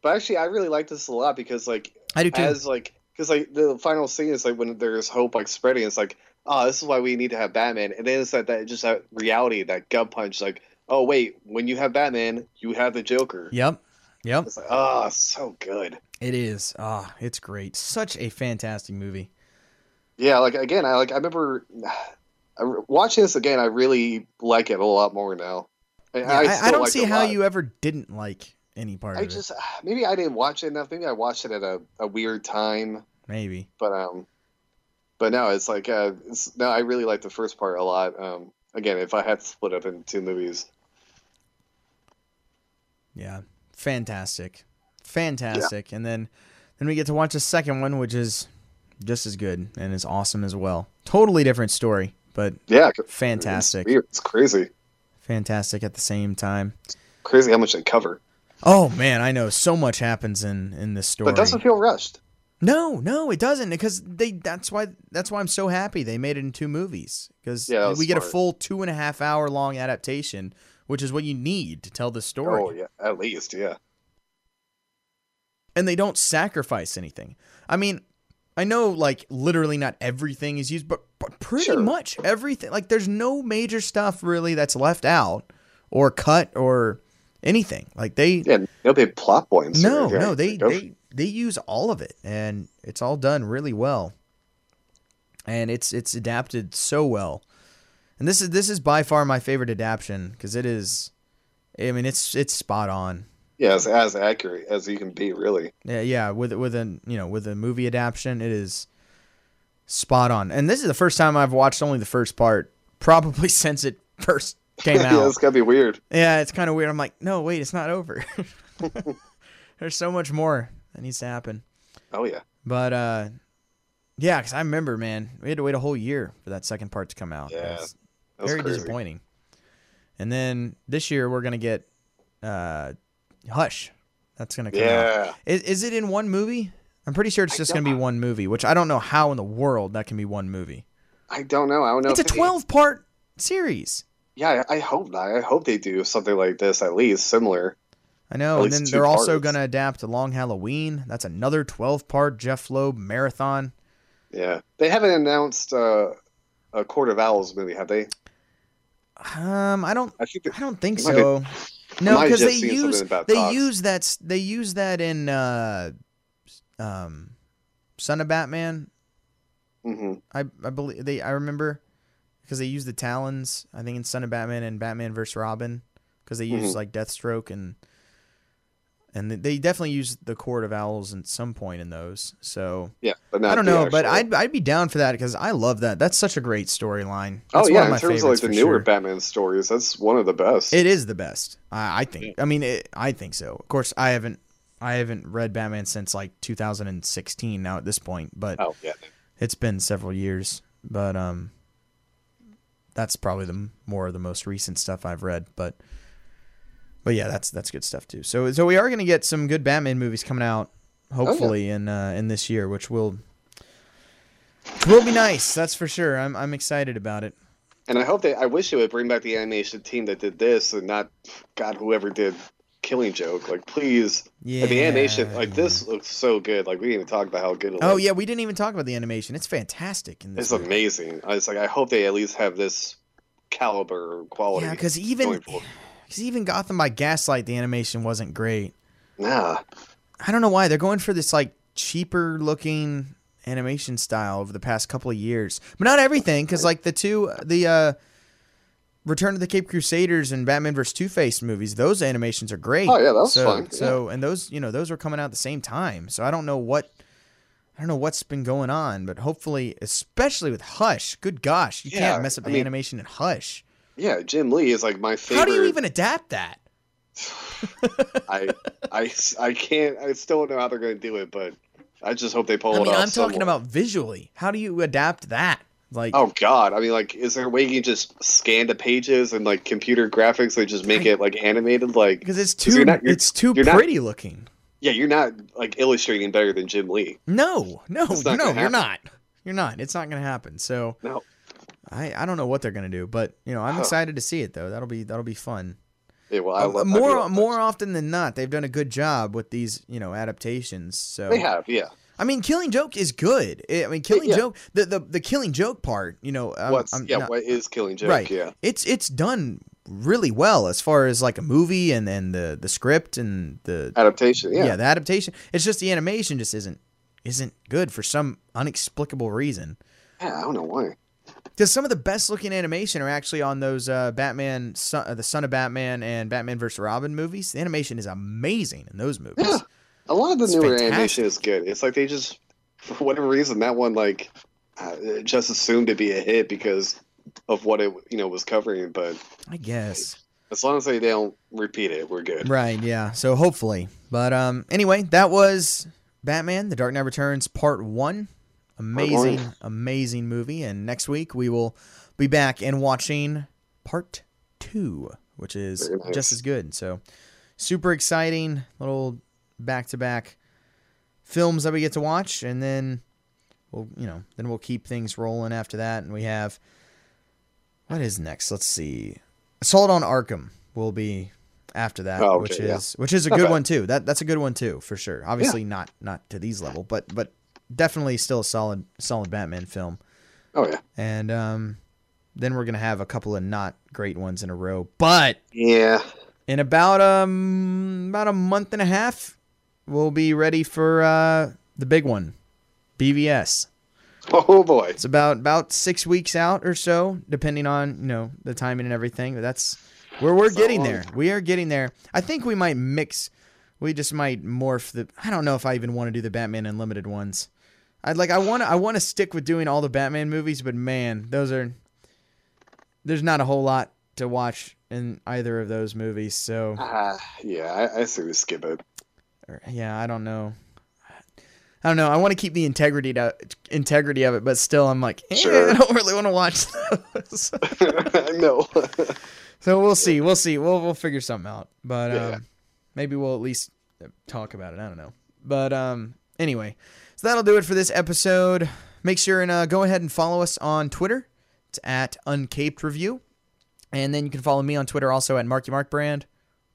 Speaker 2: But actually, I really like this a lot because, like,
Speaker 1: I do too.
Speaker 2: as like, because like the final scene is like when there's hope like spreading. It's like, oh, this is why we need to have Batman, and then it's like that just that reality, that gut punch. Like, oh wait, when you have Batman, you have the Joker.
Speaker 1: yep. Yep.
Speaker 2: It's like, ah, so good.
Speaker 1: It is. Ah, it's great. Such a fantastic movie.
Speaker 2: Yeah, like again, I like I remember I, watching this again. I really like it a lot more now. And
Speaker 1: Yeah, I, I,
Speaker 2: still
Speaker 1: don't
Speaker 2: like it
Speaker 1: see
Speaker 2: a
Speaker 1: how
Speaker 2: lot.
Speaker 1: you ever didn't like any part
Speaker 2: I
Speaker 1: of
Speaker 2: just maybe I didn't watch it enough. Maybe I watched it at a, a weird time,
Speaker 1: it. Maybe.
Speaker 2: but um, but no, it's like uh, it's, no, I really like the first part a lot. Um, again, if I had to split up into two movies,
Speaker 1: Yeah. Fantastic. Fantastic. And then then we get to watch a second one which is just as good and is awesome as well. Totally different story, but
Speaker 2: yeah, it's
Speaker 1: fantastic.
Speaker 2: weird. It's crazy,
Speaker 1: Fantastic at the same time.
Speaker 2: crazy how much they cover,
Speaker 1: Oh man, I know so much happens in in this story.
Speaker 2: but it doesn't feel rushed.
Speaker 1: No, no, it doesn't because they. That's why. That's why I'm so happy they made it in two movies because
Speaker 2: Yeah, that
Speaker 1: we
Speaker 2: was
Speaker 1: get a
Speaker 2: smart.
Speaker 1: full two and a half hour long adaptation, which is what you need to tell the story.
Speaker 2: Oh yeah, at least yeah,
Speaker 1: And they don't sacrifice anything. I mean, I know like literally not everything is used, but, but pretty
Speaker 2: Sure.
Speaker 1: much everything. Like there's no major stuff really that's left out or cut or anything. Like they.
Speaker 2: yeah. No big plot points. or
Speaker 1: No,
Speaker 2: anything.
Speaker 1: no, they,
Speaker 2: Go-
Speaker 1: they they use all of it, and it's all done really well, and it's it's adapted so well. And this is this is by far my favorite adaptation because it is, I mean, it's it's spot on.
Speaker 2: yeah, it's as accurate as you can be, really.
Speaker 1: Yeah, yeah, with with an you know with a movie adaptation, it is spot on. And this is the first time I've watched only the first part, probably since it first came out.
Speaker 2: yeah, it's gotta be weird.
Speaker 1: Yeah, it's kind of weird. I'm like, no, wait, it's not over. There's so much more that needs to happen.
Speaker 2: Oh yeah,
Speaker 1: But uh, yeah, because I remember, man, we had to wait a whole year for that second part to come out. It
Speaker 2: Yeah,
Speaker 1: was
Speaker 2: that's
Speaker 1: very
Speaker 2: crazy.
Speaker 1: disappointing. And then this year we're gonna get uh, Hush. That's gonna come out.
Speaker 2: Yeah,
Speaker 1: Is, is it in one movie? I'm pretty sure it's
Speaker 6: I
Speaker 1: just
Speaker 6: don't-
Speaker 1: going to be one movie, which I don't know how in the world that can be one movie.
Speaker 6: I don't know. I don't know.
Speaker 1: It's a
Speaker 6: if they-
Speaker 1: 12 part series.
Speaker 2: Yeah, I I hope not. I hope they do something like this at least similar.
Speaker 1: I know,
Speaker 2: At
Speaker 1: and then
Speaker 2: least two
Speaker 1: they're also
Speaker 2: parts.
Speaker 1: going to adapt to Long Halloween. That's another 12 part Jeff Loeb marathon.
Speaker 2: Yeah, they haven't announced uh, a Court of Owls movie, have they?
Speaker 1: Um, I don't
Speaker 2: I think
Speaker 1: I don't think
Speaker 2: It might be-
Speaker 1: so. No,
Speaker 2: might
Speaker 1: because
Speaker 2: have just
Speaker 1: they
Speaker 2: seen something
Speaker 1: use
Speaker 2: about
Speaker 1: they
Speaker 2: cops.
Speaker 1: use that s- they use that in uh, um, Son of Batman.
Speaker 2: hmm
Speaker 1: I I believe they I remember because they use the Talons. I think in Son of Batman and Batman vs Robin because they
Speaker 2: Mm-hmm.
Speaker 1: use like Deathstroke and and they- they definitely use the Court of Owls at some point in those. So
Speaker 2: Yeah, but not
Speaker 1: I don't
Speaker 2: the
Speaker 1: know, but
Speaker 2: actual-
Speaker 1: I'd I'd be down for that because I love that. That's such a great storyline.
Speaker 2: oh
Speaker 1: That's
Speaker 2: yeah,
Speaker 1: one of my
Speaker 2: in terms of like
Speaker 1: favorites
Speaker 2: the
Speaker 1: for
Speaker 2: newer
Speaker 1: sure.
Speaker 2: Batman stories, that's one of the best.
Speaker 1: It is the best. I, I think. I mean, it, I think so. Of course, I haven't. I haven't read Batman since like 2016. Now at this point, but
Speaker 2: oh yeah,
Speaker 1: it's been several years. But um, that's probably the m- more of the most recent stuff I've read. But but yeah, that's that's good stuff too. So so we are gonna get some good Batman movies coming out, hopefully in uh, in this year, which will will be nice. That's for sure. I'm I'm excited about it.
Speaker 2: and I hope they. I wish they would bring back the animation team that did this, and not God whoever did Killing Joke. Like please,
Speaker 1: Yeah.
Speaker 2: Like, the animation like this looks so good. Like we didn't even talk about how good. it
Speaker 1: Oh
Speaker 2: looked.
Speaker 1: yeah, we didn't even talk about the animation. It's fantastic in this.
Speaker 2: it's
Speaker 1: movie.
Speaker 2: amazing. I was like, I hope they at least have this caliber or quality.
Speaker 1: Yeah, because
Speaker 2: going
Speaker 1: even
Speaker 2: forward.
Speaker 1: because even Gotham by Gaslight, the animation wasn't great.
Speaker 2: nah,
Speaker 1: I don't know why they're going for this like cheaper looking animation style over the past couple of years, but not everything. Because like the two the uh, Return of the Cape Crusaders and Batman vs Two Face movies, those animations are great.
Speaker 2: Oh, yeah, that was
Speaker 1: so,
Speaker 2: fun,
Speaker 1: So and those you know those were coming out at the same time. So I don't know what. I don't know what's been going on, but hopefully, especially with Hush, good gosh, you
Speaker 2: Yeah,
Speaker 1: can't mess up
Speaker 2: I
Speaker 1: the
Speaker 2: mean-
Speaker 1: animation in Hush.
Speaker 2: yeah. Jim Lee is like my favorite.
Speaker 1: How do you even adapt that?
Speaker 2: I, I, I can't. I still don't know how they're going to do it, but I just hope they pull
Speaker 1: I
Speaker 2: it
Speaker 1: mean,
Speaker 2: off.
Speaker 1: I'm talking
Speaker 2: somewhere.
Speaker 1: about visually. How do you adapt that? Like,
Speaker 2: Oh God! I mean, like, is there a way you can just scan the pages and like computer graphics and just make it like animated? Like,
Speaker 1: because it's
Speaker 2: 'cause
Speaker 1: too
Speaker 2: you're not- you're-
Speaker 1: it's too
Speaker 2: you're not-
Speaker 1: pretty looking.
Speaker 2: yeah, you're not like illustrating better than Jim Lee.
Speaker 1: No, no,
Speaker 2: It's
Speaker 1: no,
Speaker 2: not
Speaker 1: you're
Speaker 2: gonna happen.
Speaker 1: not. You're not. It's not going to happen. So
Speaker 2: No,
Speaker 1: I, I don't know what they're going to do, but you know, I'm
Speaker 2: Huh.
Speaker 1: excited to see it though. That'll be that'll be fun.
Speaker 2: yeah, well, I
Speaker 1: Uh,
Speaker 2: love I do
Speaker 1: more
Speaker 2: love that.
Speaker 1: more often than not, they've done a good job with these you know adaptations. So
Speaker 2: They have, yeah.
Speaker 1: I mean, Killing Joke is good. I I mean, Killing
Speaker 2: yeah.
Speaker 1: Joke the, the the Killing Joke part, you know, I'm,
Speaker 2: What's
Speaker 1: I'm
Speaker 2: yeah?
Speaker 1: not-
Speaker 2: what is Killing Joke?
Speaker 1: right
Speaker 2: Yeah,
Speaker 1: it's it's done really well as far as like a movie and and the the script and the
Speaker 2: adaptation.
Speaker 1: yeah.
Speaker 2: Yeah,
Speaker 1: the adaptation it's just the animation just isn't isn't good for some unexplicable reason
Speaker 2: yeah. I don't know why.
Speaker 1: because some of the best looking animation are actually on those uh, batman son, uh, the son of batman and batman vs robin movies the animation is amazing in those movies
Speaker 2: Yeah. A lot of the
Speaker 1: It's
Speaker 2: newer
Speaker 1: fantastic.
Speaker 2: animation is good. It's like they just, for whatever reason, that one like uh, just assumed to be a hit because of what it you know was covering. But
Speaker 1: i guess
Speaker 2: as long as they don't repeat it, we're good.
Speaker 1: Right, yeah. So hopefully. But um anyway, that was Batman The Dark Knight Returns part 1. Amazing, amazing movie and next week we will be back and watching part 2, which is
Speaker 2: Very nice.
Speaker 1: just as good. So super exciting little back-to-back films that we get to watch and then we'll, you know, then we'll keep things rolling after that and we have what is next? Let's see. Assault on Arkham will be after that,
Speaker 2: Oh, okay,
Speaker 1: which
Speaker 2: yeah.
Speaker 1: is which is a
Speaker 2: Not
Speaker 1: good
Speaker 2: bad.
Speaker 1: one too. That that's a good one too for sure. Obviously not not to these level, but but definitely still a solid solid Batman film.
Speaker 2: Oh yeah.
Speaker 1: And um, then we're gonna have a couple of not great ones in a row. But
Speaker 2: Yeah.
Speaker 1: in about um about a month and a half, we'll be ready for uh, the big one, BVS.
Speaker 2: Oh boy.
Speaker 1: It's about about six weeks out or so, depending on you know the timing and everything. But that's where we're getting
Speaker 2: long.
Speaker 1: there. We are getting there. I think we might mix. We just might morph the. I don't know if I even want to do the Batman Unlimited ones. I'd like. I want. to I want to stick with doing all the Batman movies, but man, those are. There's not a whole lot to watch in either of those movies, so
Speaker 2: Uh, yeah, I, I say we skip it.
Speaker 1: or- yeah, I don't know. I don't know. I want to keep the integrity to, integrity of it, but still, I'm like, eh, I
Speaker 2: Sure.
Speaker 1: don't really want to watch those.
Speaker 2: I know.
Speaker 1: so we'll see. We'll see. We'll we'll figure something out. But
Speaker 2: Yeah.
Speaker 1: um, maybe we'll at least talk about it. I don't know. But um, Anyway, so that'll do it for this episode. Make sure and uh, go ahead and follow us on Twitter. It's at Uncaped Review. And then you can follow me on Twitter also at Marky Mark Brand.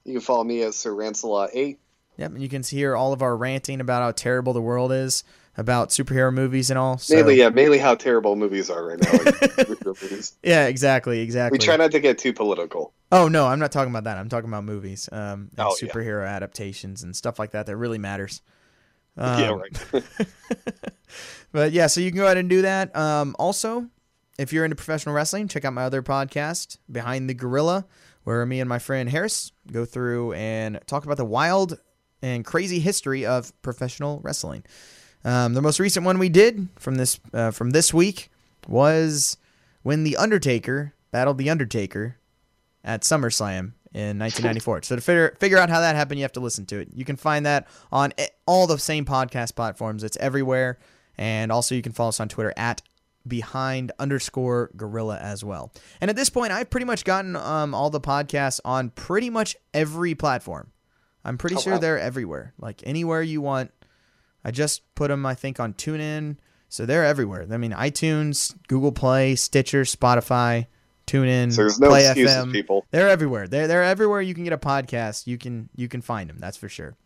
Speaker 2: You can follow me as Sir Rancelot Eight.
Speaker 1: Yep, and you can hear all of our ranting about how terrible the world is, about superhero movies and all. So,
Speaker 2: Mainly, yeah, mainly how terrible movies are right now. like, movies.
Speaker 1: yeah, exactly, exactly.
Speaker 2: We try not to get too political.
Speaker 1: Oh no, I'm not talking about that. I'm talking about movies, um, and
Speaker 2: Oh, yeah.
Speaker 1: superhero adaptations and stuff like that that really matters.
Speaker 2: yeah,
Speaker 1: Um,
Speaker 2: right.
Speaker 1: But yeah, so you can go ahead and do that. Um, also, if you're into professional wrestling, check out my other podcast, Behind the Gorilla, where me and my friend Harris go through and talk about the wild and crazy history of professional wrestling. Um, the most recent one we did from this uh, from this week was when the Undertaker battled the Undertaker at SummerSlam in 1994. so to figure figure out how that happened, you have to listen to it. You can find that on e- all the same podcast platforms. It's everywhere, and also you can follow us on Twitter at behind underscore gorilla as well. And at this point, I've pretty much gotten um, all the podcasts on pretty much every platform. I'm pretty sure
Speaker 2: Oh, wow.
Speaker 1: they're everywhere. Like anywhere you want. I just put them, I think, on TuneIn. So they're everywhere. I mean, iTunes, Google Play, Stitcher, Spotify, TuneIn,
Speaker 2: So there's no
Speaker 1: Play
Speaker 2: excuses,
Speaker 1: FM.
Speaker 2: people.
Speaker 1: They're everywhere. They're they're everywhere. You can get a podcast. You can you can find them. That's for sure.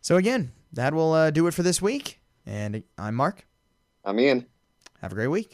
Speaker 1: So again, that will uh, do it for this week. And I'm Mark.
Speaker 2: I'm in.
Speaker 1: Have a great week.